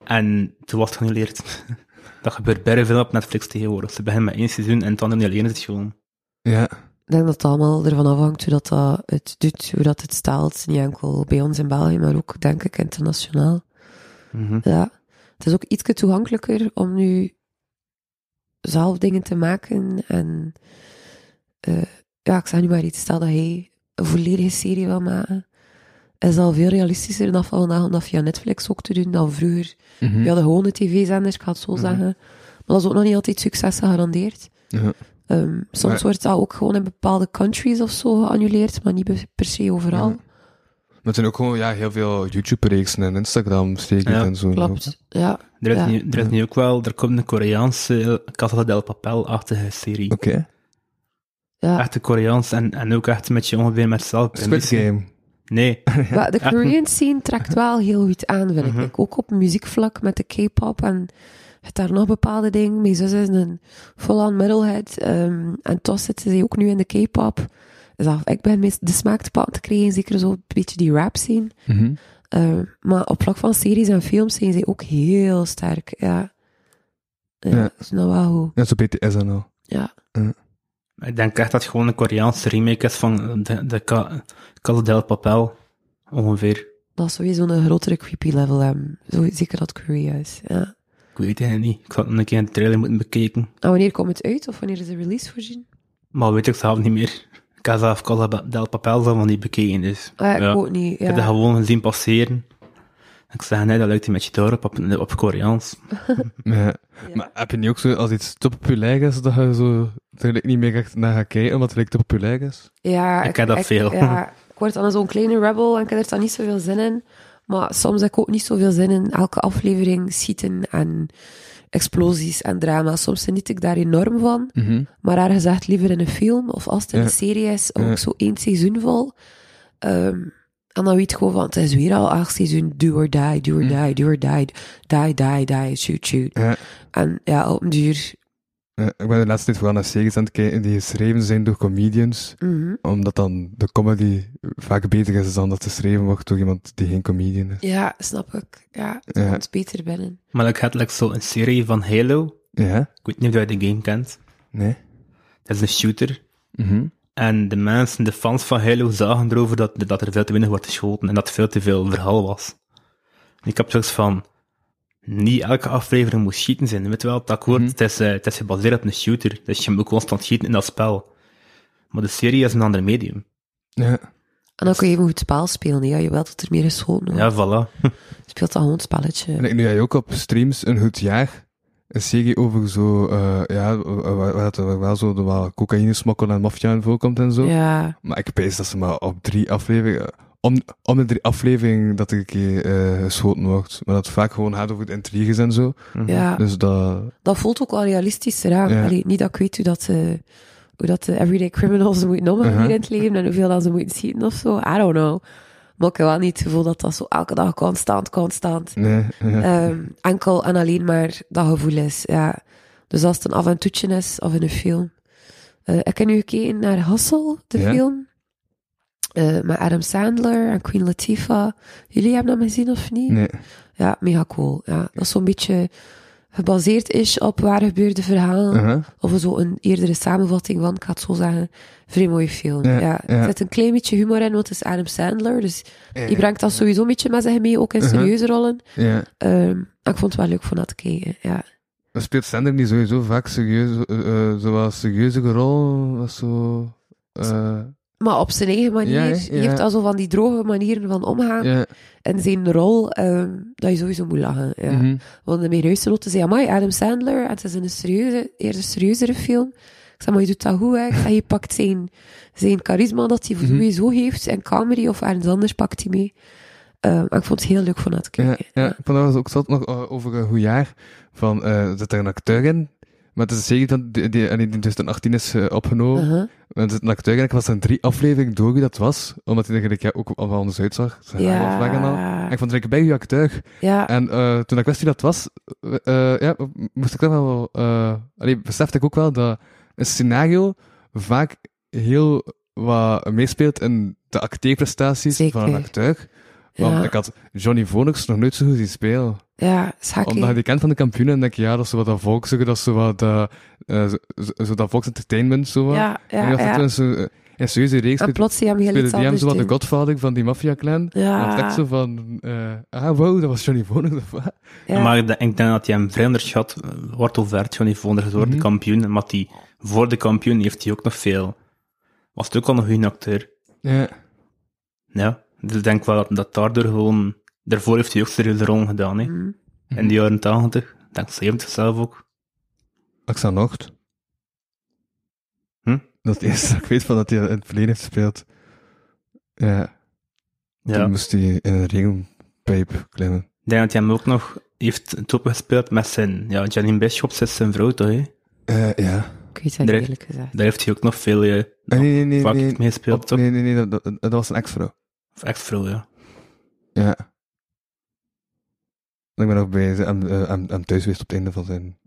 Speaker 2: En toen was het geannuleerd. [LAUGHS] dat gebeurt bij veel op Netflix tegenwoordig. Ze beginnen met één seizoen en dan annuleren ze het gewoon.
Speaker 7: Ja.
Speaker 4: Ik denk dat het allemaal ervan afhangt hoe dat, dat het doet, hoe dat het staalt. Niet enkel bij ons in België, maar ook, denk ik, internationaal.
Speaker 7: Mhm.
Speaker 4: Ja. Het is ook iets toegankelijker om nu zelf dingen te maken. En eh, ja, ik zeg nu maar iets. Stel dat hij een volledige serie wil maken. Is al veel realistischer dan van vandaag om dat via Netflix ook te doen dan vroeger.
Speaker 7: Mhm.
Speaker 4: Ja, de gewone tv-zenders, ik ga het zo zeggen. Maar dat is ook nog niet altijd succes gegarandeerd.
Speaker 7: Ja.
Speaker 4: Ehm, soms
Speaker 7: Maar-
Speaker 4: wordt dat ook gewoon in bepaalde countries of zo geannuleerd, maar niet be- per se overal.
Speaker 7: Ja. Maar het zijn ook gewoon ja, heel veel YouTube-reeksen en Instagram zeker
Speaker 2: Ja,
Speaker 7: en zo.
Speaker 3: nou.
Speaker 4: Klopt. Ja.
Speaker 2: Er is,
Speaker 4: Ja.
Speaker 2: nu, er is nu ook wel, er komt een Koreaanse eh, Casa del Papel-achtige serie.
Speaker 7: Oké.
Speaker 4: ja.
Speaker 2: Echte Koreaans en, en ook echt met je ongeveer met zelf.
Speaker 7: Squid Game.
Speaker 2: Nee,
Speaker 4: Maar de Korean scene trekt wel heel goed aan, vind
Speaker 7: Mhm.
Speaker 4: ik. Ook op muziekvlak met de K-pop en je hebt daar nog bepaalde dingen. Mijn zus is een full-on middlehead ehm, en toch zitten ze ook nu in de K-pop. Dus af- ik ben meest de smaak te pakken te krijgen, zeker zo een beetje die rap scene.
Speaker 7: Mhm.
Speaker 4: Eh, maar op vlak van series en films zijn zij ook heel sterk. Ja. Ja,
Speaker 3: Ja.
Speaker 4: is nou wel goed.
Speaker 3: Net zo BTS en al.
Speaker 4: Ja.
Speaker 2: Ik denk echt dat het gewoon een Koreaanse remake is van de, de Ca- Casa del Papel, ongeveer.
Speaker 4: Dat is sowieso een grotere creepy level hebben. Zo, zeker dat Korea is. Ja.
Speaker 2: Ik weet het eigenlijk niet. Ik had nog een keer in de trailer moeten bekijken.
Speaker 4: En wanneer komt het uit? Of wanneer is de release voorzien?
Speaker 2: Maar weet ik zelf niet meer. Ik heb zelf Casa del Papel zelf nog niet bekeken, dus...
Speaker 4: Ah, ja, ik ook niet.
Speaker 2: Ik heb dat
Speaker 4: Ja.
Speaker 2: gewoon gezien passeren. Ik zeg, nee, dat lukt een beetje daarop, op, op Koreaans.
Speaker 3: Ja. Maar heb je niet ook zo, als iets te populair is, dat je zo eigenlijk niet meer echt naar gaat kijken, omdat het like, te populair is?
Speaker 4: ja
Speaker 2: Ik ken dat veel.
Speaker 4: Ja, ik word dan zo'n kleine rebel en ik heb er dan niet zoveel zin in. Maar soms heb ik ook niet zoveel zin in elke aflevering schieten en explosies en drama. Soms geniet ik daar enorm van. Maar haar gezegd, liever in een film of als het in
Speaker 3: Ja.
Speaker 4: een serie is, ook
Speaker 3: Ja.
Speaker 4: zo één seizoen vol. Ehm, en dan weet je gewoon van, het is weer al acht seizoen, do or die, do or die, do or die, die, die, die, shoot, shoot.
Speaker 3: Ja.
Speaker 4: En ja, op een duur,
Speaker 3: Ja, ik ben de laatste tijd vooral naar series aan het kijken die geschreven zijn door comedians,
Speaker 4: mhm.
Speaker 3: omdat dan de comedy vaak beter is dan dat geschreven wordt door iemand die geen comedian is.
Speaker 4: ja, snap ik. Ja, het
Speaker 3: Ja.
Speaker 4: komt beter binnen.
Speaker 2: Maar ik had like, zo een serie van Halo.
Speaker 3: Ja?
Speaker 2: Ik weet niet of jij de game kent.
Speaker 3: Nee?
Speaker 2: Dat is een shooter.
Speaker 3: Mhm.
Speaker 2: En de mensen, de fans van Halo, zagen erover dat, dat er veel te weinig wordt geschoten en dat het veel te veel verhaal was. En ik heb zoiets van, niet elke aflevering moet schieten zijn. Weet je wel, het akkoord, het, is, eh, het is gebaseerd op een shooter, dus je moet constant schieten in dat spel. Maar de serie is een ander medium.
Speaker 3: Ja.
Speaker 4: En dan kun je even goed spaal spelen. Ja, je wilt dat er meer geschoten wordt.
Speaker 2: Ja, voilà.
Speaker 4: Speelt dan gewoon het spelletje.
Speaker 3: En ik- nu heb je ook op streams een goed jaar een serie over zo, eh, ja, waar, waar- waar er wel zo de wel cocaïne smokkel en maffia in voorkomt en zo.
Speaker 4: Ja,
Speaker 3: Maar ik pees dat ze maar op drie afleveringen. Om, om de drie afleveringen dat er een keer eh, geschoten wordt. Maar dat het vaak gewoon gaat over de intriges en zo.
Speaker 4: ja.
Speaker 3: Dus dat.
Speaker 4: dat voelt ook wel realistischer aan.
Speaker 3: Ja.
Speaker 4: Allee, niet dat ik weet hoe dat, eh, hoe dat de everyday criminals [LAUGHS] moeten omgaan
Speaker 3: Uh-huh.
Speaker 4: hier in het leven en hoeveel dat ze moeten zien of zo. I don't know. Maar ik heb wel niet het gevoel dat dat zo elke dag constant, constant,
Speaker 3: Nee. eh, ja.
Speaker 4: ehm, enkel en alleen maar dat gevoel is. Ja. Dus als het een avontuurtje is of in een film. Eh, ik heb nu gekeken naar Hassel, de
Speaker 3: Ja.
Speaker 4: film. Eh, met Adam Sandler en Queen Latifah. Jullie hebben dat gezien of niet?
Speaker 3: Nee.
Speaker 4: Ja, mega cool. Ja, dat is zo'n beetje gebaseerd is op waar gebeurde verhalen.
Speaker 3: Uh-huh.
Speaker 4: Of zo een eerdere samenvatting van, ik ga het zo zeggen, vrij mooie film. Ja,
Speaker 3: Ja,
Speaker 4: Er
Speaker 3: ja.
Speaker 4: zit een klein beetje humor in, want het is Adam Sandler. Dus die brengt dat sowieso een beetje met zich mee, ook in
Speaker 3: Uh-huh.
Speaker 4: serieuze rollen.
Speaker 3: Ja.
Speaker 4: Ehm, ik vond het wel leuk van dat te kijken. Ja.
Speaker 3: Maar speelt Sander niet sowieso vaak serieus, eh eh, zo wel serieuze rol? Was zo. eh,
Speaker 4: Maar op zijn eigen manier.
Speaker 3: Ja, hè?
Speaker 4: Die
Speaker 3: Ja.
Speaker 4: heeft al zo van die droge manieren van omgaan.
Speaker 3: ja.
Speaker 4: En zijn rol, ehm, dat je sowieso moet lachen. Ja.
Speaker 3: Mhm.
Speaker 4: Want de meer noten zei, amai, Adam Sandler, en het is een serieuze, eerder serieuzere film. Ik zei, maar je doet dat goed, hè. Ik zei, je pakt zijn, zijn charisma dat hij
Speaker 3: Mhm.
Speaker 4: sowieso heeft, en comedy of ergens anders pakt hij mee. Ehm, en ik vond het heel leuk van dat te
Speaker 3: Ja,
Speaker 4: kijken.
Speaker 3: ja. Vandaag was ook zat nog eh, over een goed jaar. Van, eh zit er een acteur in? Maar het is zeker dat die, die, en die in 2018 is eh, opgenomen.
Speaker 4: Uh-huh.
Speaker 3: Maar er zit een acteur in. Ik was in drie afleveringen door wie dat was. Omdat hij er eigenlijk, ja, ook allemaal anders uitzag. Zijn haar was weg en al. En
Speaker 4: Ja,
Speaker 3: ik vond het eigenlijk bij je acteur.
Speaker 4: ja,
Speaker 3: En eh, toen ik wist wie dat was, eh, eh, ja, moest ik dat wel. eh allee, besefte ik ook wel dat een scenario vaak heel wat meespeelt in de acteerprestaties van een
Speaker 4: Zeker.
Speaker 3: acteur. Want
Speaker 4: ja,
Speaker 3: ik had Johnny Vonix nog nooit zo goed zien spelen.
Speaker 4: ja, schakelen.
Speaker 3: Omdat je die kent van de kampioenen en denk je, ja, dat is zo wat dat volksige, dat is zo wat eh, eh, zo, zo- zo dat volksentertainment, zo wat.
Speaker 4: Ja, ja,
Speaker 3: en ik dacht dat
Speaker 4: ja.
Speaker 3: toen zo, eh, een serieuze reeks
Speaker 4: En
Speaker 3: speelde-
Speaker 4: plots zie je hem heel
Speaker 3: speelde
Speaker 4: iets
Speaker 3: die hem
Speaker 4: anders
Speaker 3: zo wat de
Speaker 4: doen.
Speaker 3: godvader van die maffia-clan. En dan dacht ik
Speaker 4: Ja,
Speaker 3: zo van, eh, ah, wow, dat was Johnny Vonix of wat?
Speaker 4: ja.
Speaker 2: Maar ik denk- ik denk dat hij hem vreemder schat, eh, wordt of werd, Johnny Vonders wordt de kampioen. Maar die, voor de kampioen heeft hij ook nog veel. Was het ook al nog een acteur?
Speaker 3: Ja.
Speaker 2: Ja. Dus ik denk wel dat, dat daardoor gewoon. Daarvoor heeft hij ook serieuze rollen gedaan, hè?
Speaker 4: Mhm.
Speaker 2: In de jaren 80, ik denk 70 zelf ook.
Speaker 3: Axel Nocht.
Speaker 2: Hm?
Speaker 3: Dat is het eerste dat ik weet van dat hij in het verleden heeft gespeeld. Ja,
Speaker 2: Ja.
Speaker 3: toen
Speaker 2: Ik
Speaker 3: moest hij in een regenpijp klimmen.
Speaker 2: denk dat hij hem ook nog heeft gespeeld met zijn. Ja, Janine Bischops is zijn vrouw toch, hè?
Speaker 3: Eh, ja.
Speaker 4: Ik weet het niet,
Speaker 2: Er-
Speaker 4: eerlijk gezegd.
Speaker 2: Daar heeft hij ook nog veel. eh
Speaker 3: Eh, nee, nee, nee.
Speaker 2: vaak
Speaker 3: nee.
Speaker 2: heeft meegespeeld,
Speaker 3: Op-
Speaker 2: toch?
Speaker 3: nee, nee, nee, dat, dat, dat was een ex-vrouw.
Speaker 2: Of ex-vrouw, ja.
Speaker 3: Ja. Ik ben nog bij ze- hem, eh, hem, hem thuis geweest op het einde van zijn...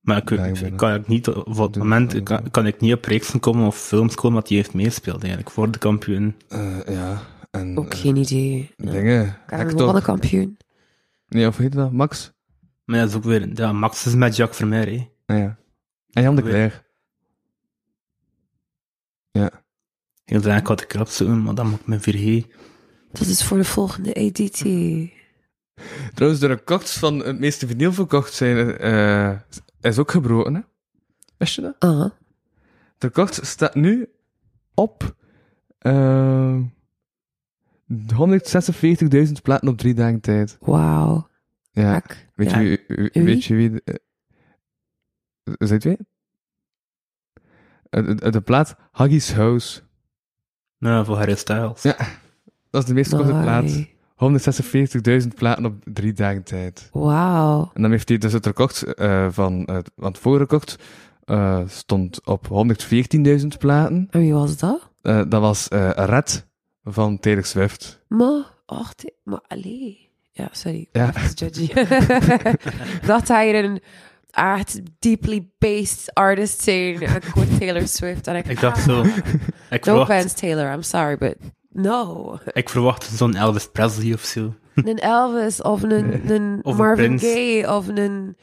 Speaker 2: Maar ik,
Speaker 3: Ja, ik
Speaker 2: ik-
Speaker 3: ben-
Speaker 2: kan ik niet, op het
Speaker 3: Doe-
Speaker 2: moment kan, kan ik niet op reeksen komen of films komen wat hij heeft meespeeld eigenlijk, voor de kampioen.
Speaker 3: Eh, ja. En
Speaker 4: Ook
Speaker 3: eh,
Speaker 4: geen idee. Ja.
Speaker 3: dingen.
Speaker 4: Karel
Speaker 3: Hector.
Speaker 4: kampioen.
Speaker 3: Nee, of heet dat? Max?
Speaker 2: Maar dat is ook weer... Ja, Max is met Jack Vermeer, hè.
Speaker 3: Ah, ja. En Jan de Cler.
Speaker 2: Heel de ik had ik erop zoeken, maar dan moet ik me vergeten.
Speaker 4: Dat is voor de volgende editie.
Speaker 3: Trouwens, de records van het meeste vinyl verkocht zijn, eh, is ook gebroken, hè? Wist je dat?
Speaker 4: Ah,
Speaker 3: De record staat nu op eh, 146.000 platen op drie dagen tijd.
Speaker 4: wauw.
Speaker 3: Ah, Ja.
Speaker 4: Kijk.
Speaker 3: Weet,
Speaker 4: Ja.
Speaker 3: Je, wie- wie-
Speaker 4: Wie?
Speaker 3: weet je wie... de- eh, Zou je het weten? Eh, De, de plaat Huggies House.
Speaker 2: Nou, voor Harry Styles.
Speaker 3: Ja. Dat is de meest korte plaat.
Speaker 4: Amai.
Speaker 3: 146.000 platen op drie dagen tijd.
Speaker 4: Wauw.
Speaker 3: En dan heeft hij dus het record eh, van... eh, want het vorige record eh, stond op 114.000 platen.
Speaker 4: En wie was dat?
Speaker 3: Eh, dat was eh Red van Taylor [LAUGHS] Swift.
Speaker 4: Maar, och, dit- maar allee. Ja, sorry.
Speaker 3: Ja.
Speaker 4: Dat is judgy. [LAUGHS] dat hij een echt deeply based artist zijn. Ik hoor Taylor Swift. En ik,
Speaker 2: Ik dacht zo... Ik
Speaker 4: No
Speaker 2: verwacht,
Speaker 4: offense, Taylor. I'm sorry, but no.
Speaker 2: ik verwacht zo'n Elvis Presley of zo.
Speaker 4: een Elvis of een, een
Speaker 2: Of een
Speaker 4: Marvin
Speaker 2: Prince.
Speaker 4: Gaye of een...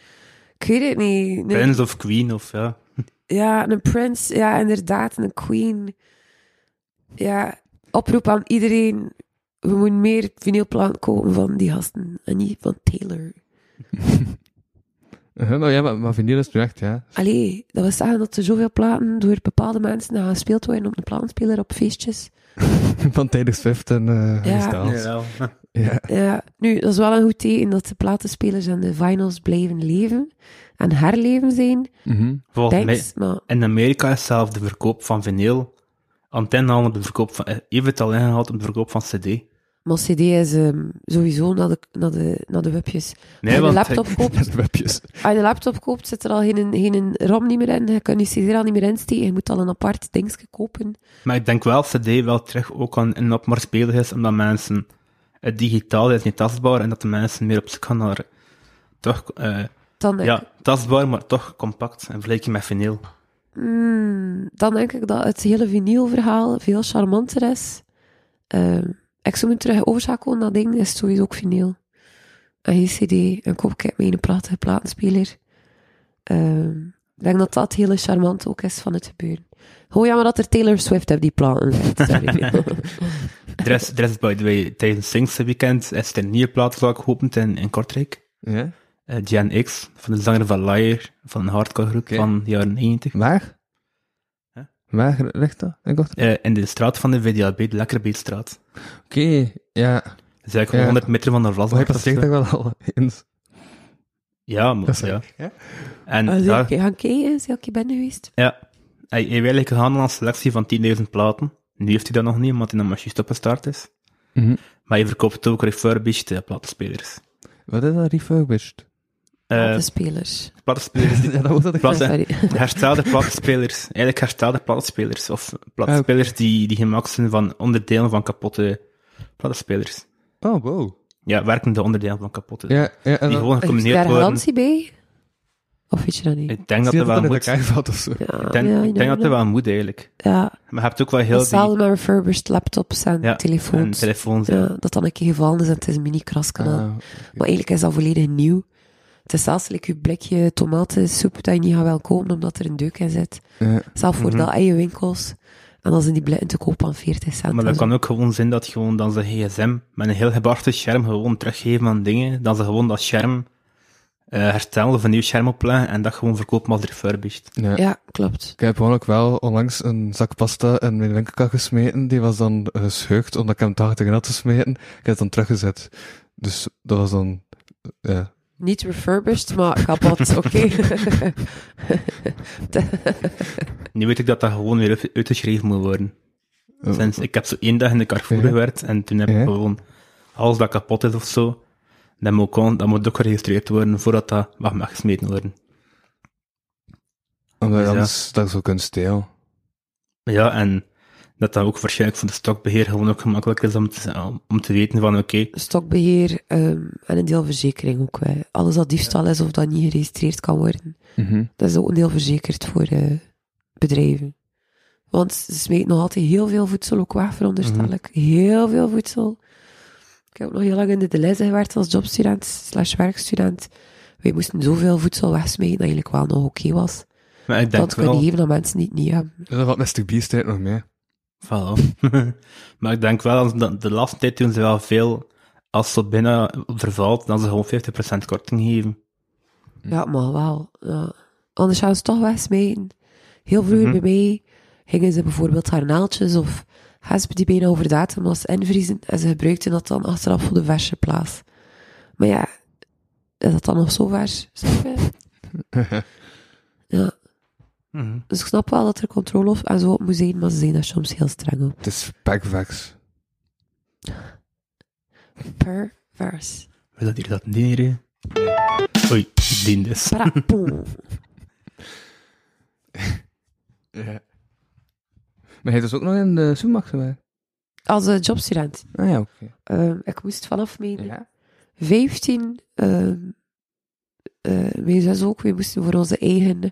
Speaker 4: Ik weet het niet. Een-
Speaker 2: Prince of Queen of ja.
Speaker 4: Ja, een Prince. Ja, inderdaad. Een Queen. Ja, oproep aan iedereen. We moeten meer vinylplaten kopen van die gasten. En niet van Taylor.
Speaker 3: Eh, nou ja, maar, maar vinyl is nu echt, ja. [LAUGHS]
Speaker 4: Allee, dat wil zeggen dat er zoveel platen door bepaalde mensen gaan gespeeld worden op de platenspeler op feestjes.
Speaker 3: Van Taylor Swift en eh
Speaker 4: Ja.
Speaker 3: Harry Styles.
Speaker 2: Jawel.
Speaker 3: Ja. [LAUGHS]
Speaker 4: Ja, nu, dat is wel een goed teken dat de platenspelers en de vinyls blijven leven en herleven zijn.
Speaker 3: Mhm.
Speaker 2: Volgens mij,
Speaker 4: Thanks, maar
Speaker 2: in Amerika is zelf de verkoop van vinyl antenne al op de verkoop van... eh, Even het al ingehaald op de verkoop van cd.
Speaker 4: Mijn CD is ehm, sowieso naar de, naar de, naar de webjes. Als je een laptop koopt,
Speaker 3: De webjes.
Speaker 4: als je een laptop koopt, zit er al geen, geen ROM niet meer in. Je kunt je CD er al niet meer insteken. Je moet al een apart dingetje kopen.
Speaker 2: Maar ik denk wel dat CD wel terug ook aan een op maar spelig is, omdat mensen het digitaal is niet tastbaar en dat de mensen meer op zoek gaan naar toch eh,
Speaker 4: Dan denk,
Speaker 2: ja, tastbaar, maar toch compact en vergelijking met vinyl.
Speaker 4: Hmm, dan denk ik dat het hele vinylverhaal veel charmanter is. Ehm, ik zou me terug overschakelen naar dingen, is sowieso ook vinyl. En geen cd, en koop ik mee een prachtige platenspeler. Ehm, ik denk dat dat het hele charmant ook is van het gebeuren. Gewoon jammer dat er Taylor Swift op die platen zit.
Speaker 2: [LAUGHS]
Speaker 4: Sorry.
Speaker 2: Er is, er is by the way, tijdens Singse weekend is er een nieuwe plaatzaak geopend in, in Kortrijk.
Speaker 3: Ja?
Speaker 2: Eh, Gen X, van de zanger van Liar, van een hardcore groep
Speaker 3: Oké.
Speaker 2: van de jaren 90.
Speaker 3: Waar?
Speaker 2: Hè?
Speaker 3: Waar ligt dat? Ik dacht,
Speaker 2: Eh, in de straat van de VDAB, de Lekkerbeetstraat.
Speaker 3: oké, ja.
Speaker 2: Dat is eigenlijk
Speaker 3: Ja.
Speaker 2: 100 meter van
Speaker 3: Maar
Speaker 2: de
Speaker 3: ik
Speaker 2: Vlasmarkt. of
Speaker 3: passeer
Speaker 2: zo.
Speaker 3: dat wel al eens.
Speaker 2: Ja, maar,
Speaker 3: Dat is
Speaker 2: ja.
Speaker 3: leuk, hè?
Speaker 2: En
Speaker 4: Als
Speaker 2: daar,
Speaker 4: ik gaan kijken, als ik hier ben geweest.
Speaker 2: Ja. Hij, hij wil eigenlijk gaan aan een selectie van 10.000 platen. Nu heeft hij dat nog niet, omdat hij nog maar juist opgestart is.
Speaker 3: Mhm.
Speaker 2: Maar hij verkoopt ook refurbished eh, platenspelers.
Speaker 3: Wat is dat, refurbished?
Speaker 2: Eh
Speaker 4: spelers.
Speaker 2: platenspelers die...
Speaker 3: [LAUGHS] ja, dat was dat ik...
Speaker 2: Platen-
Speaker 4: Ah, Sorry.
Speaker 2: herstelde platenspelers. Eigenlijk herstelde platenspelers. Of platenspelers die, die gemaakt zijn van onderdelen van kapotte platenspelers.
Speaker 3: Oh, wow.
Speaker 2: Ja, werkende onderdelen van kapotte.
Speaker 3: Ja, ja. En
Speaker 2: Die
Speaker 3: dan...
Speaker 2: gewoon
Speaker 4: Is daar
Speaker 2: gecombineerd worden.
Speaker 4: garantie bij? Of weet je dat niet?
Speaker 2: Ik denk dat
Speaker 3: Zie
Speaker 2: er
Speaker 3: je
Speaker 2: wel
Speaker 3: dat dat in
Speaker 2: moet.
Speaker 3: elkaar valt of zo?
Speaker 4: Ja,
Speaker 2: Ik denk,
Speaker 4: ja,
Speaker 2: ik denk dat er wel moet, eigenlijk.
Speaker 4: Ja,
Speaker 2: Maar je hebt ook wel heel
Speaker 4: Hetzelfde
Speaker 2: die
Speaker 4: met refurbished laptops en
Speaker 2: ja, en
Speaker 4: telefoons.
Speaker 2: telefoons. ja.
Speaker 4: ja, dat dan een keer gevallen is en het is een mini-kras kan aan.
Speaker 3: Ah,
Speaker 4: Maar eigenlijk is dat volledig nieuw. Het is zelfs like, je blikje tomatensoep dat je niet gaat wel kopen omdat er een deuk in zit.
Speaker 3: ja.
Speaker 4: Zelf
Speaker 2: Mhm.
Speaker 4: voor de eigen winkels. En dan zijn die blikken te koop aan 40 cent.
Speaker 2: Maar
Speaker 4: en
Speaker 2: dat
Speaker 4: zo.
Speaker 2: kan ook gewoon zijn dat gewoon dan zijn gsm met een heel gebarste scherm gewoon teruggeven aan dingen, dat ze gewoon dat scherm eh, herstellen of een nieuw scherm opleggen en dat gewoon verkopen als refurbished.
Speaker 3: Ja.
Speaker 4: Ja, klopt.
Speaker 3: Ik heb gewoon ook wel onlangs een zak pasta in mijn linkerkant gesmeten. Die was dan gescheurd, omdat ik hem te hard tegen had gesmeten. Ik heb het dan teruggezet. Dus dat was dan... Ja.
Speaker 4: Niet refurbished, maar
Speaker 2: [LAUGHS]
Speaker 4: kapot. Oké.
Speaker 2: Nu weet ik dat dat gewoon weer uit- uitgeschreven moet worden. Sinds, ik heb zo één dag in de Carrefour
Speaker 3: Ja.
Speaker 2: gewerkt en toen heb ik
Speaker 3: Ja.
Speaker 2: gewoon alles dat kapot is of zo, dat moet, gewoon, dat moet ook geregistreerd worden voordat dat mag, mag gesmeten worden.
Speaker 3: Omdat
Speaker 2: Dus ja.
Speaker 3: anders, dat is ook een steel.
Speaker 2: Ja, en dat dat ook waarschijnlijk voor de stokbeheer gewoon ook gemakkelijk is om te, om te weten van oké,
Speaker 4: Stokbeheer ehm, en een deelverzekering ook. Hè. Alles dat diefstal is of dat niet geregistreerd kan worden.
Speaker 3: Mhm.
Speaker 4: Dat is ook een deel verzekerd voor eh, bedrijven. Want ze smeten nog altijd heel veel voedsel ook weg, veronderstel ik.
Speaker 2: Mhm.
Speaker 4: Heel veel voedsel. Ik heb ook nog heel lang in de Deleuze gewerkt als jobstudent slash werkstudent. Wij moesten zoveel voedsel wegsmeten dat eigenlijk wel nog oké was.
Speaker 2: Maar ik denk
Speaker 4: Dat kunnen
Speaker 2: wel...
Speaker 4: geven aan mensen die het niet hebben.
Speaker 3: Dat valt met stuk bierstijd nog mee.
Speaker 2: Voilà. [LAUGHS] maar ik denk wel, dat de laatste tijd doen ze wel veel... Als dat binnen vervalt, dan ze gewoon 50% korting geven.
Speaker 4: Ja, maar wel. Ja. Anders zouden ze toch wegsmijten. Heel vroeger bij mij gingen ze bijvoorbeeld garnaaltjes of hesp die bijna over datum was invriezen en ze gebruikten dat dan achteraf voor de verse plaats. Maar ja, is dat dan nog zo vers? Snap je? ja.
Speaker 2: Mhm.
Speaker 4: Dus ik snap wel dat er controle op en zo op moet zijn, maar ze zijn daar soms heel streng op.
Speaker 3: Het is packvax.
Speaker 4: Per vers.
Speaker 2: Wil dat hier dat neer? Oei, dien dus.
Speaker 4: [LAUGHS] Parapoem.
Speaker 3: Ja. Maar hij is dus ook nog in de supermarkt geweest.
Speaker 4: Als eh, jobstudent.
Speaker 3: Ah ja, oké.
Speaker 4: eh, ik moest vanaf mijn
Speaker 3: Ja.
Speaker 4: 15, ehm eh mijn zus ook, we moesten voor onze eigen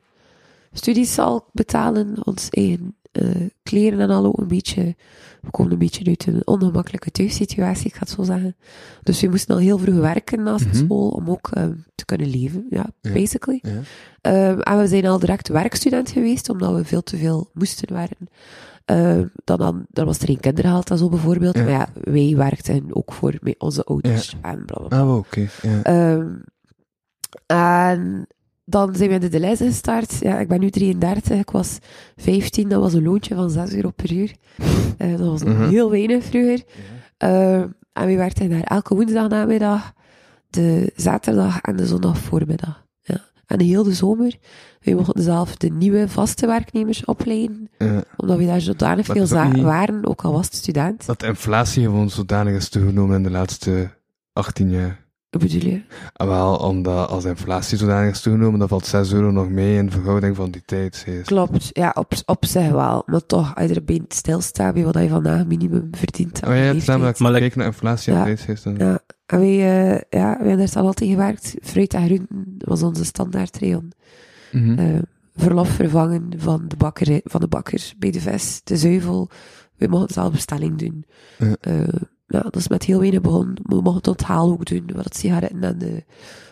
Speaker 4: studiezaal betalen, ons eigen eh, kleren en al ook een beetje. We komen een beetje uit een ongemakkelijke thuissituatie, ik ga het zo zeggen. Dus we moesten al heel vroeg werken naast
Speaker 3: Mhm.
Speaker 4: school om ook ehm, te kunnen leven, ja,
Speaker 3: Ja.
Speaker 4: basically.
Speaker 3: Ja.
Speaker 4: Ehm, en we zijn al direct werkstudent geweest, omdat we veel te veel moesten werken. Ehm, dan, dan, dan was er geen kindergeld en zo bijvoorbeeld.
Speaker 3: Ja.
Speaker 4: Maar ja, wij werkten ook voor met onze ouders en blablabla.
Speaker 3: Ah, wel, oké. Ja.
Speaker 4: Ehm, en dan zijn we in de Deleuze gestart. Ja, ik ben nu 33, ik was 15, dat was een loontje van 6 euro per uur. Eh, dat was nog
Speaker 3: Mhm.
Speaker 4: heel weinig vroeger. Ehm, en we werkten daar elke woensdag namiddag, de zaterdag en de zondag voormiddag. Ja. En heel de zomer. We mochten zelf de nieuwe vaste werknemers opleiden,
Speaker 3: Ja.
Speaker 4: omdat we daar zodanig
Speaker 3: Maar
Speaker 4: veel
Speaker 3: het is ook
Speaker 4: za-
Speaker 3: niet-
Speaker 4: waren, ook al was het student.
Speaker 3: Dat de inflatie gewoon zodanig is toegenomen in de laatste 18 jaar.
Speaker 4: Wat bedoel je?
Speaker 3: Ah, Wel, omdat als de inflatie zodanig is toegenomen, dan valt 6 euro nog mee in verhouding van die tijd. zie je.
Speaker 4: Klopt, ja, op, op zich wel. Maar toch, als je er bent stilstaat bij wat je vandaag minimum verdient. aan
Speaker 3: Oh ja, het is
Speaker 4: leeftijd.
Speaker 3: namelijk
Speaker 2: Maar ik-
Speaker 3: gekeken naar inflatie en
Speaker 4: Ja.
Speaker 3: prijsgeest. en-
Speaker 4: Ja, en wij, eh, ja, wij hebben daar al altijd gewerkt. Fruit en groenten was onze standaardreon.
Speaker 3: Mhm.
Speaker 4: Eh, verlof vervangen van de, bakker, van de bakker bij de vis, de zuivel. We mochten zelf bestelling doen.
Speaker 3: Ja.
Speaker 4: Eh, ja, dat is met heel weinig begonnen. We mochten het onthaal ook doen, waar het sigaretten en de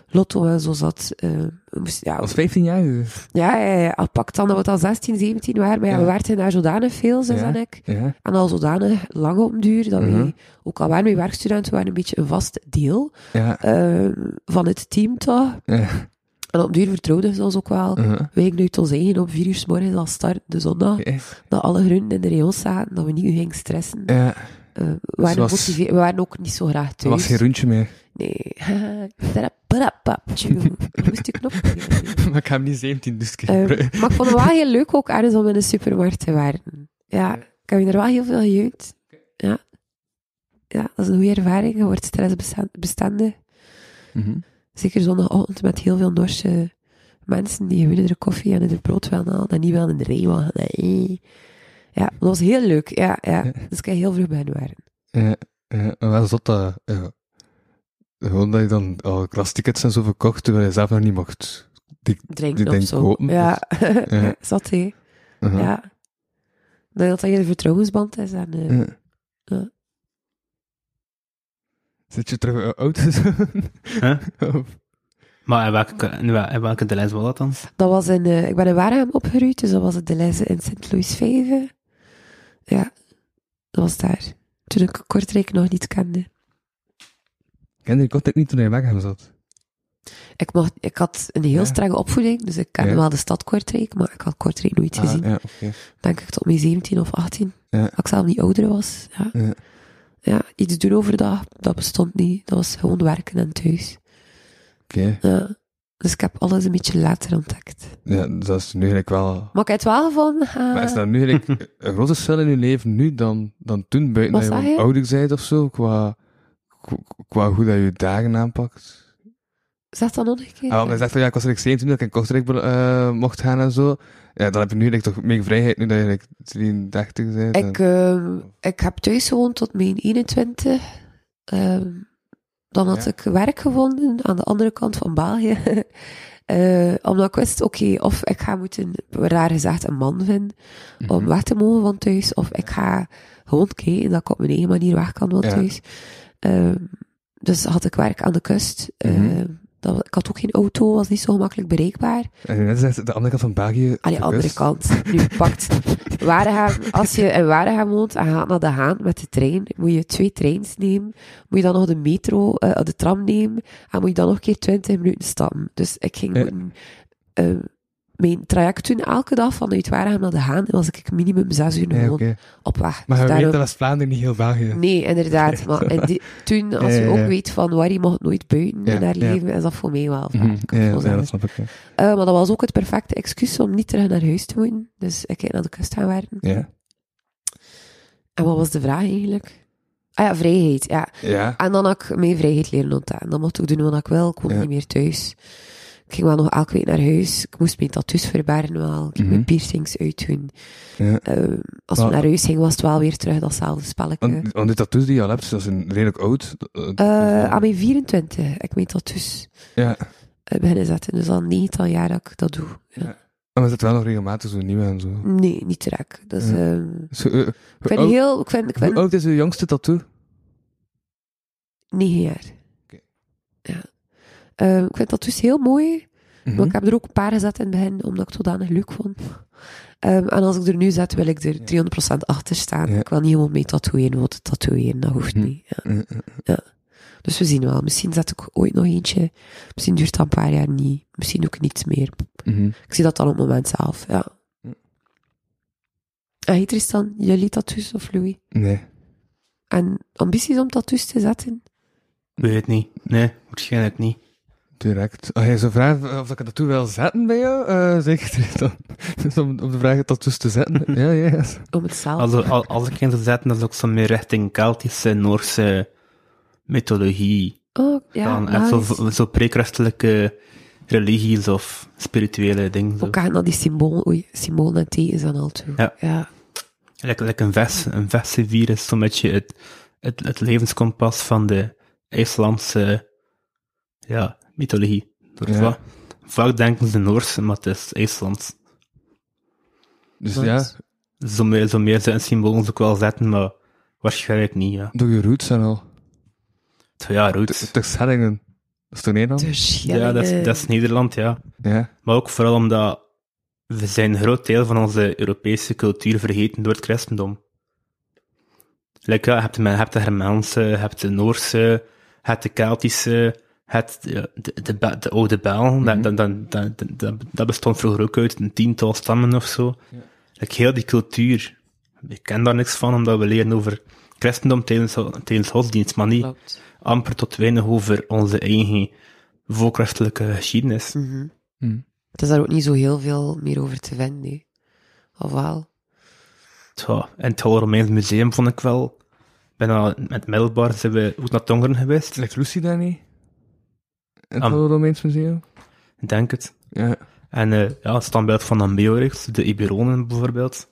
Speaker 4: lotto en zo zat. Eh, we moesten, ja,
Speaker 3: Als 15 jaar.
Speaker 4: ja, ja, ja, al pak dan dat we het al 16, 17 waren. Maar ja,
Speaker 3: Ja.
Speaker 4: we werkten daar zodanig veel, zus
Speaker 3: Ja.
Speaker 4: en ik.
Speaker 3: Ja.
Speaker 4: En al zodanig lang op een duur, dat
Speaker 3: Mhm.
Speaker 4: we, ook al waren we werkstudenten, waren een beetje een vast deel
Speaker 3: Ja.
Speaker 4: eh, van het team toch.
Speaker 3: Ja.
Speaker 4: En op een duur vertrouwden ze ons ook wel.
Speaker 3: Mhm.
Speaker 4: We gingen uit ons eigen op vier uur s morgens al start de zondag.
Speaker 3: Ja.
Speaker 4: Dat alle groenten in de rayon zaten, dat we niet gingen stressen.
Speaker 3: Ja.
Speaker 4: Eh, we, waren
Speaker 3: Zoals-
Speaker 4: gemotiveerd- we waren ook niet zo graag
Speaker 3: Er
Speaker 4: thuis.
Speaker 3: was geen rondje meer. [LAUGHS]
Speaker 4: Nee. [LAUGHS] Tadapadapap, tjoe. Ik moest die knop vinden.
Speaker 3: maar ik ga hem niet 17, dus ik
Speaker 4: Eh, maar ik vond het wel heel leuk ook ergens om in een supermarkt te werken. Ja, ik heb er wel heel veel jeugd. Ja. ja, dat is een goede ervaring. Je wordt stressbestendig.
Speaker 3: [LAUGHS] Mhm.
Speaker 4: Zeker zondagochtend met heel veel Norse mensen die je willen de koffie en de brood wel halen en niet wel in de rij willen. Nee. Ja, dat was heel leuk. Ja, ja.
Speaker 3: Ja.
Speaker 4: Dus ik heb heel vroeg bij hen werken.
Speaker 3: Ja, ja. En waar zat dat? Ja. Gewoon dat je dan al klastickets en zo verkocht, terwijl je zelf nog niet mocht.
Speaker 4: Drinken
Speaker 3: Die
Speaker 4: of
Speaker 3: denkt
Speaker 4: zo.
Speaker 3: kopen,
Speaker 4: ja.
Speaker 3: Ja.
Speaker 4: [LAUGHS]
Speaker 3: mhm.
Speaker 4: zat hé.
Speaker 3: Aha.
Speaker 4: dus- Ja. Ik denk dat dat je vertrouwensband is en... eh,
Speaker 3: Ja.
Speaker 4: Ja.
Speaker 3: Zit je terug eh, in je auto? zo?
Speaker 2: Huh?
Speaker 3: [LAUGHS] Of-
Speaker 2: Maar in welke, in wel- in welke de les was dat dan?
Speaker 4: Dat was in, eh, ik ben in Waregem opgeruimd, dus dat was het de les in Sint Louis 5. Ja, dat was daar. Toen ik Kortrijk nog niet kende.
Speaker 3: Kende je contact niet toen je in Wagham zat?
Speaker 4: Ik, mocht, ik had een heel
Speaker 3: Ja.
Speaker 4: strenge opvoeding, dus ik kende
Speaker 3: Ja. Ah,
Speaker 4: wel de stad Kortrijk, maar ik had Kortrijk nooit gezien.
Speaker 3: ja, oké.
Speaker 4: Denk ik tot mijn 17 of 18.
Speaker 3: Ja.
Speaker 4: Als ik zelf niet ouder was. Ja.
Speaker 3: Ja.
Speaker 4: Ja, iets doen overdag, dat bestond niet. Dat was gewoon werken en thuis.
Speaker 3: Oké.
Speaker 4: Ja. Dus ik heb alles een beetje later ontdekt.
Speaker 3: Ja, dus dat is nu eigenlijk wel...
Speaker 4: Maar ik heb het wel gevonden. ah.
Speaker 3: Maar is dat nu eigenlijk een grote verschil in je leven nu dan, dan toen, buiten
Speaker 4: Wat
Speaker 3: dat je,
Speaker 4: zei
Speaker 3: gewoon
Speaker 4: je?
Speaker 3: ouder bent of zo, qua, qua hoe dat je je dagen aanpakt?
Speaker 4: Zeg dan nog een keer.
Speaker 3: Ja, want hij zegt van ja, ik was eigenlijk 17 dat ik in Kortrijk eh, mocht gaan en zo. Ja, dan heb je nu eigenlijk toch meer vrijheid nu dat je eigenlijk 33 bent. en-
Speaker 4: Ik, ehm, ik heb thuis gewoond tot mijn 21. Ehm, Dan had
Speaker 7: Ja.
Speaker 4: ik werk gevonden aan de andere kant van België. [LAUGHS] Eh, omdat ik wist, oké, of ik ga moeten, raar gezegd, een man vinden om
Speaker 7: Mhm.
Speaker 4: weg te mogen van thuis. Of ik ga gewoon kijken dat ik op mijn eigen manier weg kan van
Speaker 7: Ja.
Speaker 4: thuis. Ehm, dus had ik werk aan de kust.
Speaker 7: Mhm.
Speaker 4: Eh, dat, ik had ook geen auto, was niet zo gemakkelijk bereikbaar.
Speaker 7: En net zegt de andere kant van België.
Speaker 4: Aan die
Speaker 7: de
Speaker 4: andere
Speaker 7: kust.
Speaker 4: kant. Nu pakt
Speaker 7: [LAUGHS]
Speaker 4: Waregem, als je in Waregem woont en gaat naar De Haan met de trein, moet je twee treins nemen. Moet je dan nog de metro, eh, de tram nemen. En moet je dan nog een keer 20 minuten stappen. Dus ik ging
Speaker 7: Ja.
Speaker 4: moeten, eh, mijn traject toen elke dag vanuit Waregem naar De Haan. En was ik minimum zes uur
Speaker 7: Ja,
Speaker 4: gewoon
Speaker 7: oké.
Speaker 4: op weg.
Speaker 7: Maar
Speaker 4: Ah, Dus
Speaker 7: we weten
Speaker 4: daarom-
Speaker 7: dat West-Vlaanderen niet heel België.
Speaker 4: Nee,
Speaker 7: [LAUGHS]
Speaker 4: inderdaad. Maar en die- toen, als
Speaker 7: Ja,
Speaker 4: je
Speaker 7: ja,
Speaker 4: ook
Speaker 7: ja.
Speaker 4: weet van waar je mag nooit buiten
Speaker 7: Ja,
Speaker 4: en daar
Speaker 7: ja.
Speaker 4: leven, is dat voor mij wel.
Speaker 7: Mhm.
Speaker 4: vaak, kan ik
Speaker 7: Ja,
Speaker 4: wel
Speaker 7: ja,
Speaker 4: zeggen.
Speaker 7: dat snap ik. Ja.
Speaker 4: Eh, maar dat was ook het perfecte excuus om niet terug naar huis te moeten. Dus ik ging naar de kust gaan werken.
Speaker 7: Ja.
Speaker 4: En wat was de vraag eigenlijk? Ah ja, vrijheid, ja.
Speaker 7: ja.
Speaker 4: En dan had ik mijn vrijheid leren ontdekken. Dan mocht ik doen wat ik wil. Ik woonde
Speaker 7: Ja.
Speaker 4: niet meer thuis. Ik ging wel nog elke week naar huis. Ik moest mijn tattoos verbergen wel. Ik ging mijn
Speaker 7: Mhm.
Speaker 4: piercings uitdoen.
Speaker 7: Ja.
Speaker 4: Ehm, als we
Speaker 7: Maar-
Speaker 4: naar huis gingen, was het wel weer terug datzelfde spelletje.
Speaker 7: Want, want die tattoos die je al hebt, dat zijn redelijk oud. Eh,
Speaker 4: Eh, aan mijn 24, ik mijn tattoos
Speaker 7: ja.
Speaker 4: eh, beginnen zetten. Dus al een aantal jaar dat ik dat doe.
Speaker 7: Maar we zitten wel nog regelmatig zo nieuw en zo.
Speaker 4: Nee, niet trek. Dus,
Speaker 7: Ja.
Speaker 4: ehm,
Speaker 7: Zo, eh,
Speaker 4: ik vind
Speaker 7: hoe, oud,
Speaker 4: heel... Ik vind, ik
Speaker 7: hoe
Speaker 4: vind
Speaker 7: oud is uw jongste tattoo?
Speaker 4: negen jaar.
Speaker 7: Oké.
Speaker 4: Ja. Ehm, ik vind tattoos heel mooi.
Speaker 7: Mhm.
Speaker 4: Maar ik heb er ook een paar gezet in het begin, omdat ik het zodanig leuk vond. Ehm, en als ik er nu zet, wil ik er 300% achter staan.
Speaker 7: Ja.
Speaker 4: Ik wil niet gewoon mee tatoeëren, wat tatoeëren, dat hoeft
Speaker 7: Mhm.
Speaker 4: niet. Ja.
Speaker 7: Mhm.
Speaker 4: Dus we zien wel. Misschien zet ik ooit nog eentje. Misschien duurt dat een paar jaar niet. Misschien ook niets meer.
Speaker 7: Mhm.
Speaker 4: Ik zie dat dan op het moment zelf, ja.
Speaker 7: Ja.
Speaker 4: En hey Tristan, jullie tattoos of Louis?
Speaker 7: Nee.
Speaker 4: En ambities om tattoos te zetten?
Speaker 2: Weet het niet. Nee, waarschijnlijk niet.
Speaker 7: Direct. Als je zou vragen of ik een tattoo wil zetten bij jou, eh, zeker [LAUGHS] direct dan. Dus om, om de vraag tattoos te zetten. ja, ja. ja.
Speaker 4: Om het zelf?
Speaker 2: Als, er- al- als ik in zou zetten, dat is ook zo meer richting Keltische, Noorse mythologie.
Speaker 4: oh, ja,
Speaker 2: dan echt
Speaker 4: nice.
Speaker 2: zo, zo pre-christelijke religies of spirituele dingen. Zo.
Speaker 4: Ook aan Oh, naar die symbool, oei, symbool en tekens en al toe.
Speaker 2: Ja.
Speaker 4: ja.
Speaker 2: Like, like een, vers, een versevier is zo'n beetje het, het, het levenskompas van de IJslandse ja, mythologie. Dus
Speaker 7: Ja.
Speaker 2: va- vaak denken ze Noors, maar het is IJslands.
Speaker 7: Dus
Speaker 4: Nice.
Speaker 7: ja,
Speaker 2: Zo meer, zo meer zijn symbolen ook wel zetten, maar waarschijnlijk niet, ja.
Speaker 7: door je roots en al.
Speaker 2: Zo, Ja,
Speaker 7: De
Speaker 2: roots.
Speaker 7: de Schellingen. Dat is toch Nederland?
Speaker 4: Dus
Speaker 2: Ja, dat is, dat is Nederland, ja.
Speaker 7: Ja.
Speaker 2: Maar ook vooral omdat we zijn een groot deel van onze Europese cultuur vergeten door het christendom. Like, ja, je hebt de, je hebt de Germaanse, je hebt de Noorse, je hebt de Keltische, je hebt de, de, de, Be- de oude Belgen. Dat- dat, dat, dat, dat, dat, dat bestond vroeger ook uit een tiental stammen of zo. Like, heel die cultuur. Ik ken daar niks van, omdat we leren over christendom tijdens, tijdens godsdienst, maar niet
Speaker 4: Klopt.
Speaker 2: amper tot weinig over onze eigen voorchristelijke geschiedenis.
Speaker 4: Mhm.
Speaker 7: Mhm.
Speaker 4: Het is daar ook niet zo heel veel meer over te vinden, nee. Of wel?
Speaker 2: Tja, en het Holle Romeins Museum vond ik wel. Bijna met middelbaar zijn we ook naar Tongeren geweest.
Speaker 7: Lijkt Lucy daar niet? In het
Speaker 2: Am.
Speaker 7: Oude Romeins Museum?
Speaker 2: Ik denk het.
Speaker 7: Ja.
Speaker 2: En eh, ja, het standbeeld van Ambiorix, de Iberonen bijvoorbeeld.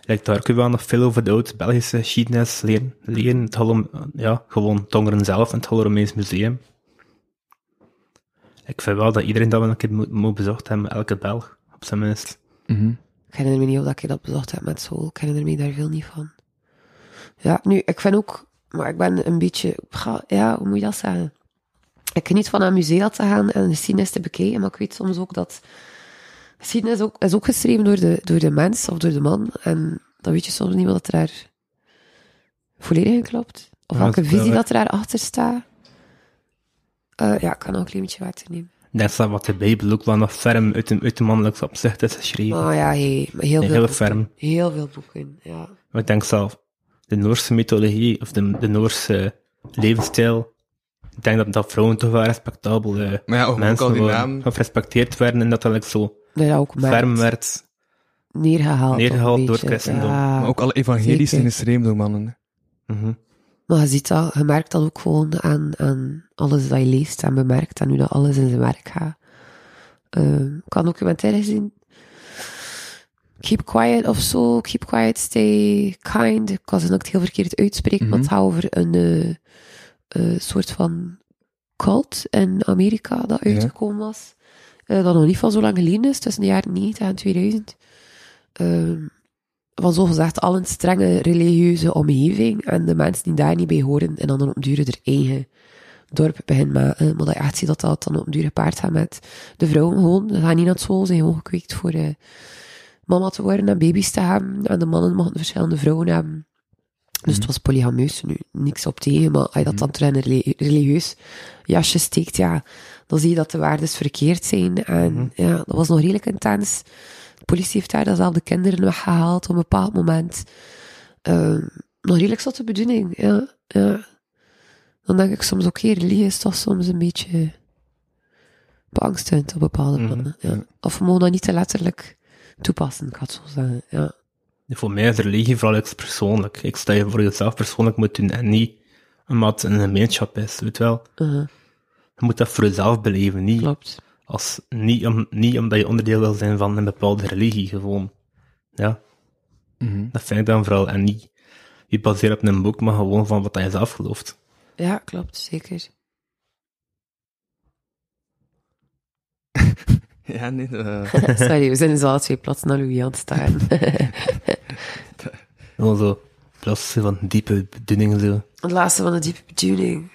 Speaker 2: Lijkt daar kun je wel nog veel over de oud-Belgische geschiedenis leren. leren het Holle, ja, gewoon Tongeren zelf en het Holle Romeins Museum. Ik vind wel dat iedereen dat wel een keer moet, moet bezocht hebben, elke Belg, op zijn minst.
Speaker 7: Mhm.
Speaker 4: Ik herinner me niet of dat ik dat bezocht heb met school. Ik herinner me daar veel niet van. Ja, nu, ik vind ook... Maar ik ben een beetje... ga- Ja, hoe moet je dat zeggen? Ik geniet van naar musea te gaan en geschiedenis te bekijken, maar ik weet soms ook dat... Geschiedenis ook, is ook geschreven door de, door de mens of door de man. En dan weet je soms niet wat er daar volledig in klopt. Of
Speaker 2: Ja,
Speaker 4: welke
Speaker 2: dat-
Speaker 4: visie
Speaker 2: dat-
Speaker 4: dat er daarachter staat. Eh, ja, ik kan ook een klein beetje water nemen.
Speaker 2: Ik denk dat wat de Bijbel ook wel nog ferm uit de, uit de mannelijke opzicht is geschreven.
Speaker 4: Oh ja, hey, maar heel
Speaker 2: Heel
Speaker 4: veel boeken.
Speaker 2: ferm.
Speaker 4: Heel veel boeken, ja.
Speaker 2: Maar ik denk zelf, de Noorse mythologie of de, de Noorse eh, levensstijl, ik denk dat, dat vrouwen toch wel respectabel eh,
Speaker 7: Maar ja, ook, ook al
Speaker 2: mensen Ah.
Speaker 7: die
Speaker 2: worden,
Speaker 7: naam.
Speaker 2: of respecteerd werden en dat dat like zo
Speaker 4: Dat je dat ook merkt.
Speaker 2: ferm werd.
Speaker 4: Neergehaald. ook
Speaker 2: Neergehaald
Speaker 4: een
Speaker 2: door het
Speaker 4: beetje,
Speaker 2: christendom.
Speaker 4: ja.
Speaker 7: Maar ook alle evangelies
Speaker 4: Zeker.
Speaker 7: zijn geschreven door mannen.
Speaker 2: Mhm.
Speaker 4: Maar je ziet dat, je merkt dat ook gewoon aan, aan alles dat je leest en bemerkt en nu dat alles in zijn werk gaat. Ehm, ik had een documentaire gezien. Keep quiet of zo. Keep quiet, stay
Speaker 7: Mhm.
Speaker 4: kind. Ik kan ze ook heel verkeerd uitspreken, want het gaat over een eh, eh, soort van Cult in Amerika dat
Speaker 3: Ja.
Speaker 4: uitgekomen was. Eh, dat nog niet van zo lang geleden is, tussen de jaren 90 en 2000. Ehm van zogezegd al een strenge religieuze omgeving. En de mensen die daar niet bij horen, en dan op duur er eigen dorp begin maken. Maar dat je echt ziet dat dat dan op duur gepaard gaat met de vrouwen gewoon. Ze gaan niet naar het school, ze zijn gewoon gekweekt voor eh, mama te worden en baby's te hebben. En de mannen mochten verschillende vrouwen hebben. Dus het was polygameus, nu niks op tegen, maar als je dat dan terug in een reli- religieus jasje steekt, ja, dan zie je dat de waardes verkeerd zijn. En ja, dat was nog redelijk intens. De politie heeft daar dezelfde kinderen weggehaald op een bepaald moment. Ehm, nog redelijk zotte bedoeling, ja, ja. Dan denk ik soms, oké, religie is toch soms een beetje beangstigend op bepaalde plannen. ja. Of we mogen dat niet te letterlijk toepassen, ik had zo zeggen, ja.
Speaker 2: Voor mij is religie vooral iets persoonlijk. Ik sta je voor jezelf persoonlijk moet doen en niet omdat het een gemeenschap is, weet je wel.
Speaker 4: Uh-huh,
Speaker 2: Je moet dat voor jezelf beleven, niet,
Speaker 4: klopt.
Speaker 2: als, niet, om, niet omdat je onderdeel wil zijn van een bepaalde religie, gewoon. Ja. Dat vind ik dan vooral. En niet je baseert op een boek, maar gewoon van wat je zelf gelooft.
Speaker 4: Ja, klopt, zeker.
Speaker 3: [LAUGHS] Ja, nee. eh,
Speaker 4: [LAUGHS] Sorry, we zijn zo alle twee plots naar Louis aan het staan. [LAUGHS]
Speaker 2: Gewoon zo, plus zo van diepe bedoelingen zo.
Speaker 4: Het laatste van de diepe bedoeling.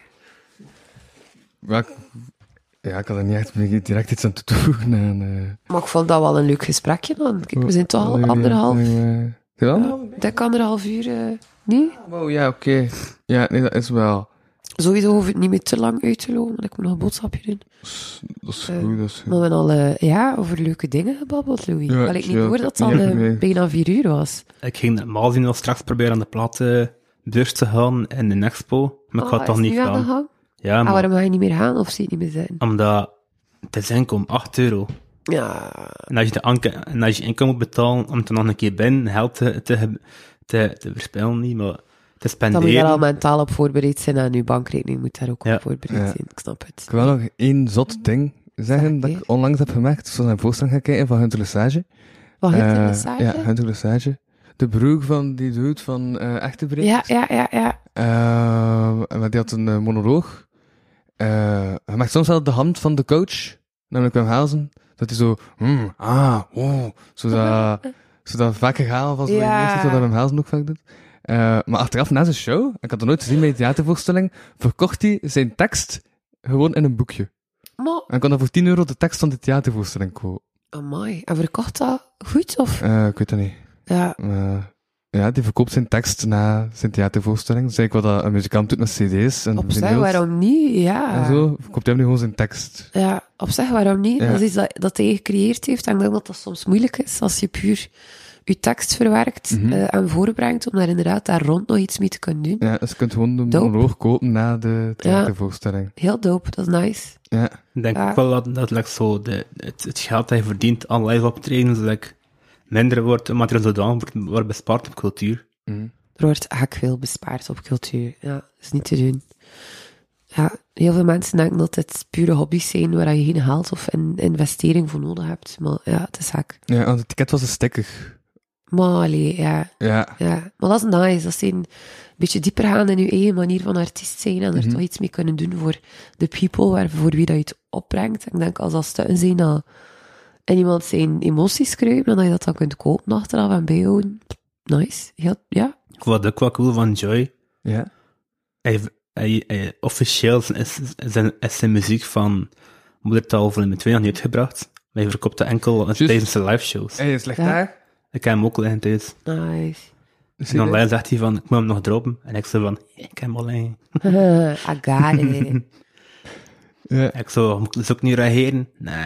Speaker 3: maar ik- ja, ik had er niet echt direct iets aan toe te voegen. En, eh,
Speaker 4: Maar ik vond dat wel een leuk gesprekje, man. Kijk, we zijn toch
Speaker 3: wat
Speaker 4: al
Speaker 3: jullie
Speaker 4: anderhalf,
Speaker 3: hebben, eh, gedaan?
Speaker 4: denk anderhalf uur, eh, niet?
Speaker 3: Oh ja, oké. Ja, nee, dat is wel.
Speaker 4: Sowieso hoef ik niet meer te lang uit te lopen, want ik moet nog een boodschapje doen.
Speaker 3: Dat is
Speaker 4: Eh,
Speaker 3: goed, dat is goed.
Speaker 4: Maar we hebben al eh, ja, over leuke dingen gebabbeld, Louis.
Speaker 3: Ja,
Speaker 4: Wel, ik niet
Speaker 3: ja,
Speaker 4: hoor dat het al
Speaker 3: ja,
Speaker 4: eh,
Speaker 3: nee.
Speaker 4: bijna vier uur was.
Speaker 2: Ik ging dat maal zien al straks proberen aan de platenbeurs te gaan in de expo, maar ik ga
Speaker 4: Oh,
Speaker 2: het toch
Speaker 4: is
Speaker 2: niet
Speaker 4: nu aan de
Speaker 2: gaan.
Speaker 4: gang?
Speaker 2: Ja,
Speaker 4: Ah,
Speaker 2: maar
Speaker 4: waarom ga je niet meer gaan of zie je het niet meer zijn?
Speaker 2: omdat het is inkom, 8 euro.
Speaker 4: Ja,
Speaker 2: En als je, de anke, en als je inkomen moet betalen om te nog een keer binnen geld te, te, heb- te, te verspillen, niet, maar te
Speaker 4: dan moet je
Speaker 2: spenderen.
Speaker 4: daar al mentaal op voorbereid zijn en je bankrekening moet daar ook
Speaker 2: Ja.
Speaker 4: op voorbereid
Speaker 3: Ja.
Speaker 4: zijn. Ik snap het.
Speaker 3: Ik wil nog één zot ding zeggen
Speaker 4: Mm. Zeg
Speaker 3: dat
Speaker 4: weer.
Speaker 3: ik onlangs heb gemerkt. Ik was naar een voorstelling gaan kijken van Hunter Lesage.
Speaker 4: Wat heeft
Speaker 3: Eh,
Speaker 4: een massage?
Speaker 3: Ja, Hunter Lesage. De broer van die dude van eh Echte Breek.
Speaker 4: Ja, ja, ja, ja.
Speaker 3: Ehm, maar die had een eh, monoloog. Eh, hij maakt soms wel de hand van de coach, namelijk Wim Hazen, dat hij zo, hmm, ah, oh, zodat,
Speaker 4: [LAUGHS]
Speaker 3: zodat vaker gaan van zo'n
Speaker 4: Ja.
Speaker 3: emotie, zodat Wim Hazen ook vaak doet. Eh, maar achteraf, na zijn show, ik had dat nooit gezien bij een theatervoorstelling, verkocht hij zijn tekst gewoon in een boekje.
Speaker 4: Maar,
Speaker 3: En ik kon dan voor 10 euro de tekst van de theatervoorstelling kopen.
Speaker 4: amai. En verkocht dat goed? Of?
Speaker 3: Eh, ik weet dat niet.
Speaker 4: Ja,
Speaker 3: Eh, ja, die verkoopt zijn tekst na zijn theatervoorstelling. Dat is eigenlijk wat dat een muzikant doet met cd's en
Speaker 4: op zich,
Speaker 3: vinyls.
Speaker 4: waarom niet?
Speaker 3: En
Speaker 4: Ja.
Speaker 3: zo komt hij nu gewoon zijn tekst.
Speaker 4: Ja, op zich, waarom niet?
Speaker 3: Ja.
Speaker 4: Dat is iets dat, dat hij gecreëerd heeft. En ik denk dat dat soms moeilijk is als je puur je tekst verwerkt eh, en voorbrengt, om daar inderdaad daar rond nog iets mee te kunnen doen.
Speaker 3: Mhm. Ja, dus je kunt gewoon de
Speaker 4: Dope.
Speaker 3: monoloog kopen na de theatervoorstelling.
Speaker 4: Heel dope, dat is nice.
Speaker 3: Ja.
Speaker 2: Ik denk
Speaker 4: Ja.
Speaker 2: ook wel dat, dat like, zo de, het, het geld dat je verdient aan live optreden, zodat ik minder wordt, omdat er zodanig wordt, wordt bespaard op cultuur.
Speaker 4: Er wordt hak veel bespaard op cultuur. Ja, dat is niet te doen. Ja, heel veel mensen denken dat het pure hobby's zijn waar je geen geld of een investering voor nodig hebt. Maar ja, het is hak.
Speaker 3: Ja, want het ticket was een stikker.
Speaker 4: Maar allee, ja.
Speaker 3: Ja.
Speaker 4: Ja, maar dat is nice. Dat zijn een beetje dieper gaan in je eigen manier van artiest zijn en er
Speaker 3: Mhm.
Speaker 4: toch iets mee kunnen doen voor de people waar, voor wie dat je het opbrengt. Ik denk als dat stukken zijn dat en iemand zijn emoties kruipen en dat je dat dan kunt kopen achteraf en bijhouden. Nice. Heel, ja.
Speaker 2: Ik vond het ook wel cool van Joy.
Speaker 3: Ja.
Speaker 2: Hij, hij, hij- officieel is, is- zijn, is zijn muziek van Moedertaal voor nummer 2 nog niet uitgebracht. Maar hij verkoopt dat enkel tijdens zijn live shows.
Speaker 3: Hé, hey, is slecht
Speaker 4: Ja.
Speaker 3: daar?
Speaker 2: Ik heb hem ook liggen thuis.
Speaker 4: Nice. [LAUGHS]
Speaker 2: En online zegt hij van, ik moet hem nog droppen. En ik zei van, ik heb hem al liggen.
Speaker 4: I got
Speaker 3: [LAUGHS]
Speaker 4: it.
Speaker 3: Ja.
Speaker 2: Ik zo, moet ik dus ook niet reageren? Nee.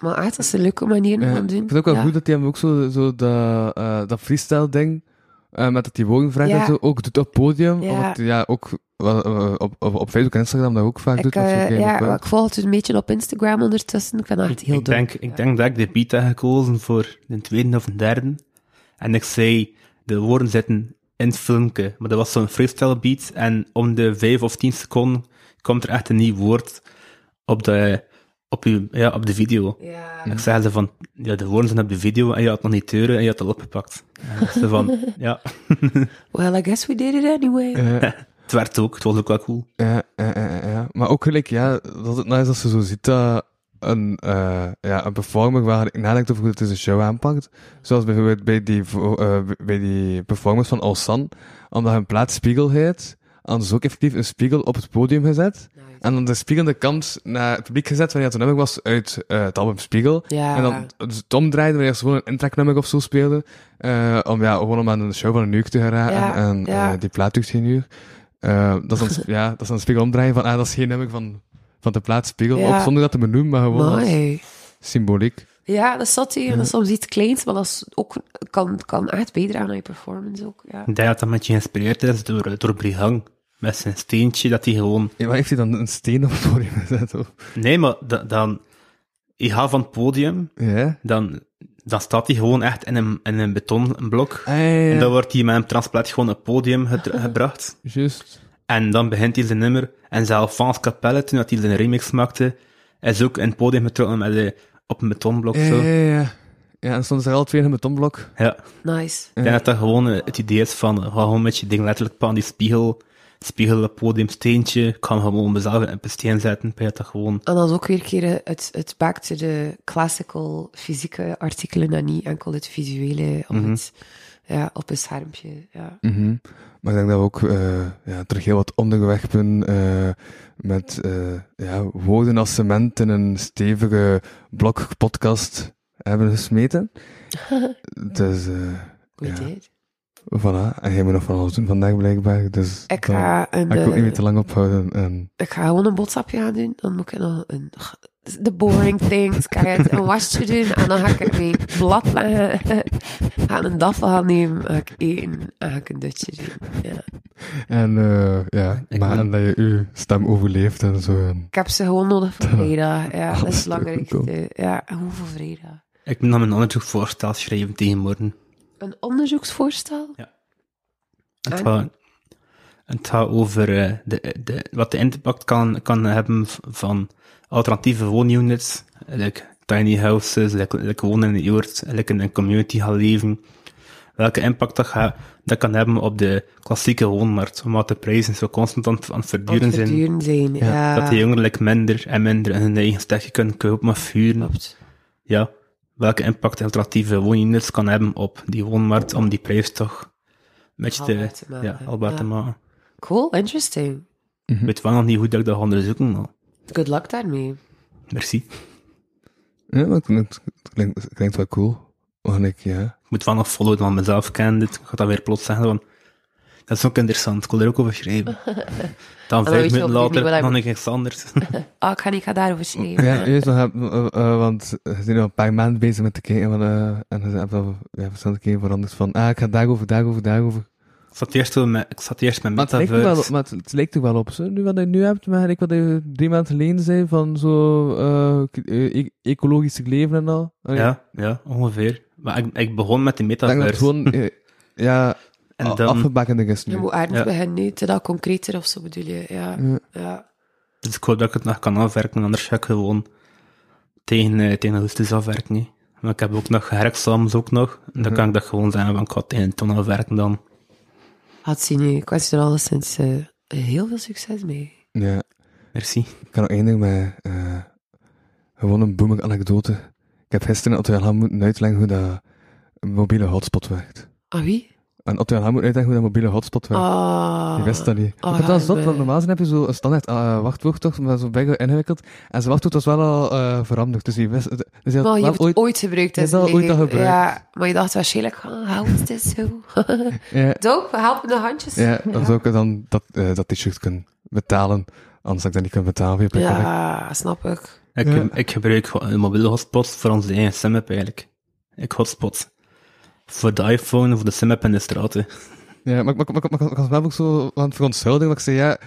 Speaker 4: maar echt, dat is een leuke manier om
Speaker 3: Ja.
Speaker 4: aan
Speaker 3: Ik
Speaker 4: te doen.
Speaker 3: vind het ook wel
Speaker 4: Ja.
Speaker 3: goed dat hij hem ook zo, zo dat, eh, dat freestyle ding, eh, met dat die woonvraag
Speaker 4: Ja.
Speaker 3: en zo, ook doet op het podium.
Speaker 4: Ja.
Speaker 3: Omdat, ja, ook wel, eh, op, op, op Facebook en Instagram dat ook vaak doet.
Speaker 4: Ik,
Speaker 3: want zo
Speaker 4: eh,
Speaker 3: ken je
Speaker 4: ja,
Speaker 3: ook wel.
Speaker 4: ik volg het een beetje op Instagram ondertussen. Ik vind het echt heel
Speaker 2: ik
Speaker 4: dope.
Speaker 2: denk, ik denk dat ik de beat heb gekozen voor de tweede of de derde. En ik zei, de woorden zitten in het filmpje. Maar dat was zo'n freestyle beat. En om de vijf of tien seconden komt er echt een nieuw woord op de, op uw, ja, op de video.
Speaker 4: Ja.
Speaker 2: Ik zei ze van, ja, de woorden zijn op de video en je had nog niet teuren en je had al opgepakt. En ze
Speaker 4: [LAUGHS]
Speaker 2: van, ja,
Speaker 4: Well, I guess we did it anyway.
Speaker 3: Ja.
Speaker 2: het werd ook, het was ook wel cool.
Speaker 3: Ja, ja, ja, ja, ja. Maar ook gelijk, ja, dat het nou is als ze zo ziet dat een, eh, ja, een performer waar ik nadenkt over hoe het in zijn show aanpakt. Zoals bijvoorbeeld bij die, vo- eh, bij die performance van Olsan, omdat hun plaats spiegel heet, anders ook effectief een spiegel op het podium gezet. En dan de spiegel aan de kant naar het publiek gezet wanneer het een nummer was uit eh, het album Spiegel.
Speaker 4: Ja.
Speaker 3: En dan het omdraaien wanneer ze gewoon een intracknummer of zo speelden. eh, om ja, gewoon om aan een show van een uur te geraken.
Speaker 4: Ja,
Speaker 3: en
Speaker 4: ja.
Speaker 3: eh, die plaat duurt geen uur. Eh, dat,
Speaker 4: [LAUGHS]
Speaker 3: is dan, ja, dat is dan spiegel omdraaien van ah, dat is geen nummer van, van de plaat Spiegel.
Speaker 4: Ja.
Speaker 3: Ook zonder dat te benoemen, maar gewoon als
Speaker 4: Mooi.
Speaker 3: symboliek.
Speaker 4: Ja, dat zat hier. Dat is soms iets kleins, maar dat is ook, kan, kan echt bijdragen aan je performance ook.
Speaker 3: Hm.
Speaker 4: Ja.
Speaker 2: Ik denk dat dat met je geïnspireerd is door, door Brihang. Met zijn steentje, dat hij gewoon...
Speaker 3: Ja, maar heeft hij dan een steen op het podium gezet? Of?
Speaker 2: Nee, maar da- dan... Je gaat van het podium,
Speaker 3: Ja?
Speaker 2: dan, dan staat hij gewoon echt in een, in een betonblok.
Speaker 3: Ah, ja, ja,
Speaker 2: En
Speaker 3: ja.
Speaker 2: dan wordt hij met een transplant gewoon op het
Speaker 3: [LAUGHS]
Speaker 2: podium getra- gebracht.
Speaker 3: Juist.
Speaker 2: En dan begint hij zijn nummer. En zelf Frans Capelle, toen dat hij zijn remix maakte, is ook in het podium getrokken met de, op een betonblok.
Speaker 3: Ja,
Speaker 2: zo.
Speaker 3: ja,
Speaker 2: Ja.
Speaker 3: ja. ja. Ja, en stonden ze er al twee in een betonblok.
Speaker 4: Nice.
Speaker 2: Ik denk dat dat gewoon eh, het idee is van, eh, ga gewoon met je ding letterlijk op aan die spiegel. Spiegel op het podium, steentje. Ik kan gewoon mezelf op een steen zetten. Ik denk dat dat gewoon...
Speaker 4: En dat is ook weer een keer eh, het, het back to the classical fysieke artikelen en niet enkel het visuele op, het, ja, op een schermpje. Ja.
Speaker 3: Mhm. Maar ik denk dat we ook eh, ja, terug heel wat ondergewerpen eh met eh, ja, woorden als cement in een stevige blok podcast hebben
Speaker 4: [LAUGHS]
Speaker 3: gesmeten. dus eh
Speaker 4: Goed
Speaker 3: Ja.
Speaker 4: idee.
Speaker 3: voilà, en jij moet nog van alles doen vandaag blijkbaar. Dus
Speaker 4: Ik
Speaker 3: dan
Speaker 4: ga, een,
Speaker 3: ga ik ook niet
Speaker 4: eh,
Speaker 3: meer te lang ophouden. En,
Speaker 4: ik ga gewoon een boodschapje aan doen. Dan moet ik nog een... The boring things. Ik ga een wasje doen en dan ga ik het mee blad [LAUGHS] leggen. Ga een daffel gaan nemen, ga ik eten en ga ik een dutje doen. Ja.
Speaker 3: en eh, ja,
Speaker 2: Ik
Speaker 3: maar
Speaker 2: ben-
Speaker 3: en dat je je stem overleeft en zo. En,
Speaker 4: Ik heb ze gewoon
Speaker 3: [LAUGHS]
Speaker 4: nodig voor vrijdag. Ja, dat is
Speaker 3: Alles
Speaker 4: het belangrijkste. Ja, gewoon voor vrijdag.
Speaker 2: Ik moet dan mijn onderzoekvoorstel schrijven tegen morgen.
Speaker 4: Een onderzoeksvoorstel?
Speaker 2: Het
Speaker 4: En?
Speaker 2: gaat, het gaat over eh, de, de, wat de impact kan, kan hebben v- van alternatieve woonunits, like tiny houses, like, like wonen in de yurt, like in een community gaan leven. Welke impact dat, ga, dat kan hebben op de klassieke woonmarkt, omdat de prijzen zo constant aan, het- aan het verduren
Speaker 4: Duren zijn.
Speaker 2: zijn.
Speaker 4: zijn. Ja,
Speaker 2: Dat de jongeren like, minder en minder in hun eigen stekje kunnen kopen of vuren.
Speaker 4: Klopt.
Speaker 2: Ja, welke impact alternatieve woonunits kan hebben op die woonmarkt om die prijs toch een beetje
Speaker 4: Haalbaar te
Speaker 2: te,
Speaker 4: maken,
Speaker 2: ja, haalbaar
Speaker 4: eh, ja.
Speaker 2: te maken.
Speaker 4: Cool, interesting.
Speaker 3: Mhm.
Speaker 2: Ik weet wel nog niet hoe dat ik dat ga onderzoeken, maar
Speaker 4: Good luck daarmee.
Speaker 2: merci.
Speaker 3: ja, maar het klinkt, het klinkt, het klinkt wel cool. Want ik, ja.
Speaker 2: Ik moet wel nog followen, want mezelf kennen dit. Ik ga dat weer plots zeggen, want dat is ook interessant. Ik wil er ook over
Speaker 4: [LAUGHS]
Speaker 2: schrijven. Dan
Speaker 4: Ah, weet je
Speaker 2: vijf minuten
Speaker 4: ook niet
Speaker 2: later,
Speaker 4: wat hij
Speaker 2: dan
Speaker 4: moet-
Speaker 2: ik iets anders.
Speaker 4: Ah, ik ga niet gaan daarover
Speaker 3: [LAUGHS]
Speaker 4: schrijven.
Speaker 3: Ja, juist, want, je hebt, eh, eh, want we zijn nu al een paar maanden bezig met te kijken van, eh, en ze hebben al ja, verschillende keren veranderd van, ah, ik ga daarover, daarover, daarover.
Speaker 2: ik, zat eerst zo met, ik zat eerst met
Speaker 3: Maar het, lijkt er wel op,
Speaker 2: metaverse.
Speaker 3: maar het, het lijkt er wel op, zo. nu wat je nu hebt, maar ik wat je drie maanden geleden zei van zo eh, eh, ecologisch leven en al. Allee, ik
Speaker 2: Ja, ja, ongeveer. Maar ik, ik begon met de
Speaker 3: denk dat het
Speaker 2: metaverse.
Speaker 3: gewoon, eh, [LAUGHS] ja,
Speaker 2: en
Speaker 3: a-
Speaker 2: dan,
Speaker 3: afgebakkender is
Speaker 4: Je
Speaker 3: nu.
Speaker 4: moet aardig
Speaker 2: Ja.
Speaker 4: beginnen nu, te dat concreter of zo bedoel je. Ja,
Speaker 3: Ja.
Speaker 4: ja.
Speaker 2: Dus ik hoop dat ik het nog kan afwerken, anders ga ik gewoon tegen, eh, tegen augustus afwerken. hè. Maar ik heb ook nog herexamens ook nog. En dan kan ik dat gewoon zeggen, van ik ga tegen ton afwerken dan.
Speaker 4: Had zien nu. Ik wens je er alleszins eh, heel veel succes mee.
Speaker 3: Ja,
Speaker 2: Merci.
Speaker 3: ik kan nog één ding met, eh, gewoon een booming anekdote. Ik heb gisteren aan Otto moeten uitleggen hoe dat een mobiele hotspot werkt.
Speaker 4: Ah, wie?
Speaker 3: En Otto Jan moet uitleggen hoe dat mobiele hotspot werkt.
Speaker 4: Ah.
Speaker 3: Je wist dat niet.
Speaker 4: Ah,
Speaker 3: ik vind dat zot,
Speaker 4: we-
Speaker 3: want normaal gezien heb je zo een standaard eh, wachtwoord toch, maar zo bijna ingewikkeld. En zijn wachtwoord was wel al eh, veranderd, dus je wist... Dus je had
Speaker 4: Maar je
Speaker 3: wel
Speaker 4: hebt het ooit gebruikt.
Speaker 3: Je hebt
Speaker 4: in
Speaker 3: dat
Speaker 4: je
Speaker 3: ooit al
Speaker 4: leven.
Speaker 3: gebruikt.
Speaker 4: Ja, maar je dacht waarschijnlijk, ah, helpt dit zo?
Speaker 3: Ja,
Speaker 4: Doop, helpende handjes.
Speaker 3: ja, dan zou ik dan dat, eh, dat t-shirt kunnen betalen, anders had ik dat niet kunnen betalen via PayPal.
Speaker 4: Ja, snap ik.
Speaker 2: Ik,
Speaker 3: Ja.
Speaker 2: ik gebruik gewoon een mobiele hotspot voor onze eigen SimApp eigenlijk. Ik hotspot. Voor de iPhone, voor de SimApp in de straten.
Speaker 3: Ja, maar ik was wel ook zo aan het verontschuldigen, dat ik zei, ja...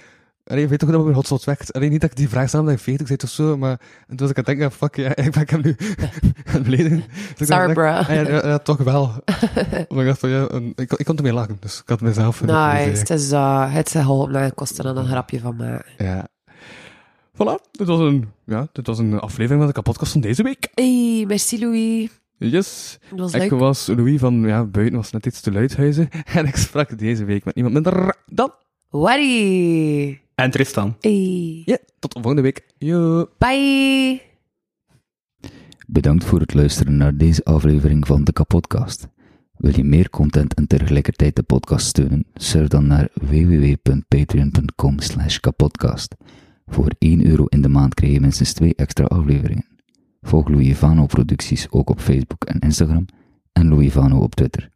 Speaker 3: Allee, je weet toch hoe dat mijn hotspot werkt? Allee, niet dat ik die vraag stel omdat ik 40 zit of zo, maar... En toen was ik aan het denken, fuck, ja, [LAUGHS] ik ben hem nu aan het beledigen. Dus ik dacht,
Speaker 4: Sorry,
Speaker 3: ah,
Speaker 4: bro.
Speaker 3: ja, ja, ja, toch
Speaker 4: [LAUGHS]
Speaker 3: wel. maar ik dacht van, ja, en ik, kon- ik kon ermee lachen, dus ik had mezelf... in de
Speaker 4: Nice,
Speaker 3: verliezen.
Speaker 4: het is uh, het is geholpen en kost er dan een grapje van maken.
Speaker 3: Ja. Voilà, dit was een, ja, dit was een aflevering van de kapotkast van deze week.
Speaker 4: Hey, merci Louis.
Speaker 3: Yes.
Speaker 4: Dat was
Speaker 3: Ik
Speaker 4: leuk.
Speaker 3: [LAUGHS] was Louis van, ja, buiten was net iets te luidhuizen. En ik sprak deze week met niemand minder dan
Speaker 4: Wadi.
Speaker 2: En Tristan.
Speaker 4: Hey.
Speaker 7: Ja, tot volgende week. Yo.
Speaker 4: Bye.
Speaker 8: Bedankt voor het luisteren naar deze aflevering van de Kapodcast. Wil je meer content en tegelijkertijd de podcast steunen? Surf dan naar www.patreon.com slash kapodcast. Voor 1 euro in de maand krijg je minstens 2 extra afleveringen. Volg Louis Vano producties ook op Facebook en Instagram en Louis Vano op Twitter.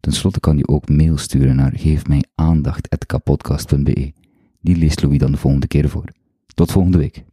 Speaker 8: Ten slotte kan je ook mail sturen naar geefmijaandacht.kapodcast.be. Die leest Louis dan de volgende keer voor. Tot volgende week.